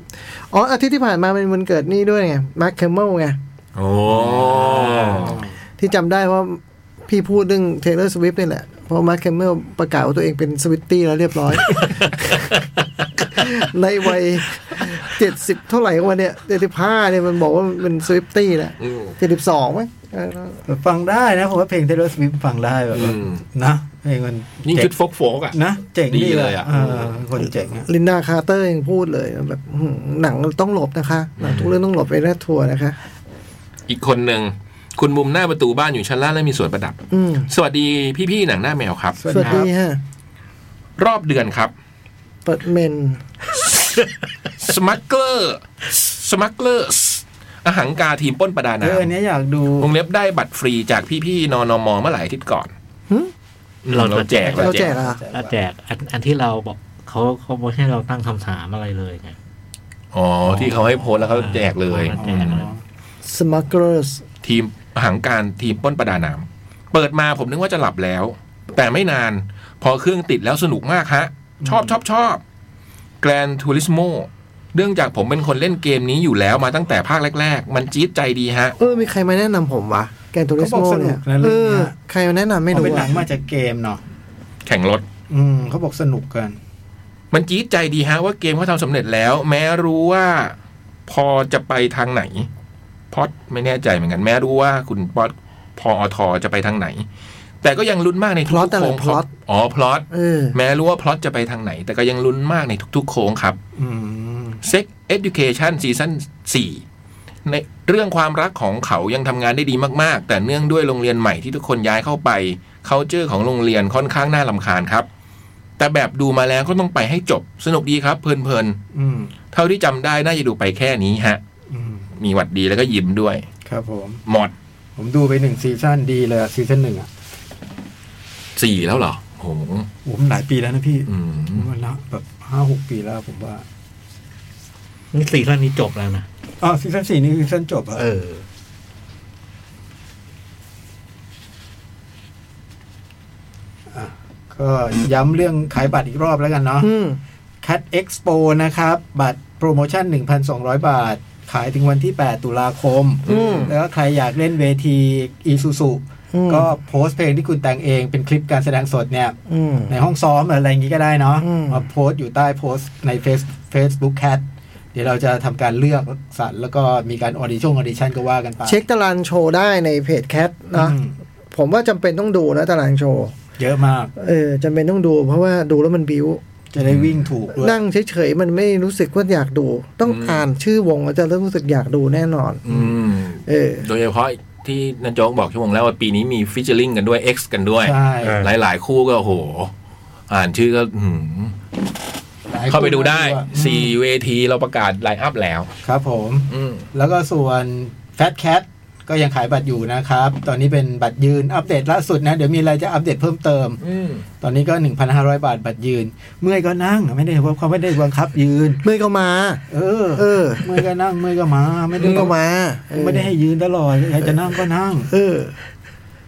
Speaker 2: อ๋ออาทิตย์ที่ผ่านมาเป็นวันเกิดนี่ด้วยไงมาร์คเคมเมลไง
Speaker 3: โอ้
Speaker 2: ที่จำได้เพราะพี่พูดเรื่องเทเลอร์สวิฟนี่แหละ เพราะมาร์คเคมเมลประกาศว่าตัวเองเป็นสวิตตี้แล้วเรียบร้อย ในวัยเจ็ดสิบเท่าไหร่วันเนี่ยเจ็ดสิบห้าเนี่ยมันบอกว่ามันเป็นสวิตตี้แหละ
Speaker 3: อืม
Speaker 2: เจ็ดสิบสองมั้งเออ
Speaker 5: ฟังได้นะผมว่าเพลง Taylor Swift ฟังได้แบบว่า
Speaker 3: อืม
Speaker 5: นะเพลงมัน
Speaker 3: ยิ่ง
Speaker 5: เจ๋
Speaker 3: ชุ
Speaker 5: ง
Speaker 3: ดโฟกโฟกๆอ่ะ
Speaker 5: นะเจ๋ง
Speaker 3: ดีเลยอะ
Speaker 5: เคนเจ๋งอะ
Speaker 2: ลินดาคาร์เตอร์ยังพูดเลยแบบอื้อหือหนังต้องหลบนะคะหนังทุกเรื่องต้องหลบไปแรกทัวร์นะคะ
Speaker 3: อีกคนหนึ่งคุณมุมหน้าประตูบ้านอยู่ชั้นล่างและมีสวนประดับ
Speaker 2: อืม
Speaker 3: สวัสดีพี่ๆหนังหน้าแมวครับ
Speaker 2: สวัสดีฮะ
Speaker 3: รอบเดือนครับ
Speaker 2: เปิดเมน
Speaker 3: สมัคเกอร์สมัคเกอร์อาหังกาทีมปล้นประดา
Speaker 5: เอ
Speaker 3: น้
Speaker 5: ออันเนี้ยอยากดู
Speaker 3: ำวงเล็บได้บัตรฟรีจากพี่ๆนอนมเมื่อหลายอาทิตย์ก่อน
Speaker 2: หึ
Speaker 3: อืมเราแจก
Speaker 2: เราแจกเหรอ่ะ
Speaker 4: อ่ะแจกอันอันที่เราบอกเขาเขาไม่ให้เราตั้งคำถามอะไรเลยไง
Speaker 3: อ๋อ ที่เขาให้โพสต์แล้วเขาแจกเลย
Speaker 4: อ๋อ
Speaker 5: อ๋อ
Speaker 2: สมาร์เกอร์ส
Speaker 3: ทีมอาหังการทีมปล้นประดาน้ำเปิดมาผมนึกว่าจะหลับแล้ว แต่ไม่นาน พอเครื่องติดแล้วสนุกมากฮะ ชอบชอบชอบแกรนทูริสโมเนื่องจากผมเป็นคนเล่นเกมนี้อยู่แล้วมาตั้งแต่ภาคแรก ๆ มันจี๊ดใจดีฮะ
Speaker 2: เออ มีใครมาแนะนำผมวะแกนตูริสโมเนี่ยเออ ใครมาแนะนำไม่
Speaker 5: เอา
Speaker 2: รู้
Speaker 5: เป็นหนั
Speaker 2: อ่ะ
Speaker 5: งมาจากเกมเนาะ
Speaker 3: แข่งรถ
Speaker 5: อืมเขาบอกสนุกกัน
Speaker 3: มันจี๊ดใจดีฮะว่าเกมเขาทำสำเร็จแล้ว แม้รู้ว่าพอจะไปทางไหนพอดไม่แน่ใจเหมือนกัน แม้รู้ว่าคุณพอดพออทอจะไปทางไหน แต่ก็ยังลุ้นมากในทุกๆโค้งครับอ๋อพลอต
Speaker 2: เออ
Speaker 3: แม้รู้ว่าพล็อตจะไปทางไหน แต่ก็ยังลุ้นมากในทุกๆโค้งครับ
Speaker 5: อืม
Speaker 3: Sex Education ซีซั่น4ในเรื่องความรักของเขายังทำงานได้ดีมากๆ แต่เนื่องด้วยโรงเรียนใหม่ที่ทุกคนย้ายเข้าไป c u เจอร์ของโรงเรียนค่อนข้างน่าลำคาญครับ แต่แบบดูมาแล้วก็ต้องไปให้จบ สนุกดีครับ เพลิน
Speaker 5: อืม
Speaker 3: ๆ เท่าที่จำได้น่าจะดูไปแค่นี้ฮะ
Speaker 5: อืม
Speaker 3: มีหวัดดีแล้วก็ยิ้มด้วย
Speaker 5: ครับผม
Speaker 3: หมด
Speaker 5: ผมดูไปหนึ่งซีซั่นดีเลยอะซีซั่นหนึ่งอ่ะ
Speaker 3: สี่แล้วเหรอโห
Speaker 5: โอ้โหหลายปีแล้วนะพี่
Speaker 3: อืม
Speaker 5: มันละแบบห้าหกปีแล้วผมว่า
Speaker 4: นี่สี่ท่านนี้จบแล้วนะ
Speaker 5: อ๋อซีซั่นสี่นี่คือซีซั่นจบเหร
Speaker 4: เอ
Speaker 5: อ่ะ
Speaker 4: อ
Speaker 5: อ่ะก็ย้ำเรื่องขายบัตรอีกรอบแล้วกันเนาะ
Speaker 2: อืม
Speaker 5: Cat Expo นะครับ บัตรโปรโมชั่น 1,200 บาท ขายถึงวันที่ 8 ตุลาคม
Speaker 2: อืม
Speaker 5: แล้วก็ใครอยากเล่นเวทีอีซูซู
Speaker 2: อืม
Speaker 5: ก็โพสต์เพลงที่คุณแต่งเองเป็นคลิปการแสดงสดเนี่ย
Speaker 2: อืม
Speaker 5: ในห้องซ้อมอะไรอย่างนี้ก็ได้เนาะ
Speaker 2: อืม
Speaker 5: มาโพสต์อยู่ใต้โพสต์ใน Face Facebook Cat เดี๋ยวเราจะทำการเลือกสรรแล้วก็มีการออดิชั่นออดิชั่นก็ว่ากันไป
Speaker 2: เช็คตารางโชว์ได้ในเพจแคทนะ
Speaker 5: อืม
Speaker 2: ผมว่าจำเป็นต้องดูนะตารางโชว์
Speaker 5: เยอะมาก
Speaker 2: เออจำเป็นต้องดู เพราะว่าดูแล้วมันบิว
Speaker 5: จะได้วิ่งถูกด้วย
Speaker 2: นั่งเฉยๆมันไม่รู้สึกว่าอยากดู ต้องอ่านชื่อวงแล้วจะเริ่มรู้สึกอยากดูแน่นอน
Speaker 3: อืม
Speaker 2: เออ
Speaker 3: โดยเฉพาะที่นันโจ๊กบอกช่วโมงแล้วว่าปีนี้มีฟิชเชอริงกันด้วย X กันด้วย
Speaker 5: ใช่
Speaker 3: หลายหลายๆคู่ก็โอ้โห อ่านชื่อก็อื้อหือ
Speaker 5: หลย
Speaker 3: เข้าไปดูได้
Speaker 5: คนอืม
Speaker 3: สี่เวทีเราประกาศไลน์อัพแล้ว
Speaker 5: ครับผม
Speaker 3: อืม
Speaker 5: แล้วก็ส่วน Fat Cat ก็ยังขายบัตรอยู่นะครับ ตอนนี้เป็นบัตรยืนอัปเดตล่าสุดนะ เดี๋ยวมีอะไรจะอัปเดตเพิ่มเติม
Speaker 3: อืม
Speaker 5: ตอนนี้ก็ 1,500 บาทบัตรยืน เมื่อยก็นั่งไม่ได้ว่าเขาไม่ได้บังคับยืน
Speaker 2: เมื่อยก็มา
Speaker 5: เออ
Speaker 2: เออ
Speaker 5: เมื่อยก็นั่งเมื่อยก็มาไม่ได้
Speaker 2: เมื่อยก็มาเออ
Speaker 5: ไม่ได้ให้ยืนตลอดอยากจะนั่งก็นั่ง
Speaker 2: เออ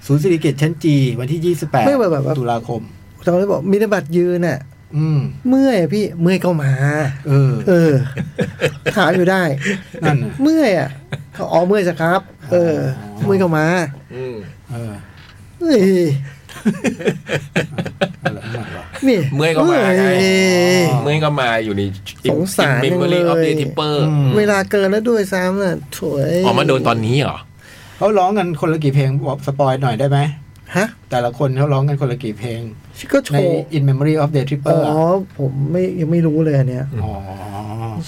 Speaker 5: ศูนย์สิริกิตชั้นจีวันที่ 28
Speaker 2: ไม่แบบแบบ
Speaker 5: ตุลาคม
Speaker 2: ตอนนี้บอกมีแต่บัตรยืนน่ะ
Speaker 5: อืม
Speaker 2: เมื่อยอะพี่เมื่อยก็มา
Speaker 5: เออ
Speaker 2: เออ ถามอยู่ได้
Speaker 5: นั่นน่ะ
Speaker 2: เมื่อยอ่ะเขาอ๋อเมื่อยสิครับ เออ
Speaker 5: อ๋อ
Speaker 2: เมื่อยก็มา
Speaker 3: อืม
Speaker 5: เออ
Speaker 2: เอ้ย
Speaker 5: อะไรของมันวะ
Speaker 2: นี่
Speaker 3: เมื่อยก็มาไง
Speaker 2: เอ้ย
Speaker 5: อ๋อ
Speaker 3: เมื่อก็มาอยู่ใน
Speaker 2: สงสาร
Speaker 3: เมมโม
Speaker 2: จั
Speaker 3: รี่
Speaker 2: ง
Speaker 3: อ
Speaker 2: เล
Speaker 3: อฟเด
Speaker 2: ย
Speaker 3: อะทิปเปอร์
Speaker 5: อืม
Speaker 2: เวลาเกินแล้วด้วยซ้ำน่ะถวย
Speaker 3: ออกมาโดนตอนนี้เหรอ
Speaker 5: เขาร้องกันคนละกี่เพลงบอกสปอยหน่อยได้ไหม
Speaker 2: ฮะ
Speaker 5: แต่ละคนเขาร้องกันคนละกี่เพลง
Speaker 2: ก็โช
Speaker 5: ใน
Speaker 2: ว์
Speaker 5: In Memory of the
Speaker 2: อ๋
Speaker 5: Tripper
Speaker 2: อ ผมไม่ยังไม่รู้เลยอันเนี้ย
Speaker 5: อ๋อ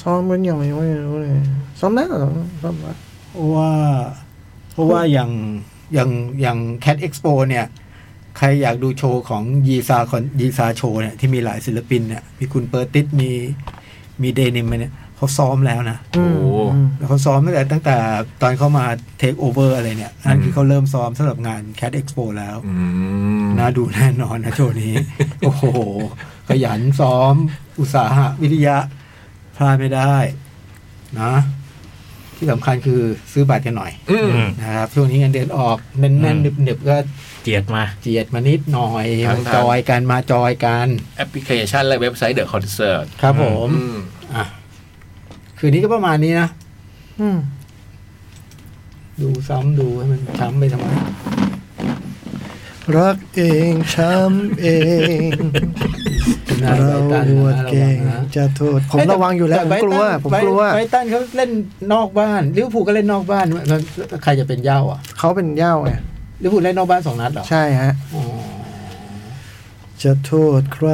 Speaker 2: ซ้อมมันยังไม่รู้เลยซ้อมแล้วเหรอซ้อมแล้ว
Speaker 5: เพราะว่าเพราะว่าอย่างอย่างอย่าง Cat Expo เนี่ย ใครอยากดูโชว์ของยีซาคอนยีซาโชว์เนี่ยที่มีหลายศิลปินเนี่ยมีคุณเปอร์ติสมีมีเดนิมเนี่ยเขาซ้อมแล้วนะ
Speaker 3: โอ้โห
Speaker 2: อืม
Speaker 5: แล้วเขาซ้อมตั้งแต่ตั้งแต่ตอนเข้ามาเทคโอเวอร์อะไรเนี่ยนั่นคือเขาเริ่มซ้อมสำหรับงาน Cat Expo แล้ว
Speaker 3: อืม
Speaker 5: น่าดูแน่นอนนะโชว์นี้ โอ้โห ขยันซ้อม อุตสาหะวิทยะพลาดไม่ได้ นะ ที่สำคัญคือซื้อบัตรกันหน่อย
Speaker 3: อืม
Speaker 5: นะครับช่วงนี้เงินเดือนออกแน่นๆหนึบๆก็
Speaker 4: เจียดมา
Speaker 5: เจียดมานิดหน่อย
Speaker 3: ครับ
Speaker 5: มาจอยกันมาจอยกัน
Speaker 3: แอปพลิเคชันและเว็บไซต์เดอะคอนเสิร์ต
Speaker 5: ครับผมอ่ะคืนนี้ก็ประมาณนี้นะ
Speaker 2: อืม
Speaker 5: ดูซ้ำดูให้มันช้ำไปทำไม
Speaker 2: รักเองช้ำเอง
Speaker 5: คุณนาย
Speaker 2: เรา
Speaker 5: ไบตัน
Speaker 2: หวด
Speaker 5: นะ
Speaker 2: เก่ง
Speaker 5: ระวังนะ
Speaker 2: จะโทษผม
Speaker 5: เอ้ยแต่
Speaker 2: ระวังอยู่แล้วผ
Speaker 5: ต่
Speaker 2: มกลัว
Speaker 5: ไบตัน
Speaker 2: ผมกลัว
Speaker 5: ไบไบตันเขาเล่นนอกบ้านลิเวอร์พูลก็เล่นนอกบ้านแล้วแล้วใครจะเป็นเหย้าอ่ะ
Speaker 2: เขาเป็นเหย่าไง
Speaker 5: ลิเวอร์พูลเล่นนอกบ้านสองนัดเหรอ
Speaker 2: ใช่ฮะ
Speaker 5: อ๋อ
Speaker 2: จะโทษใคร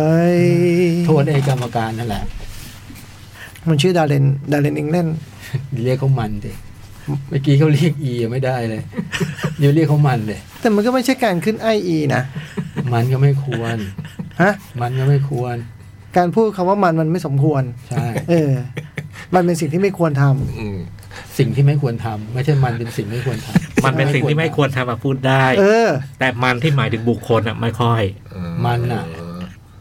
Speaker 5: โทษไอ้กรรมการนั่นแหละ
Speaker 2: มันชื่อดาเรนดาเรนอิงเล่น
Speaker 5: เรียกเขามันดิเมื่อกี้เขาเรียกอียังไม่ได้เลยเดี๋ยวเรียกเขามันเลย
Speaker 2: แต่มันก็ไม่ใช่การขึ้นไออีนะ
Speaker 5: มันก็ไม่ควร
Speaker 2: ฮะ
Speaker 5: มันก็ไม่ควร
Speaker 2: การพูดคำว่ามันมันไม่สมควร
Speaker 5: ใช่
Speaker 2: เออ มันเป็นสิ่งที่ไม่ควรทำ
Speaker 3: อืม
Speaker 5: สิ่งที่ไม่ควรทำไม่ใช่มันเป็นสิ่งไม่ควรทำ
Speaker 4: มันเป็นสิ่งที่ไม่ควรทำมาพูดได้
Speaker 2: เออ
Speaker 4: แต่มันที่หมายถึงบุคคลอ่ะไม่ค่อย
Speaker 5: มันอ่ะ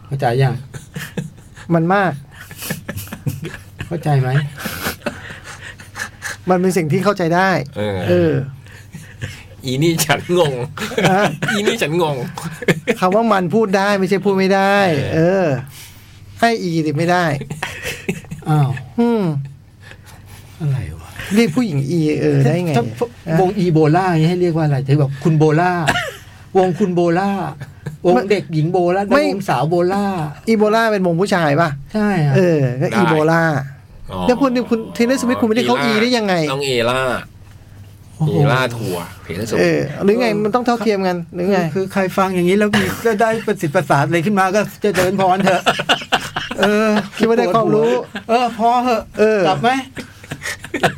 Speaker 5: เข้าใจยัง
Speaker 2: มันมาก
Speaker 5: เข้าใจไหม
Speaker 2: มันเป็นสิ่งที่เข้าใจได้
Speaker 3: เออ
Speaker 2: เออ
Speaker 3: อีนี่ฉันงง
Speaker 2: ฮะ
Speaker 3: อีนี่ฉันงง
Speaker 2: คำว่ามันพูดได้ไม่ใช่พูดไม่ได้ เออไออีติไม่ได้
Speaker 5: อ้าว
Speaker 2: อืม
Speaker 5: อะไรวะ
Speaker 2: เรียกผู้หญิงอีเออได้ไง
Speaker 5: ถ้าวงอีโบล่าให้เรียกว่าอะไรที่แบบคุณโบล่าวงคุณโบล่าวงเด็กหญิงโบล่า
Speaker 2: ไม่
Speaker 5: วงสาวโบล่า
Speaker 2: อีโบลาเป็นวงผู้ชายป่ะ
Speaker 5: ใช่อะ
Speaker 2: เออ ก็
Speaker 3: ได้
Speaker 2: อีโบลา
Speaker 3: อ๋อ
Speaker 2: แล้วคุณคุณเทเลอร์สวิฟต์คุณไม่ได้เข้า E ได้ยังไง
Speaker 3: ต้องเอล่า
Speaker 5: โอ้โห
Speaker 3: เอล่าทัวร์เทเลอร์สวิ
Speaker 2: เอ
Speaker 3: ฟต์
Speaker 2: อ หรือไงมันต้องเท่าเทียมกัน หรือไง
Speaker 5: คือใครฟังอย่างนี้แล้วมีก็ได้ประสิทธิ์ประสาทอะไรขึ้นมาก็จะเดินพรเถ อะ เออ
Speaker 2: คิดว่าได้ความรู้
Speaker 5: เออ พอเหอะ
Speaker 2: เออ
Speaker 5: กลับไหม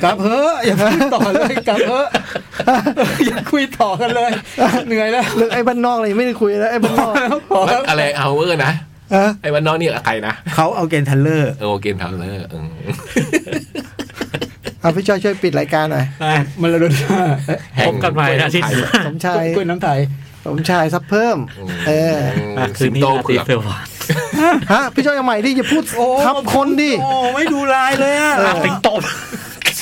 Speaker 5: กลับเหอะอย่าพูดต่อเลยกลับเหอะ อย่าคุยต่อกันเลย เหนื่อย แล้ว
Speaker 2: เรื่องไอ้บ้านนอกอะไรยังไม่ได้คุยแล้วไอ้บ้าน นอก
Speaker 5: พอแล้ว
Speaker 3: อะไรเอาเวอร์นะ
Speaker 2: เออ
Speaker 3: ไอ้วันน้องนี่ใครนะ
Speaker 5: เขาเอาเกณฑ์ทันเลอร์
Speaker 3: เออโอเกนทาวเลอร์อืม
Speaker 2: เอาพี่จอยช่วยปิดรายการหน่อย
Speaker 5: มันระดม
Speaker 3: แห่ง
Speaker 4: พบกันใหม่นะอาทิตย์หน้า
Speaker 2: สมชาย
Speaker 5: กล้วยน้ำไทย
Speaker 2: สมชายซับเพิ่ม เออ
Speaker 3: อืม
Speaker 4: คื
Speaker 3: สิ
Speaker 4: น
Speaker 3: ง
Speaker 4: นี้
Speaker 3: โต
Speaker 4: ราต
Speaker 3: เผื
Speaker 4: รี
Speaker 3: อก
Speaker 4: เสือหวาน
Speaker 2: ฮะ พี่จอยเอาใหม่ดิอย่าพูดทับคนดิ
Speaker 5: โอ้ไม่ดูลายเลยอะ
Speaker 2: เออ
Speaker 4: สิงโต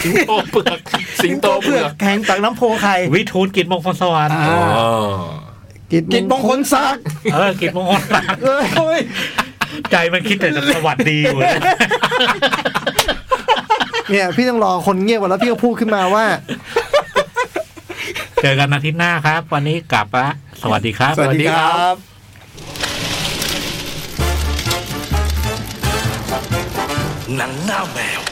Speaker 3: สิงโตเผือกสิงโตเผือก
Speaker 5: แข่งตักน้ำโพไข่
Speaker 4: วิทูลกินมงคลสวรรค์
Speaker 5: อ่า
Speaker 3: อ๋อ
Speaker 2: กิจ
Speaker 5: กิจมงคลศักดิ์
Speaker 4: เออกิจมงคล
Speaker 5: เอ้ย
Speaker 4: ใจมันคิดแต่จะสวัสดีอยู่เลย
Speaker 2: เนี่ย พี่ต้องรอคนเงียบก่อนแล้วพี่ก็พูดขึ้นมาว่า
Speaker 4: เจอกันอาทิตย์หน้าครับ วันนี้กลับละสวัสดีครับ
Speaker 5: สวัสดีครับ
Speaker 1: nắng nao mèo